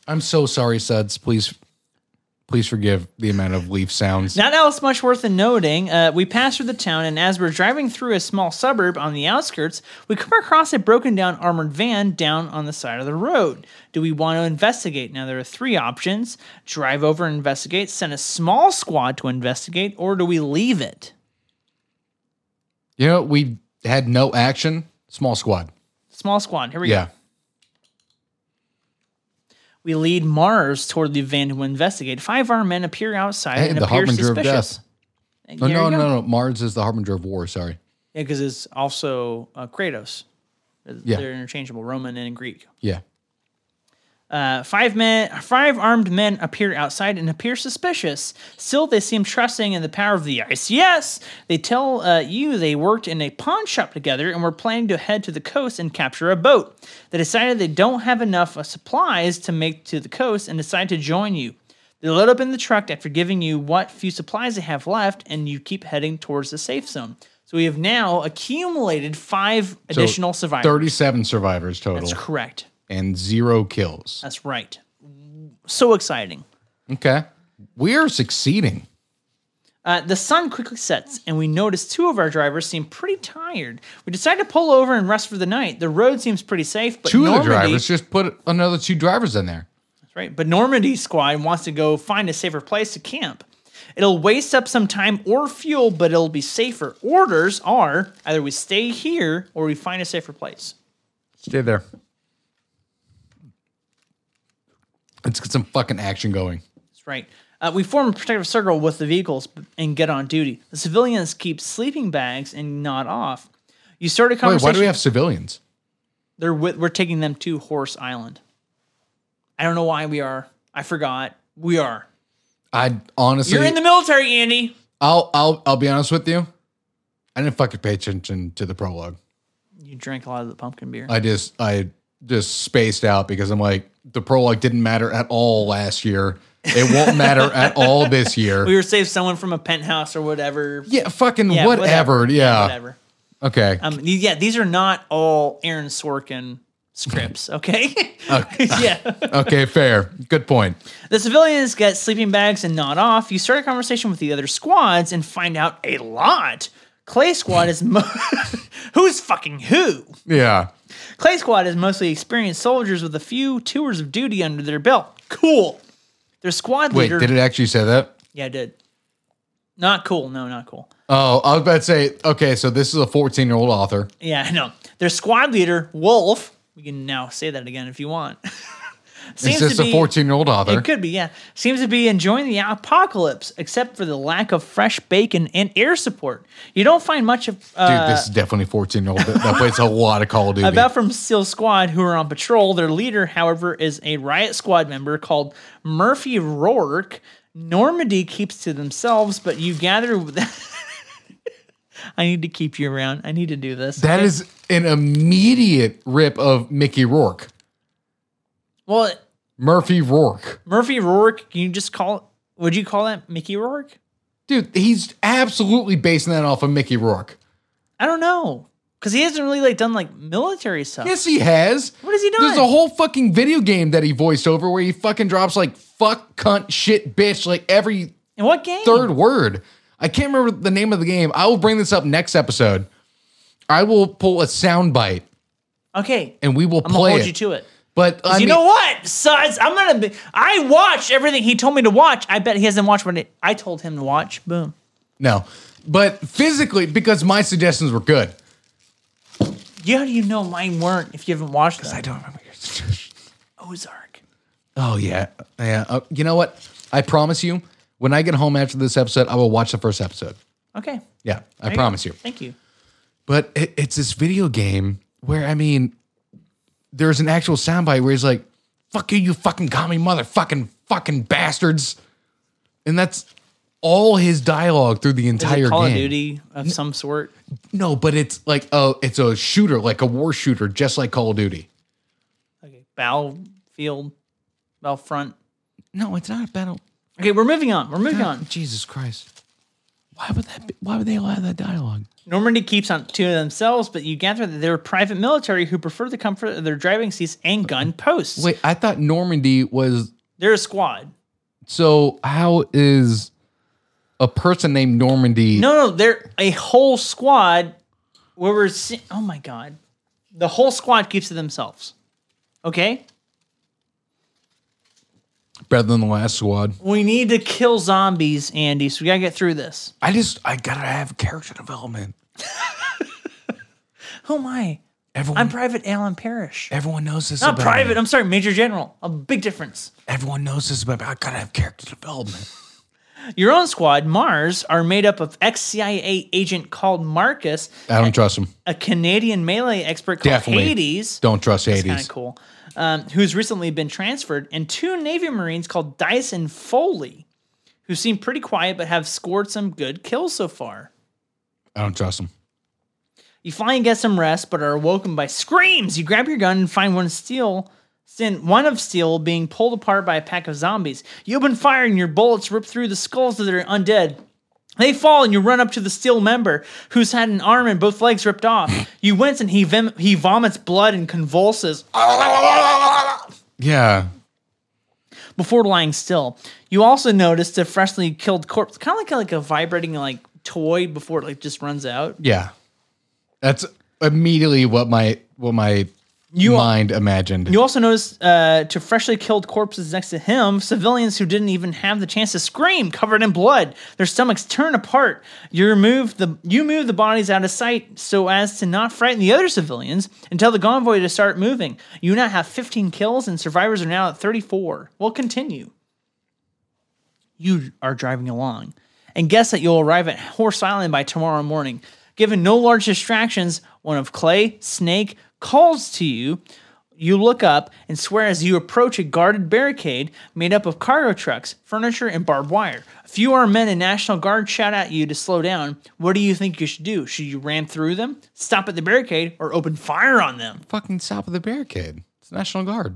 S1: I'm so sorry, Suds. Please, please forgive the amount of leaf sounds.
S2: Not else much worth a noting. Uh, we pass through the town, and as we're driving through a small suburb on the outskirts, we come across a broken down armored van down on the side of the road. Do we want to investigate? Now, there are three options drive over and investigate, send a small squad to investigate, or do we leave it?
S1: You know, we had no action. Small squad.
S2: Small squad, here we go.
S1: Yeah.
S2: We lead Mars toward the van to investigate. Five armed men appear outside
S1: Hey,
S2: and
S1: the
S2: appear
S1: harbinger of
S2: suspicious.
S1: death.
S2: And
S1: Oh,
S2: there
S1: no,
S2: you
S1: no,
S2: go.
S1: no, Mars is the harbinger of war. Sorry.
S2: Yeah, because it's also uh, Kratos.
S1: Yeah.
S2: They're interchangeable, Roman and Greek.
S1: Yeah.
S2: Uh, five men, five armed men appear outside and appear suspicious. Still, they seem trusting in the power of the ICS. They tell uh, you they worked in a pawn shop together and were planning to head to the coast and capture a boat. They decided they don't have enough uh, supplies to make to the coast and decide to join you. They load up in the truck after giving you what few supplies they have left, and you keep heading towards the safe zone. So we have now accumulated five
S1: So,
S2: additional survivors.
S1: 37 survivors total
S2: That's correct.
S1: and zero kills.
S2: That's right. So exciting.
S1: Okay. We're succeeding.
S2: Uh, the sun quickly sets, and we notice two of our drivers seem pretty tired. We decide to pull over and rest for the night. The road seems pretty safe, but
S1: Two
S2: Normandy,
S1: of the drivers just put another two drivers in there.
S2: That's right? But Normandy squad wants to go find a safer place to camp. It'll waste up some time or fuel, but it'll be safer. Orders are either we stay here or we find a safer place.
S1: Stay there. Let's get some fucking action going.
S2: That's right. Uh, we form a protective circle with the vehicles b- and get on duty. The civilians keep sleeping bags and nod off. You start a
S1: Wait,
S2: conversation.
S1: why do we have civilians?
S2: They're with, we're taking them to Horse Island. I don't know why we are. I forgot. We are.
S1: I honestly,
S2: You're in the military, Andy.
S1: I'll, I'll, I'll be honest with you. I didn't fucking pay attention to the prologue.
S2: You drank a lot of the pumpkin beer.
S1: I just, I just spaced out because I'm like, the prologue didn't matter at all last year. It won't matter at all this year.
S2: we were saved someone from a penthouse or whatever.
S1: yeah, fucking
S2: Yeah,
S1: whatever. Yeah.
S2: Whatever.
S1: Okay.
S2: Um. th- Yeah. These are not all Aaron Sorkin scripts. Okay. yeah.
S1: okay. Fair. Good point.
S2: The civilians get sleeping bags and nod off. You start a conversation with the other squads and find out a lot. Clay squad is mo- who's fucking who.
S1: Yeah.
S2: Clay Squad is mostly experienced soldiers with a few tours of duty under their belt. Cool. Their squad
S1: Wait,
S2: leader.
S1: did it actually say that?
S2: yeah, it did. Not cool. No, not cool.
S1: Oh, I was about to say, okay, so this is a 14 year old author.
S2: Yeah, I know. Their squad leader, Wolf. We can now say that again if you want.
S1: Is this a 14 year old author?
S2: It could be, yeah. Seems to be enjoying the apocalypse, except for the lack of fresh bacon and air support. You don't find much of uh,
S1: Dude, this is definitely 14 year old that, that plays a lot of Call of Duty.
S2: About from Steel E Squad, who are on patrol. Their leader, however, is a riot squad member called Murphy Rourke. Normandy keeps to themselves, but you gather. I need to keep you around. I need to do this.
S1: that is an immediate rip of Mickey Rourke.
S2: well,
S1: Murphy Rourke.
S2: Murphy Rourke. Can you just call? Would you call that Mickey Rourke?
S1: Dude, he's absolutely basing that off of Mickey Rourke.
S2: I don't know, because he hasn't really like done like military stuff.
S1: Yes, he has.
S2: What has he done?
S1: There's a whole fucking video game that he voiced over where he fucking drops like fuck, cunt, shit, bitch, like every
S2: In what game?
S1: third word. I can't remember the name of the game. I will bring this up next episode. I will pull a sound bite
S2: Okay,
S1: and we will
S2: I'm gonna
S1: play
S2: hold
S1: it.
S2: you to it.
S1: but I
S2: you
S1: mean,
S2: know what, Suds? I'm gonna. Be, I watched everything he told me to watch. I bet he hasn't watched what I told him to watch. Boom.
S1: no. But physically, because my suggestions were good.
S2: Yeah, how do you know mine weren't if you haven't watched them?
S1: don't remember your suggestions.
S2: Ozark.
S1: Oh yeah, yeah. Uh, you know what? I promise you, when I get home after this episode, I will watch the first episode.
S2: Okay.
S1: Yeah, I
S2: you
S1: promise you.
S2: Thank you.
S1: But it, it's this video game where I mean, there's an actual soundbite where he's like, "Fuck you, you fucking commie motherfucking fucking bastards," and that's all his dialogue through the
S2: Is it
S1: entire
S2: Call
S1: game.
S2: of Duty of some sort.
S1: No, but it's like a it's a shooter, like a war shooter, just like Call of Duty.
S2: Okay. Battlefield, Battlefront.
S1: No, it's not a battle.
S2: Okay, we're moving on. We're moving on.
S1: Jesus Christ! Why would that? Be, why would they allow that dialogue?
S2: Normandy keeps on to themselves, but you gather that they're private military who prefer the comfort of their driving seats and gun posts.
S1: Wait, I thought Normandy was
S2: They're a squad.
S1: so. How is a person named Normandy?
S2: No, no, they're a whole squad where we're se- oh my god. The whole squad keeps to themselves. Okay?
S1: better than the last squad.
S2: We need to kill zombies, Andy, so we gotta get through this.
S1: I just I gotta have character development.
S2: Who am I?
S1: Everyone,
S2: I'm Private Alan Parrish.
S1: everyone knows this.
S2: Not
S1: about
S2: private,
S1: me.
S2: I'm sorry, Major General. A big difference.
S1: Everyone knows this about. me. I gotta have character development.
S2: Your own squad, Mars, are made up of ex CIA agent called Marcus,
S1: I don't trust him.
S2: a Canadian melee expert called
S1: Definitely.
S2: Hades.
S1: Don't trust
S2: Kind of
S1: Hades.
S2: cool. Um, who's recently been transferred, and two Navy Marines called Dice and Foley, who seem pretty quiet but have scored some good kills so far.
S1: I don't trust him.
S2: You finally get some rest, but are awoken by screams. You grab your gun and find one steel, sin- one of steel being pulled apart by a pack of zombies. You open fire and your bullets rip through the skulls of their undead. They fall and you run up to the steel member who's had an arm and both legs ripped off. You wince and he vim- he vomits blood and convulses.
S1: Yeah,
S2: before lying still. You also notice the freshly killed corpse, kind of like a, like a vibrating like toy before it like just runs out.
S1: yeah. That's immediately what my what my mind imagined.
S2: You also notice uh, to freshly killed corpses next to him, civilians who didn't even have the chance to scream, covered in blood, their stomachs turn apart. You remove the you move the bodies out of sight so as to not frighten the other civilians and tell the convoy to start moving. You now have 15 kills and survivors are now at 34. We'll continue. you are driving along and guess that you'll arrive at Horse Island by tomorrow morning. Given no large distractions, one of Clay, Snake, calls to you. You look up and swear as you approach a guarded barricade made up of cargo trucks, furniture, and barbed wire. A few armed men and National Guard shout at you to slow down. What do you think you should do? Should you ram through them, stop at the barricade, or open fire on them?
S1: fucking stop of the barricade. It's National Guard.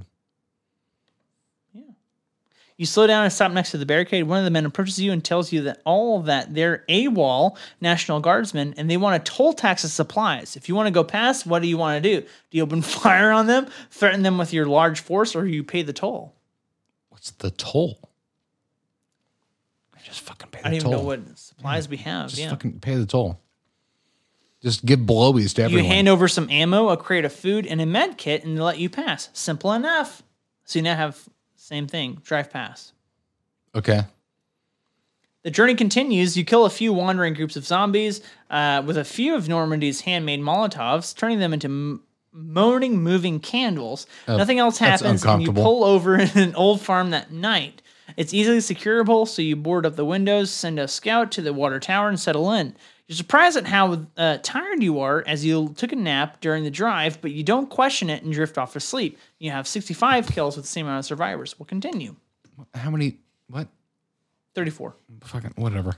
S2: You slow down and stop next to the barricade. One of the men approaches you and tells you that all that they're AWOL National Guardsmen and they want to toll tax the supplies. If you want to go past, what do you want to do? Do you open fire on them, threaten them with your large force, or you pay the toll?
S1: What's the toll? Just fucking pay the
S2: I don't
S1: toll.
S2: even know what supplies we have.
S1: Just
S2: yeah.
S1: fucking pay the toll. Just give blowies to everyone.
S2: You hand over some ammo, a crate of food, and a med kit, and they let you pass. Simple enough. So you now have same thing. Drive past.
S1: okay.
S2: The journey continues. You kill a few wandering groups of zombies uh, with a few of Normandy's handmade Molotovs, turning them into m- moaning, moving candles. Nothing else
S1: that's
S2: happens, and you
S1: uncomfortable.
S2: pull over in an old farm that night. It's easily securable, so you board up the windows, send a scout to the water tower, and settle in. You're surprised at how uh, tired you are as you took a nap during the drive, but you don't question it and drift off to sleep. You have 65 kills with the same amount of survivors. We'll continue.
S1: How many? What?
S2: 34.
S1: Fucking whatever.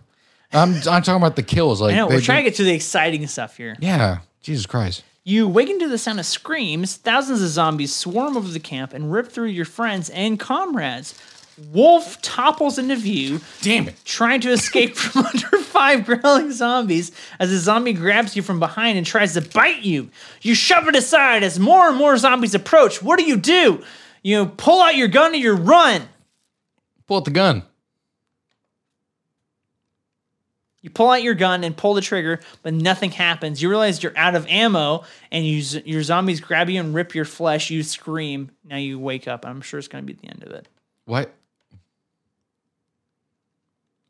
S1: I'm I'm talking about the kills. Like
S2: I know,
S1: they-
S2: we're trying to get to the exciting stuff here.
S1: Yeah. Jesus Christ.
S2: You waken to the sound of screams. Thousands of zombies swarm over the camp and rip through your friends and comrades. Wolf topples into view,
S1: Damn it.
S2: trying to escape from under five growling zombies as a zombie grabs you from behind and tries to bite you. You shove it aside as more and more zombies approach. What do you do? You pull out your gun and you run.
S1: Pull out the gun.
S2: You pull out your gun and pull the trigger, but nothing happens. You realize you're out of ammo, and you z- your zombies grab you and rip your flesh. You scream. Now you wake up. I'm sure it's going to be the end of it.
S1: What?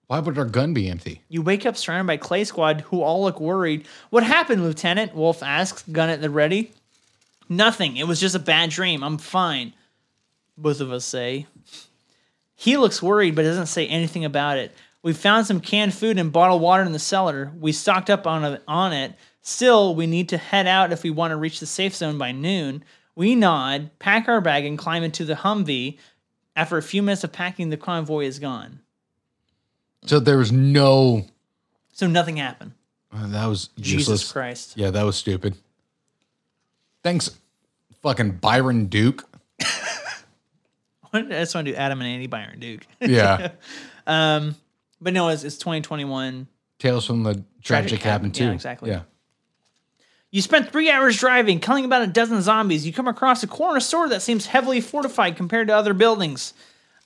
S1: Why would our gun be empty?
S2: You wake up surrounded by Clay Squad, who all look worried. What happened, Lieutenant? Wolf asks, gun at the ready. Nothing. It was just a bad dream. I'm fine. Both of us say. He looks worried but doesn't say anything about it. We found some canned food and bottled water in the cellar. We stocked up on, on it. Still, we need to head out if we want to reach the safe zone by noon. We nod, pack our bag, and climb into the Humvee. After a few minutes of packing, the convoy is gone.
S1: So there was no.
S2: So nothing happened.
S5: Uh, that was useless.
S2: Jesus Christ.
S5: Yeah, that was stupid.
S1: Thanks, fucking Byron Duke.
S2: I just want to do Adam and Andy Byron Duke.
S1: Yeah.
S2: but no, it's, it's 2021.
S1: Tales from the Tragic,
S2: Tragic
S1: Cabin,
S2: Cabin,
S1: too.
S2: yeah, exactly.
S1: Yeah.
S2: You spent three hours driving, killing about a dozen zombies. You come across a corner store that seems heavily fortified compared to other buildings.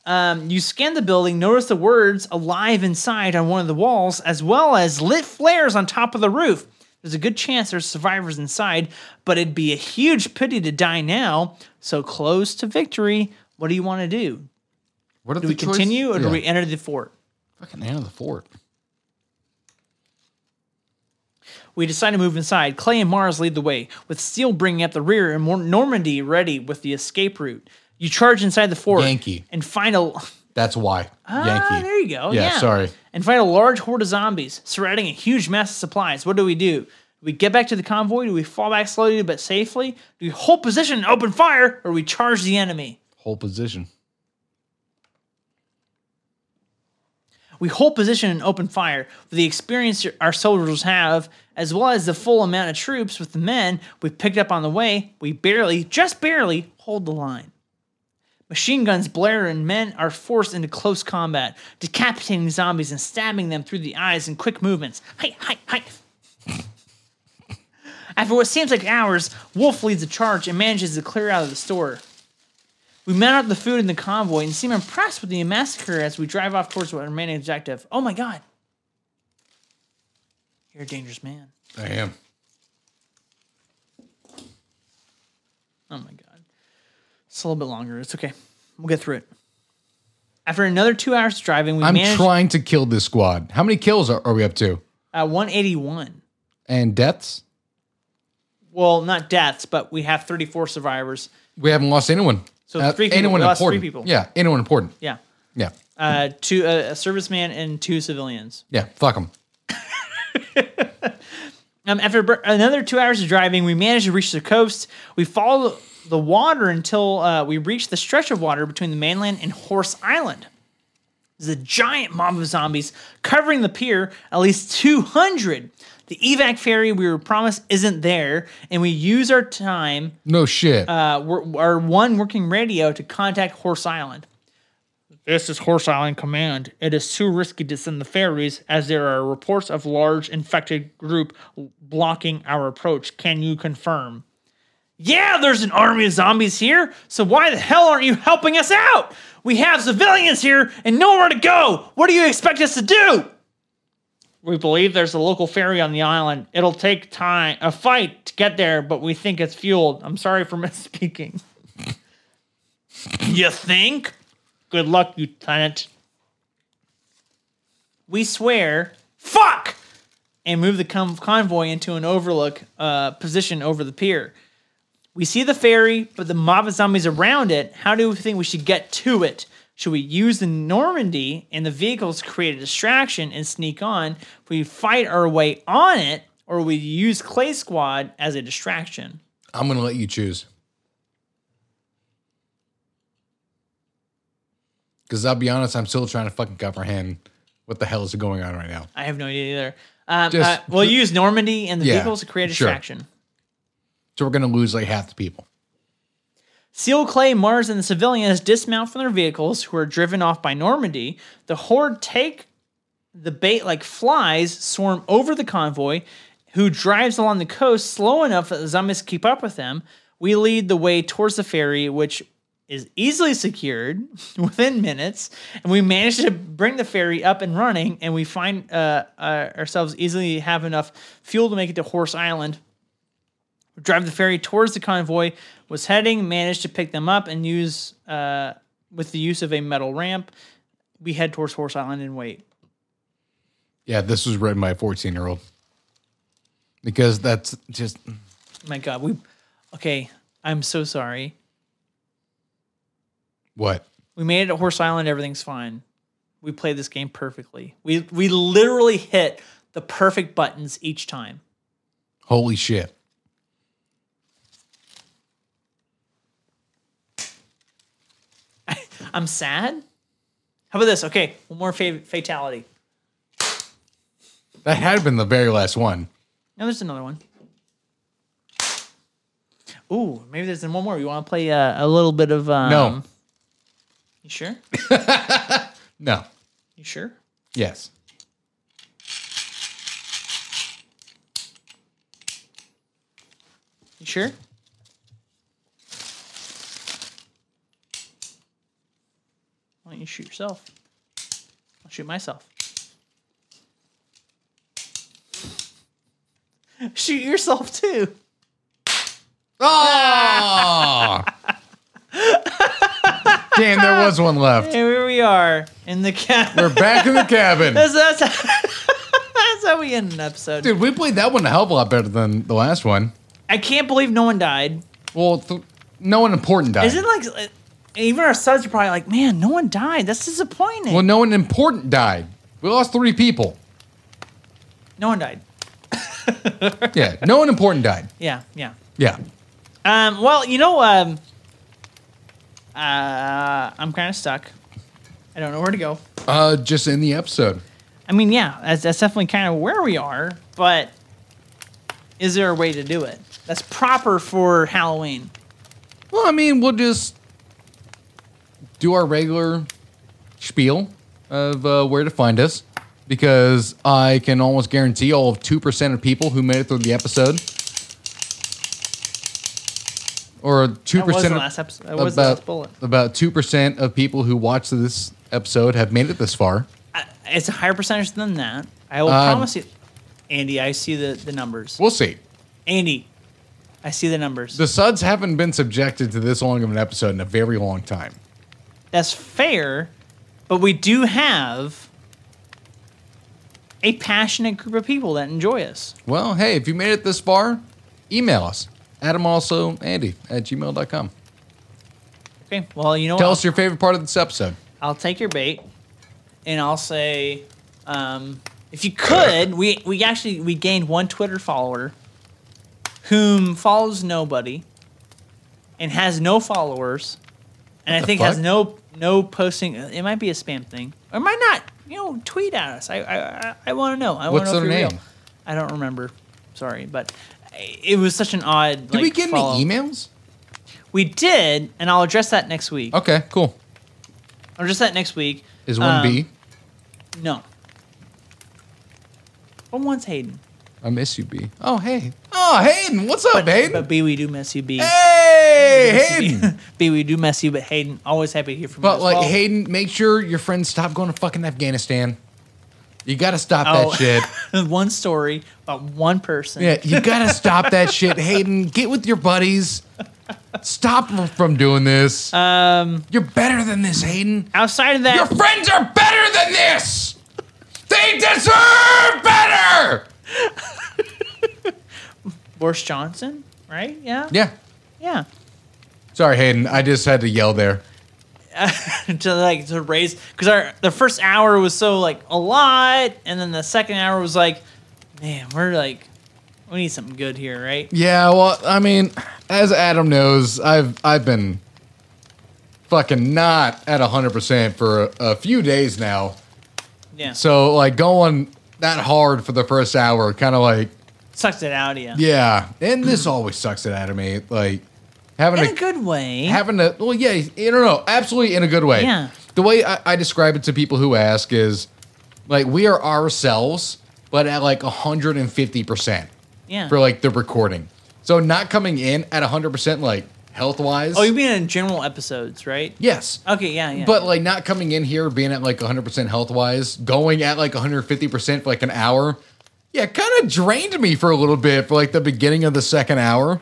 S2: Um, you scan the building, notice the words alive inside on one of the walls, as well as lit flares on top of the roof. There's a good chance there's survivors inside, but it'd be a huge pity to die now. So close to victory. What do you want to do?
S1: What
S2: Do we continue or do
S1: yeah.
S2: we enter the fort?
S1: Fucking Anna the Fort.
S2: We decide to move inside. Clay and Mars lead the way, with Steele bringing up the rear and Mor- Normandy ready with the escape route. You charge inside the fort
S1: Yankee.
S2: and find a
S1: That's why.
S2: Ah,
S1: Yankee.
S2: there you go.
S1: Yeah,
S2: Yeah,
S1: sorry.
S2: And find a large horde of zombies surrounding a huge mass of supplies. What do we do? Do we get back to the convoy? Do we fall back slowly but safely? Do we hold position and open fire, or we charge the enemy?
S1: Whole position.
S2: We hold position and open fire. With the experience our soldiers have, as well as the full amount of troops with the men we've picked up on the way, we barely, just barely, hold the line. Machine guns blare and men are forced into close combat, decapitating zombies and stabbing them through the eyes in quick movements. Hi, hi, hi. After what seems like hours, Wolf leads a charge and manages to clear out of the store. We mount up the food in the convoy and seem impressed with the massacre as we drive off towards our main objective. Oh my god. You're a dangerous man.
S1: I am.
S2: Oh my god. It's a little bit longer. It's okay. We'll get through it. After another two hours driving, we
S1: I'm
S2: managed
S1: trying to kill this squad. How many kills are, are we up to?
S2: uh, 181.
S1: And deaths?
S2: Well, not deaths, but we have 34 survivors.
S1: We haven't lost anyone. Uh,
S2: So three people.
S1: Anyone
S2: We lost three
S1: important.
S2: people.
S1: Yeah. Anyone important.
S2: Yeah.
S1: Yeah.
S2: Uh, two uh, a serviceman and two civilians.
S1: Yeah. Fuck them.
S2: Um, after br- another two hours of driving, we managed to reach the coast. We follow the water until uh, we reach the stretch of water between the mainland and Horse Island. There's a giant mob of zombies covering the pier, at least 200. The evac ferry we were promised isn't there, and we use our time
S1: No shit.
S2: uh, wor- our one working radio to contact Horse Island. This is Horse Island Command. It is too risky to send the ferries as there are reports of large infected group blocking our approach. Can you confirm? Yeah, there's an army of zombies here, so why the hell aren't you helping us out? We have civilians here and nowhere to go. What do you expect us to do? We believe there's a local ferry on the island. It'll take time, a fight to get there, but we think it's fueled. I'm sorry for misspeaking. you think? Good luck, Lieutenant. We swear, fuck! And move the com- convoy into an overlook uh, position over the pier. We see the ferry, but the mob of zombies around it. How do we think we should get to it? Should we use the Normandy and the vehicles to create a distraction and sneak on? We fight our way on it, or we use Clay Squad as a distraction.
S1: I'm going to let you choose. Because I'll be honest, I'm still trying to fucking comprehend what the hell is going on right now.
S2: I have no idea either. Um,
S1: Just-
S2: uh, we'll use Normandy and the
S1: Yeah,
S2: vehicles to create a
S1: sure.
S2: distraction.
S1: So we're going to lose like half the people.
S2: Seal Clay, Mars, and the civilians dismount from their vehicles, who are driven off by Normandy. The horde take the bait like flies, swarm over the convoy, who drives along the coast slow enough that the zombies keep up with them. We lead the way towards the ferry, which is easily secured within minutes, and we manage to bring the ferry up and running. And we find uh, uh, ourselves easily have enough fuel to make it to Horse Island drive the ferry towards the convoy was heading managed to pick them up and use uh, with the use of a metal ramp we head towards horse island and wait
S1: Yeah, this was written by a 14 year old. Because that's just
S2: my god we okay i'm so sorry
S1: what?
S2: we made it to horse island everything's fine we played this game perfectly. We we literally hit the perfect buttons each time.
S5: Holy shit.
S2: I'm sad. How about this? Okay, one more fa- fatality.
S1: That had been the very last one.
S2: No, there's another one. Ooh, maybe there's one more. You want to play uh, a little bit of? Um,
S1: No.
S2: You sure?
S1: no.
S2: You sure?
S1: Yes.
S2: You sure? Why don't you shoot yourself? I'll shoot myself. Shoot yourself too.
S1: Oh! Damn, there was one left.
S2: And here we are in the cabin.
S1: We're back in the cabin.
S2: That's, that's, that's how we end an episode.
S1: Dude, we played that one a hell of a lot better than the last one.
S2: I can't believe no one died.
S1: Well, th- no one important died.
S2: Isn't like uh, even our subs are probably like, man, no one died. That's disappointing.
S1: well, no one important died. We lost three people.
S2: no one died.
S1: Yeah, no one important died.
S2: Yeah, yeah.
S1: Yeah.
S2: Um, well, you know, um, uh, I'm kind of stuck. I don't know where to go.
S1: Uh, just in the episode.
S2: I mean, yeah, that's, that's definitely kind of where we are, but is there a way to do it that's proper for Halloween?
S1: Well, I mean, we'll just do our regular spiel of uh, where to find us because I can almost guarantee all of 2% of people who made it through the episode or 2%
S2: That was the
S1: of-
S2: last episode. That was the last bullet.
S1: about 2% of people who watched this episode have made it this far.
S2: I, it's a higher percentage than that. I will
S1: Um,
S2: promise you, Andy. I see the the numbers.
S1: We'll see.
S2: Andy, I see the numbers.
S1: The Suds haven't been subjected to this long of an episode in a very long time.
S2: That's fair, but we do have a passionate group of people that enjoy us.
S1: Well, hey, if you made it this far, email us. Adam also Andy at gmail.com.
S2: Okay, well, you know
S1: Tell
S2: what?
S1: us your favorite part of this episode.
S2: I'll take your bait, and I'll say, um, if you could, we we actually we gained one Twitter follower, whom follows nobody, and has no followers, and I
S1: the
S2: think has
S1: fuck?
S2: no no posting. It might be a spam thing, or it might not. You know, tweet at us. I I, I- I want to know. I want
S1: What's
S2: to know
S1: their
S2: if you're
S1: name?
S2: Real. I don't remember. Sorry, but it was such an odd.
S1: Did we get any emails?
S2: We did, and I'll address that next week.
S1: Okay, cool.
S2: I'll address that next week.
S1: Is one
S2: Um,
S1: B?
S2: No. But one's Hayden.
S1: I miss you, B. Oh, hey. Oh, Hayden. What's up, Hayden?
S2: But B, we do miss you, B.
S1: hey, Hayden.
S2: B, we do miss you, but Hayden, always happy to hear from you.
S1: But
S2: as
S1: like,
S2: well.
S1: Hayden, make sure your friends stop going to fucking Afghanistan. You gotta stop
S2: Oh.
S1: that shit.
S2: one story about one person.
S1: Yeah, you gotta stop that shit, Hayden. Get with your buddies. Stop them from doing this. Um, you're better than this, Hayden.
S2: Outside of
S1: Your
S2: that,
S1: friends are better than this. They deserve better.
S2: Boris Johnson, right? Yeah.
S1: Yeah.
S2: Yeah.
S1: Sorry, Hayden. I just had to yell there.
S2: to like to raise because our the first hour was so like a lot, and then the second hour was like, man, we're like, we need something good here, right?
S1: Yeah, well, I mean, as Adam knows, I've I've been fucking not at 100% for a, a few days now.
S2: Yeah.
S1: So like going that hard for the first hour kind of like
S2: Sucked it out of you.
S1: yeah, and this always sucks it out of me like having
S2: In a
S1: to
S2: good way.
S1: having to well yeah you don't know absolutely in a good way
S2: Yeah.
S1: the way I, I describe it to people who ask is like we are ourselves but at like 150%
S2: yeah.
S1: for like the recording so not coming in at 100% like health wise
S2: Oh, you mean in general episodes, right?
S1: yes
S2: Okay, yeah, yeah.
S1: but like not coming in here being at like 100% health wise going at like 150% for like an hour yeah kind of drained me for a little bit for like the beginning of the second hour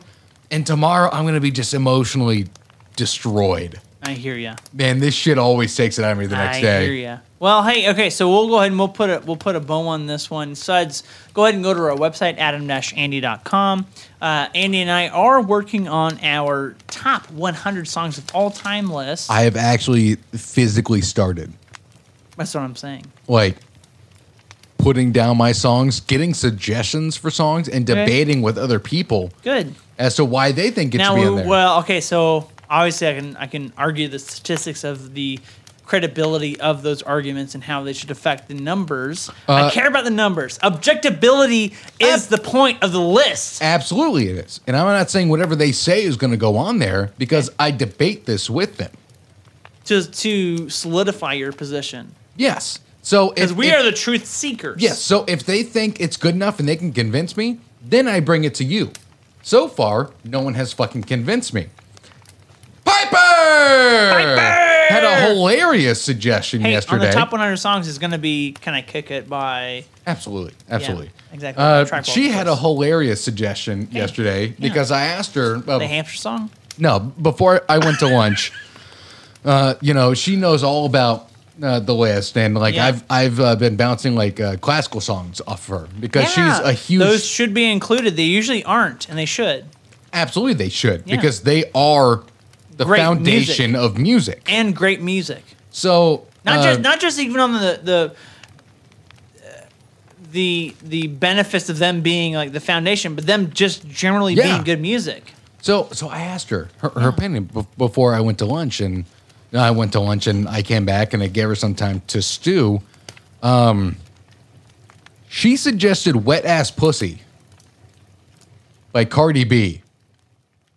S1: and tomorrow i'm gonna be just emotionally destroyed
S2: I hear ya.
S1: Man, this shit always takes it out of me the next
S2: I
S1: day.
S2: hear ya. Well, hey, okay, so we'll go ahead and we'll put a we'll put a bow on this one. Suds, go ahead and go to our website adam-andy.com. Uh, Andy and I are working on our top 100 songs of all time list.
S5: I have actually physically started.
S2: That's what I'm saying.
S1: like putting down my songs, getting suggestions for songs, and debating with other people
S2: Good.
S1: as to why they think it
S2: now,
S1: should be in
S2: we-
S1: there.
S2: well, okay, so obviously I can I can argue the statistics of the credibility of those arguments and how they should affect the numbers. I
S1: Uh,
S2: care about the numbers. Objectability is the point of the list.
S1: Absolutely, it is. And I'm not saying whatever they say is going to go on there because I debate this with them.
S2: to to solidify your position
S1: Yes. So if
S2: because we
S1: if-
S2: are the truth seekers.
S1: yes. So if they think it's good enough and they can convince me, then I bring it to you. So far, no one has fucking convinced me. Piper, had a hilarious suggestion
S2: Hey,
S1: yesterday.
S2: on the top 100 songs is going to be "Can I Kick It" by
S1: Absolutely, absolutely,
S2: exactly.
S1: Uh,
S2: Tripod
S1: she had a
S2: Twist.
S1: hilarious suggestion yesterday because I asked her. uh,
S2: the Hampshire song.
S1: no, before I went to lunch, uh, you know, she knows all about uh, the list, and like
S2: Yeah.
S1: I've I've uh, been bouncing like uh, classical songs off her because she's a huge.
S2: Those should be included. They usually aren't, and they should.
S1: absolutely, they should
S2: Yeah.
S1: because they are the
S2: Great
S1: foundation of music.
S2: And great music,
S1: So
S2: not
S1: uh,
S2: just not just even on the the the the benefits of them being like the foundation, but them just generally
S1: Yeah.
S2: being good music.
S1: So, so I asked her her, her opinion b- before I went to lunch, and no, I went to lunch, and I came back, and I gave her some time to stew. Um, she suggested "Wet Ass Pussy" by Cardi B.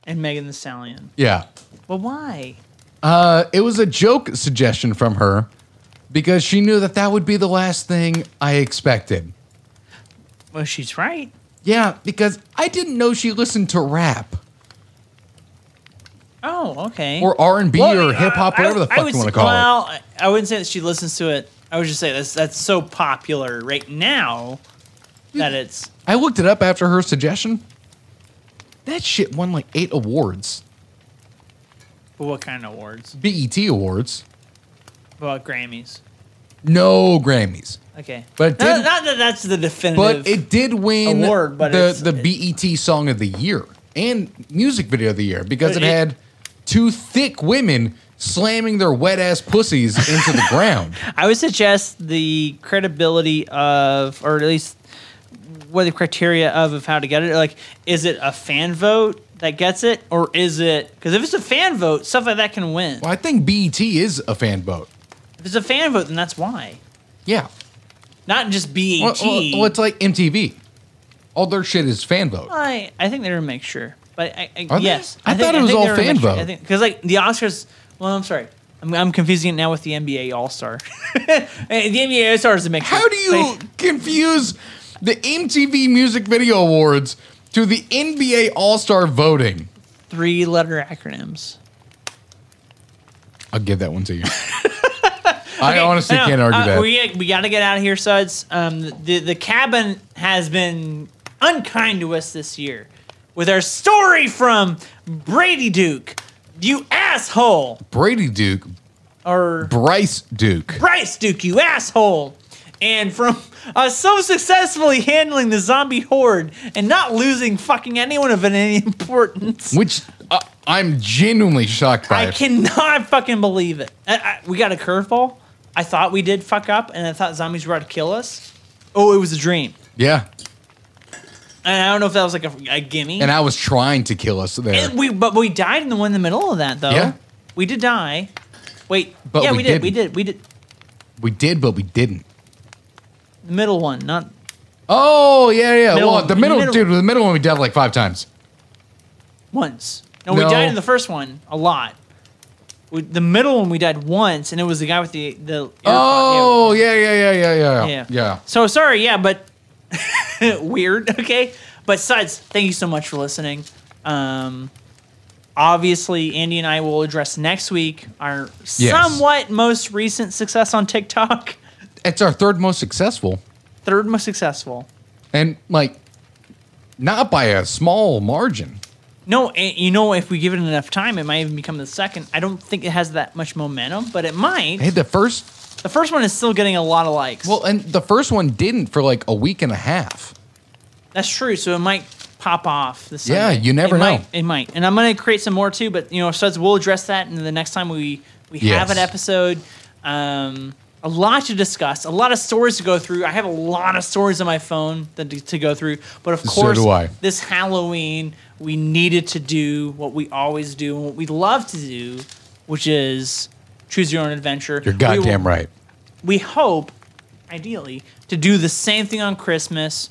S2: And Megan the Stallion.
S1: Yeah,
S2: Well, why?
S1: uh, it was a joke suggestion from her because she knew that that would be the last thing I expected.
S2: Well, she's right.
S1: Yeah, because I didn't know she listened to rap
S2: Oh, okay.
S1: or R and B
S2: Well,
S1: or hip hop,
S2: I-
S1: whatever the
S2: I
S1: fuck
S2: would
S1: you want
S2: say-
S1: to call it.
S2: Well, I- I wouldn't say that she listens to it. I would just say that's that's so popular right now that it's
S1: I looked it up after her suggestion. That shit won like eight awards,
S2: what kind of awards?
S1: BET awards,
S2: Well, Grammys.
S1: no Grammys,
S2: Okay,
S1: But it
S2: Not-
S1: didn't-
S2: not, that that's the definitive.
S1: but it did win
S2: Award, but
S1: the
S2: it's-
S1: the BET Song of the Year and Music Video of the Year because
S2: But
S1: it,
S2: it-
S1: had two thick women slamming their wet ass pussies into the ground.
S2: I would suggest the credibility of, or at least what the criteria of of how to get it. Like, is it a fan vote that gets it, or is it because if it's a fan vote, stuff like that can win.
S1: Well, I think BET is a fan vote.
S2: If it's a fan vote, then that's why.
S1: Yeah,
S2: Not just BET.
S1: well, well, well, it's like MTV. All their shit is fan vote.
S2: I I think they were a mixture, but I, I
S1: Are they?
S2: yes,
S1: I thought it was all fan vote.
S2: Because like the Oscars, well, I'm sorry, I'm, I'm confusing it now with the NBA All Star. the NBA All Star is a mixture.
S1: How do you
S2: Like,
S1: confuse the MTV Music Video Awards to the NBA All Star voting?
S2: three letter acronyms?
S1: I'll give that one to you. I honestly
S2: No,
S1: can't argue
S2: uh,
S1: that.
S2: We we got to get out of here, Suds. Um, the the cabin has been unkind to us this year with our story from Brady Duke. You asshole,
S1: Brady Duke,
S2: or
S1: Bryce Duke.
S2: Bryce Duke, you asshole! And from uh, so successfully handling the zombie horde and not losing fucking anyone of any importance,
S1: Which uh, I'm genuinely shocked by.
S2: I cannot fucking believe it. I, I, we got a curveball. I thought we did fuck up, and I thought zombies were out to kill us. Oh, it was a dream.
S1: yeah.
S2: And I don't know if that was like a, a gimme.
S1: And I was trying to kill us there.
S2: And we, but we died in the one in the middle of that though.
S1: Yeah.
S2: we did die. Wait,
S1: But
S2: yeah,
S1: we
S2: we, did. We
S1: didn't.
S2: did. We did
S1: we did, but we didn't.
S2: the middle one, not
S1: Oh, yeah, yeah.
S2: Middle-
S1: well, the middle,
S2: middle-
S1: dude, the middle one we died like five times.
S2: once. No, we
S1: No.
S2: died in the first one a lot. We, the middle one we died once, and it was the guy with the the. ear-
S1: Oh, yeah, yeah, yeah, yeah, yeah.
S2: yeah,
S1: Yeah.
S2: So sorry, yeah, but weird. Okay, but suds, thank you so much for listening. Um, obviously, Andy and I will address next week our
S1: Yes.
S2: somewhat most recent success on TikTok,
S1: It's our third most successful.
S2: third most successful.
S1: and like not by a small margin.
S2: No, eh, you know, if we give it enough time, it might even become the second. I don't think it has that much momentum, but it might.
S1: Hey, the first
S2: The first one is still getting a lot of likes.
S1: well, and the first one didn't for like a week and a half.
S2: that's true. So it might pop off. This
S1: Yeah,
S2: Sunday.
S1: you never
S2: it
S1: know.
S2: Might, it might, and I'm gonna create some more too. But you know, so we'll address that, and the next time we we have
S1: Yes.
S2: an episode, um, a lot to discuss, a lot of stories to go through. I have a lot of stories on my phone that, to go through, but of course,
S1: do I.
S2: this Halloween we needed to do what we always do and what we love to do, which is choose your own adventure.
S1: You're goddamn right.
S2: we hope, ideally, to do the same thing on Christmas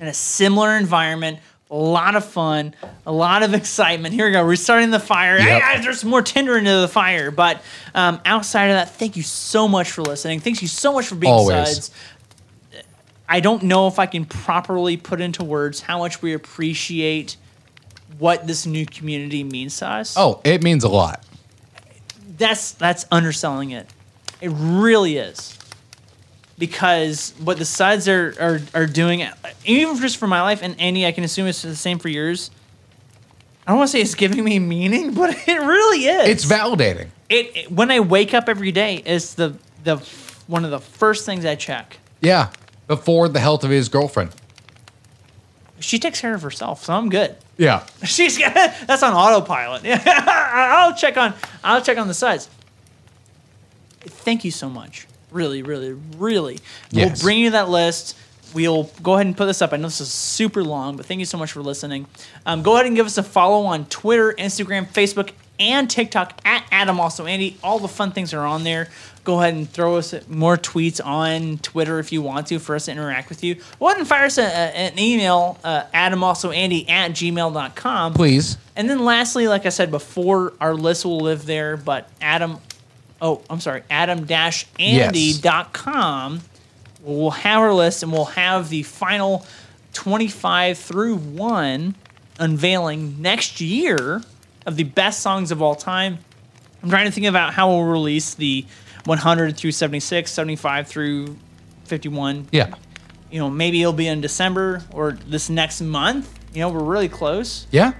S2: in a similar environment. A lot of fun, a lot of excitement. Here we go. We're starting the fire. Hey,
S1: Yep.
S2: guys, there's more tinder into the fire. But um, outside of that, thank you so much for listening. Thank you so much for being
S1: Always.
S2: sides. I don't know if I can properly put into words how much we appreciate what this new community means to us.
S1: Oh, it means a lot.
S2: that's that's underselling it. It really is. Because what the sides are are, are doing, even just for my life, and Andy, I can assume it's the same for yours. I don't want to say it's giving me meaning, but it really is.
S1: It's validating.
S2: it, it- when I wake up every day. It's the the one of the first things I check.
S1: Yeah. Before the health of his girlfriend.
S2: She takes care of herself, so I'm good.
S1: Yeah.
S2: She's got that's on autopilot. I'll check on I'll check on the sides. Thank you so much. Really, really, really. We'll
S1: Yes.
S2: bring you that list. We'll go ahead and put this up. I know this is super long, but thank you so much for listening. Um, go ahead and give us a follow on Twitter, Instagram, Facebook, and TikTok at Adam also Andy. All the fun things are on there. Go ahead and throw us more tweets on Twitter if you want to for us to interact with you. Go ahead and fire us a, a- an email, uh, Adam also Andy at gmail.com.
S1: Please.
S2: And then lastly, like I said before, our list will live there, but Adam oh, I'm sorry, Adam Andy.com we'll have our list and we'll have the final 25 through 1 unveiling next year of the best songs of all time. I'm trying to think about how we'll release the 100 through 76, 75 through 51.
S1: Yeah.
S2: You know, maybe it'll be in December or this next month. You know, we're really close.
S1: Yeah.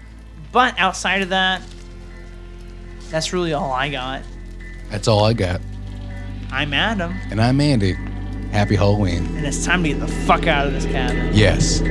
S2: But outside of that, that's really all I got.
S1: That's all I got.
S2: I'm Adam,
S1: And I'm Andy. Happy Halloween.
S2: and it's time to get the fuck out of this cabin.
S1: Yes.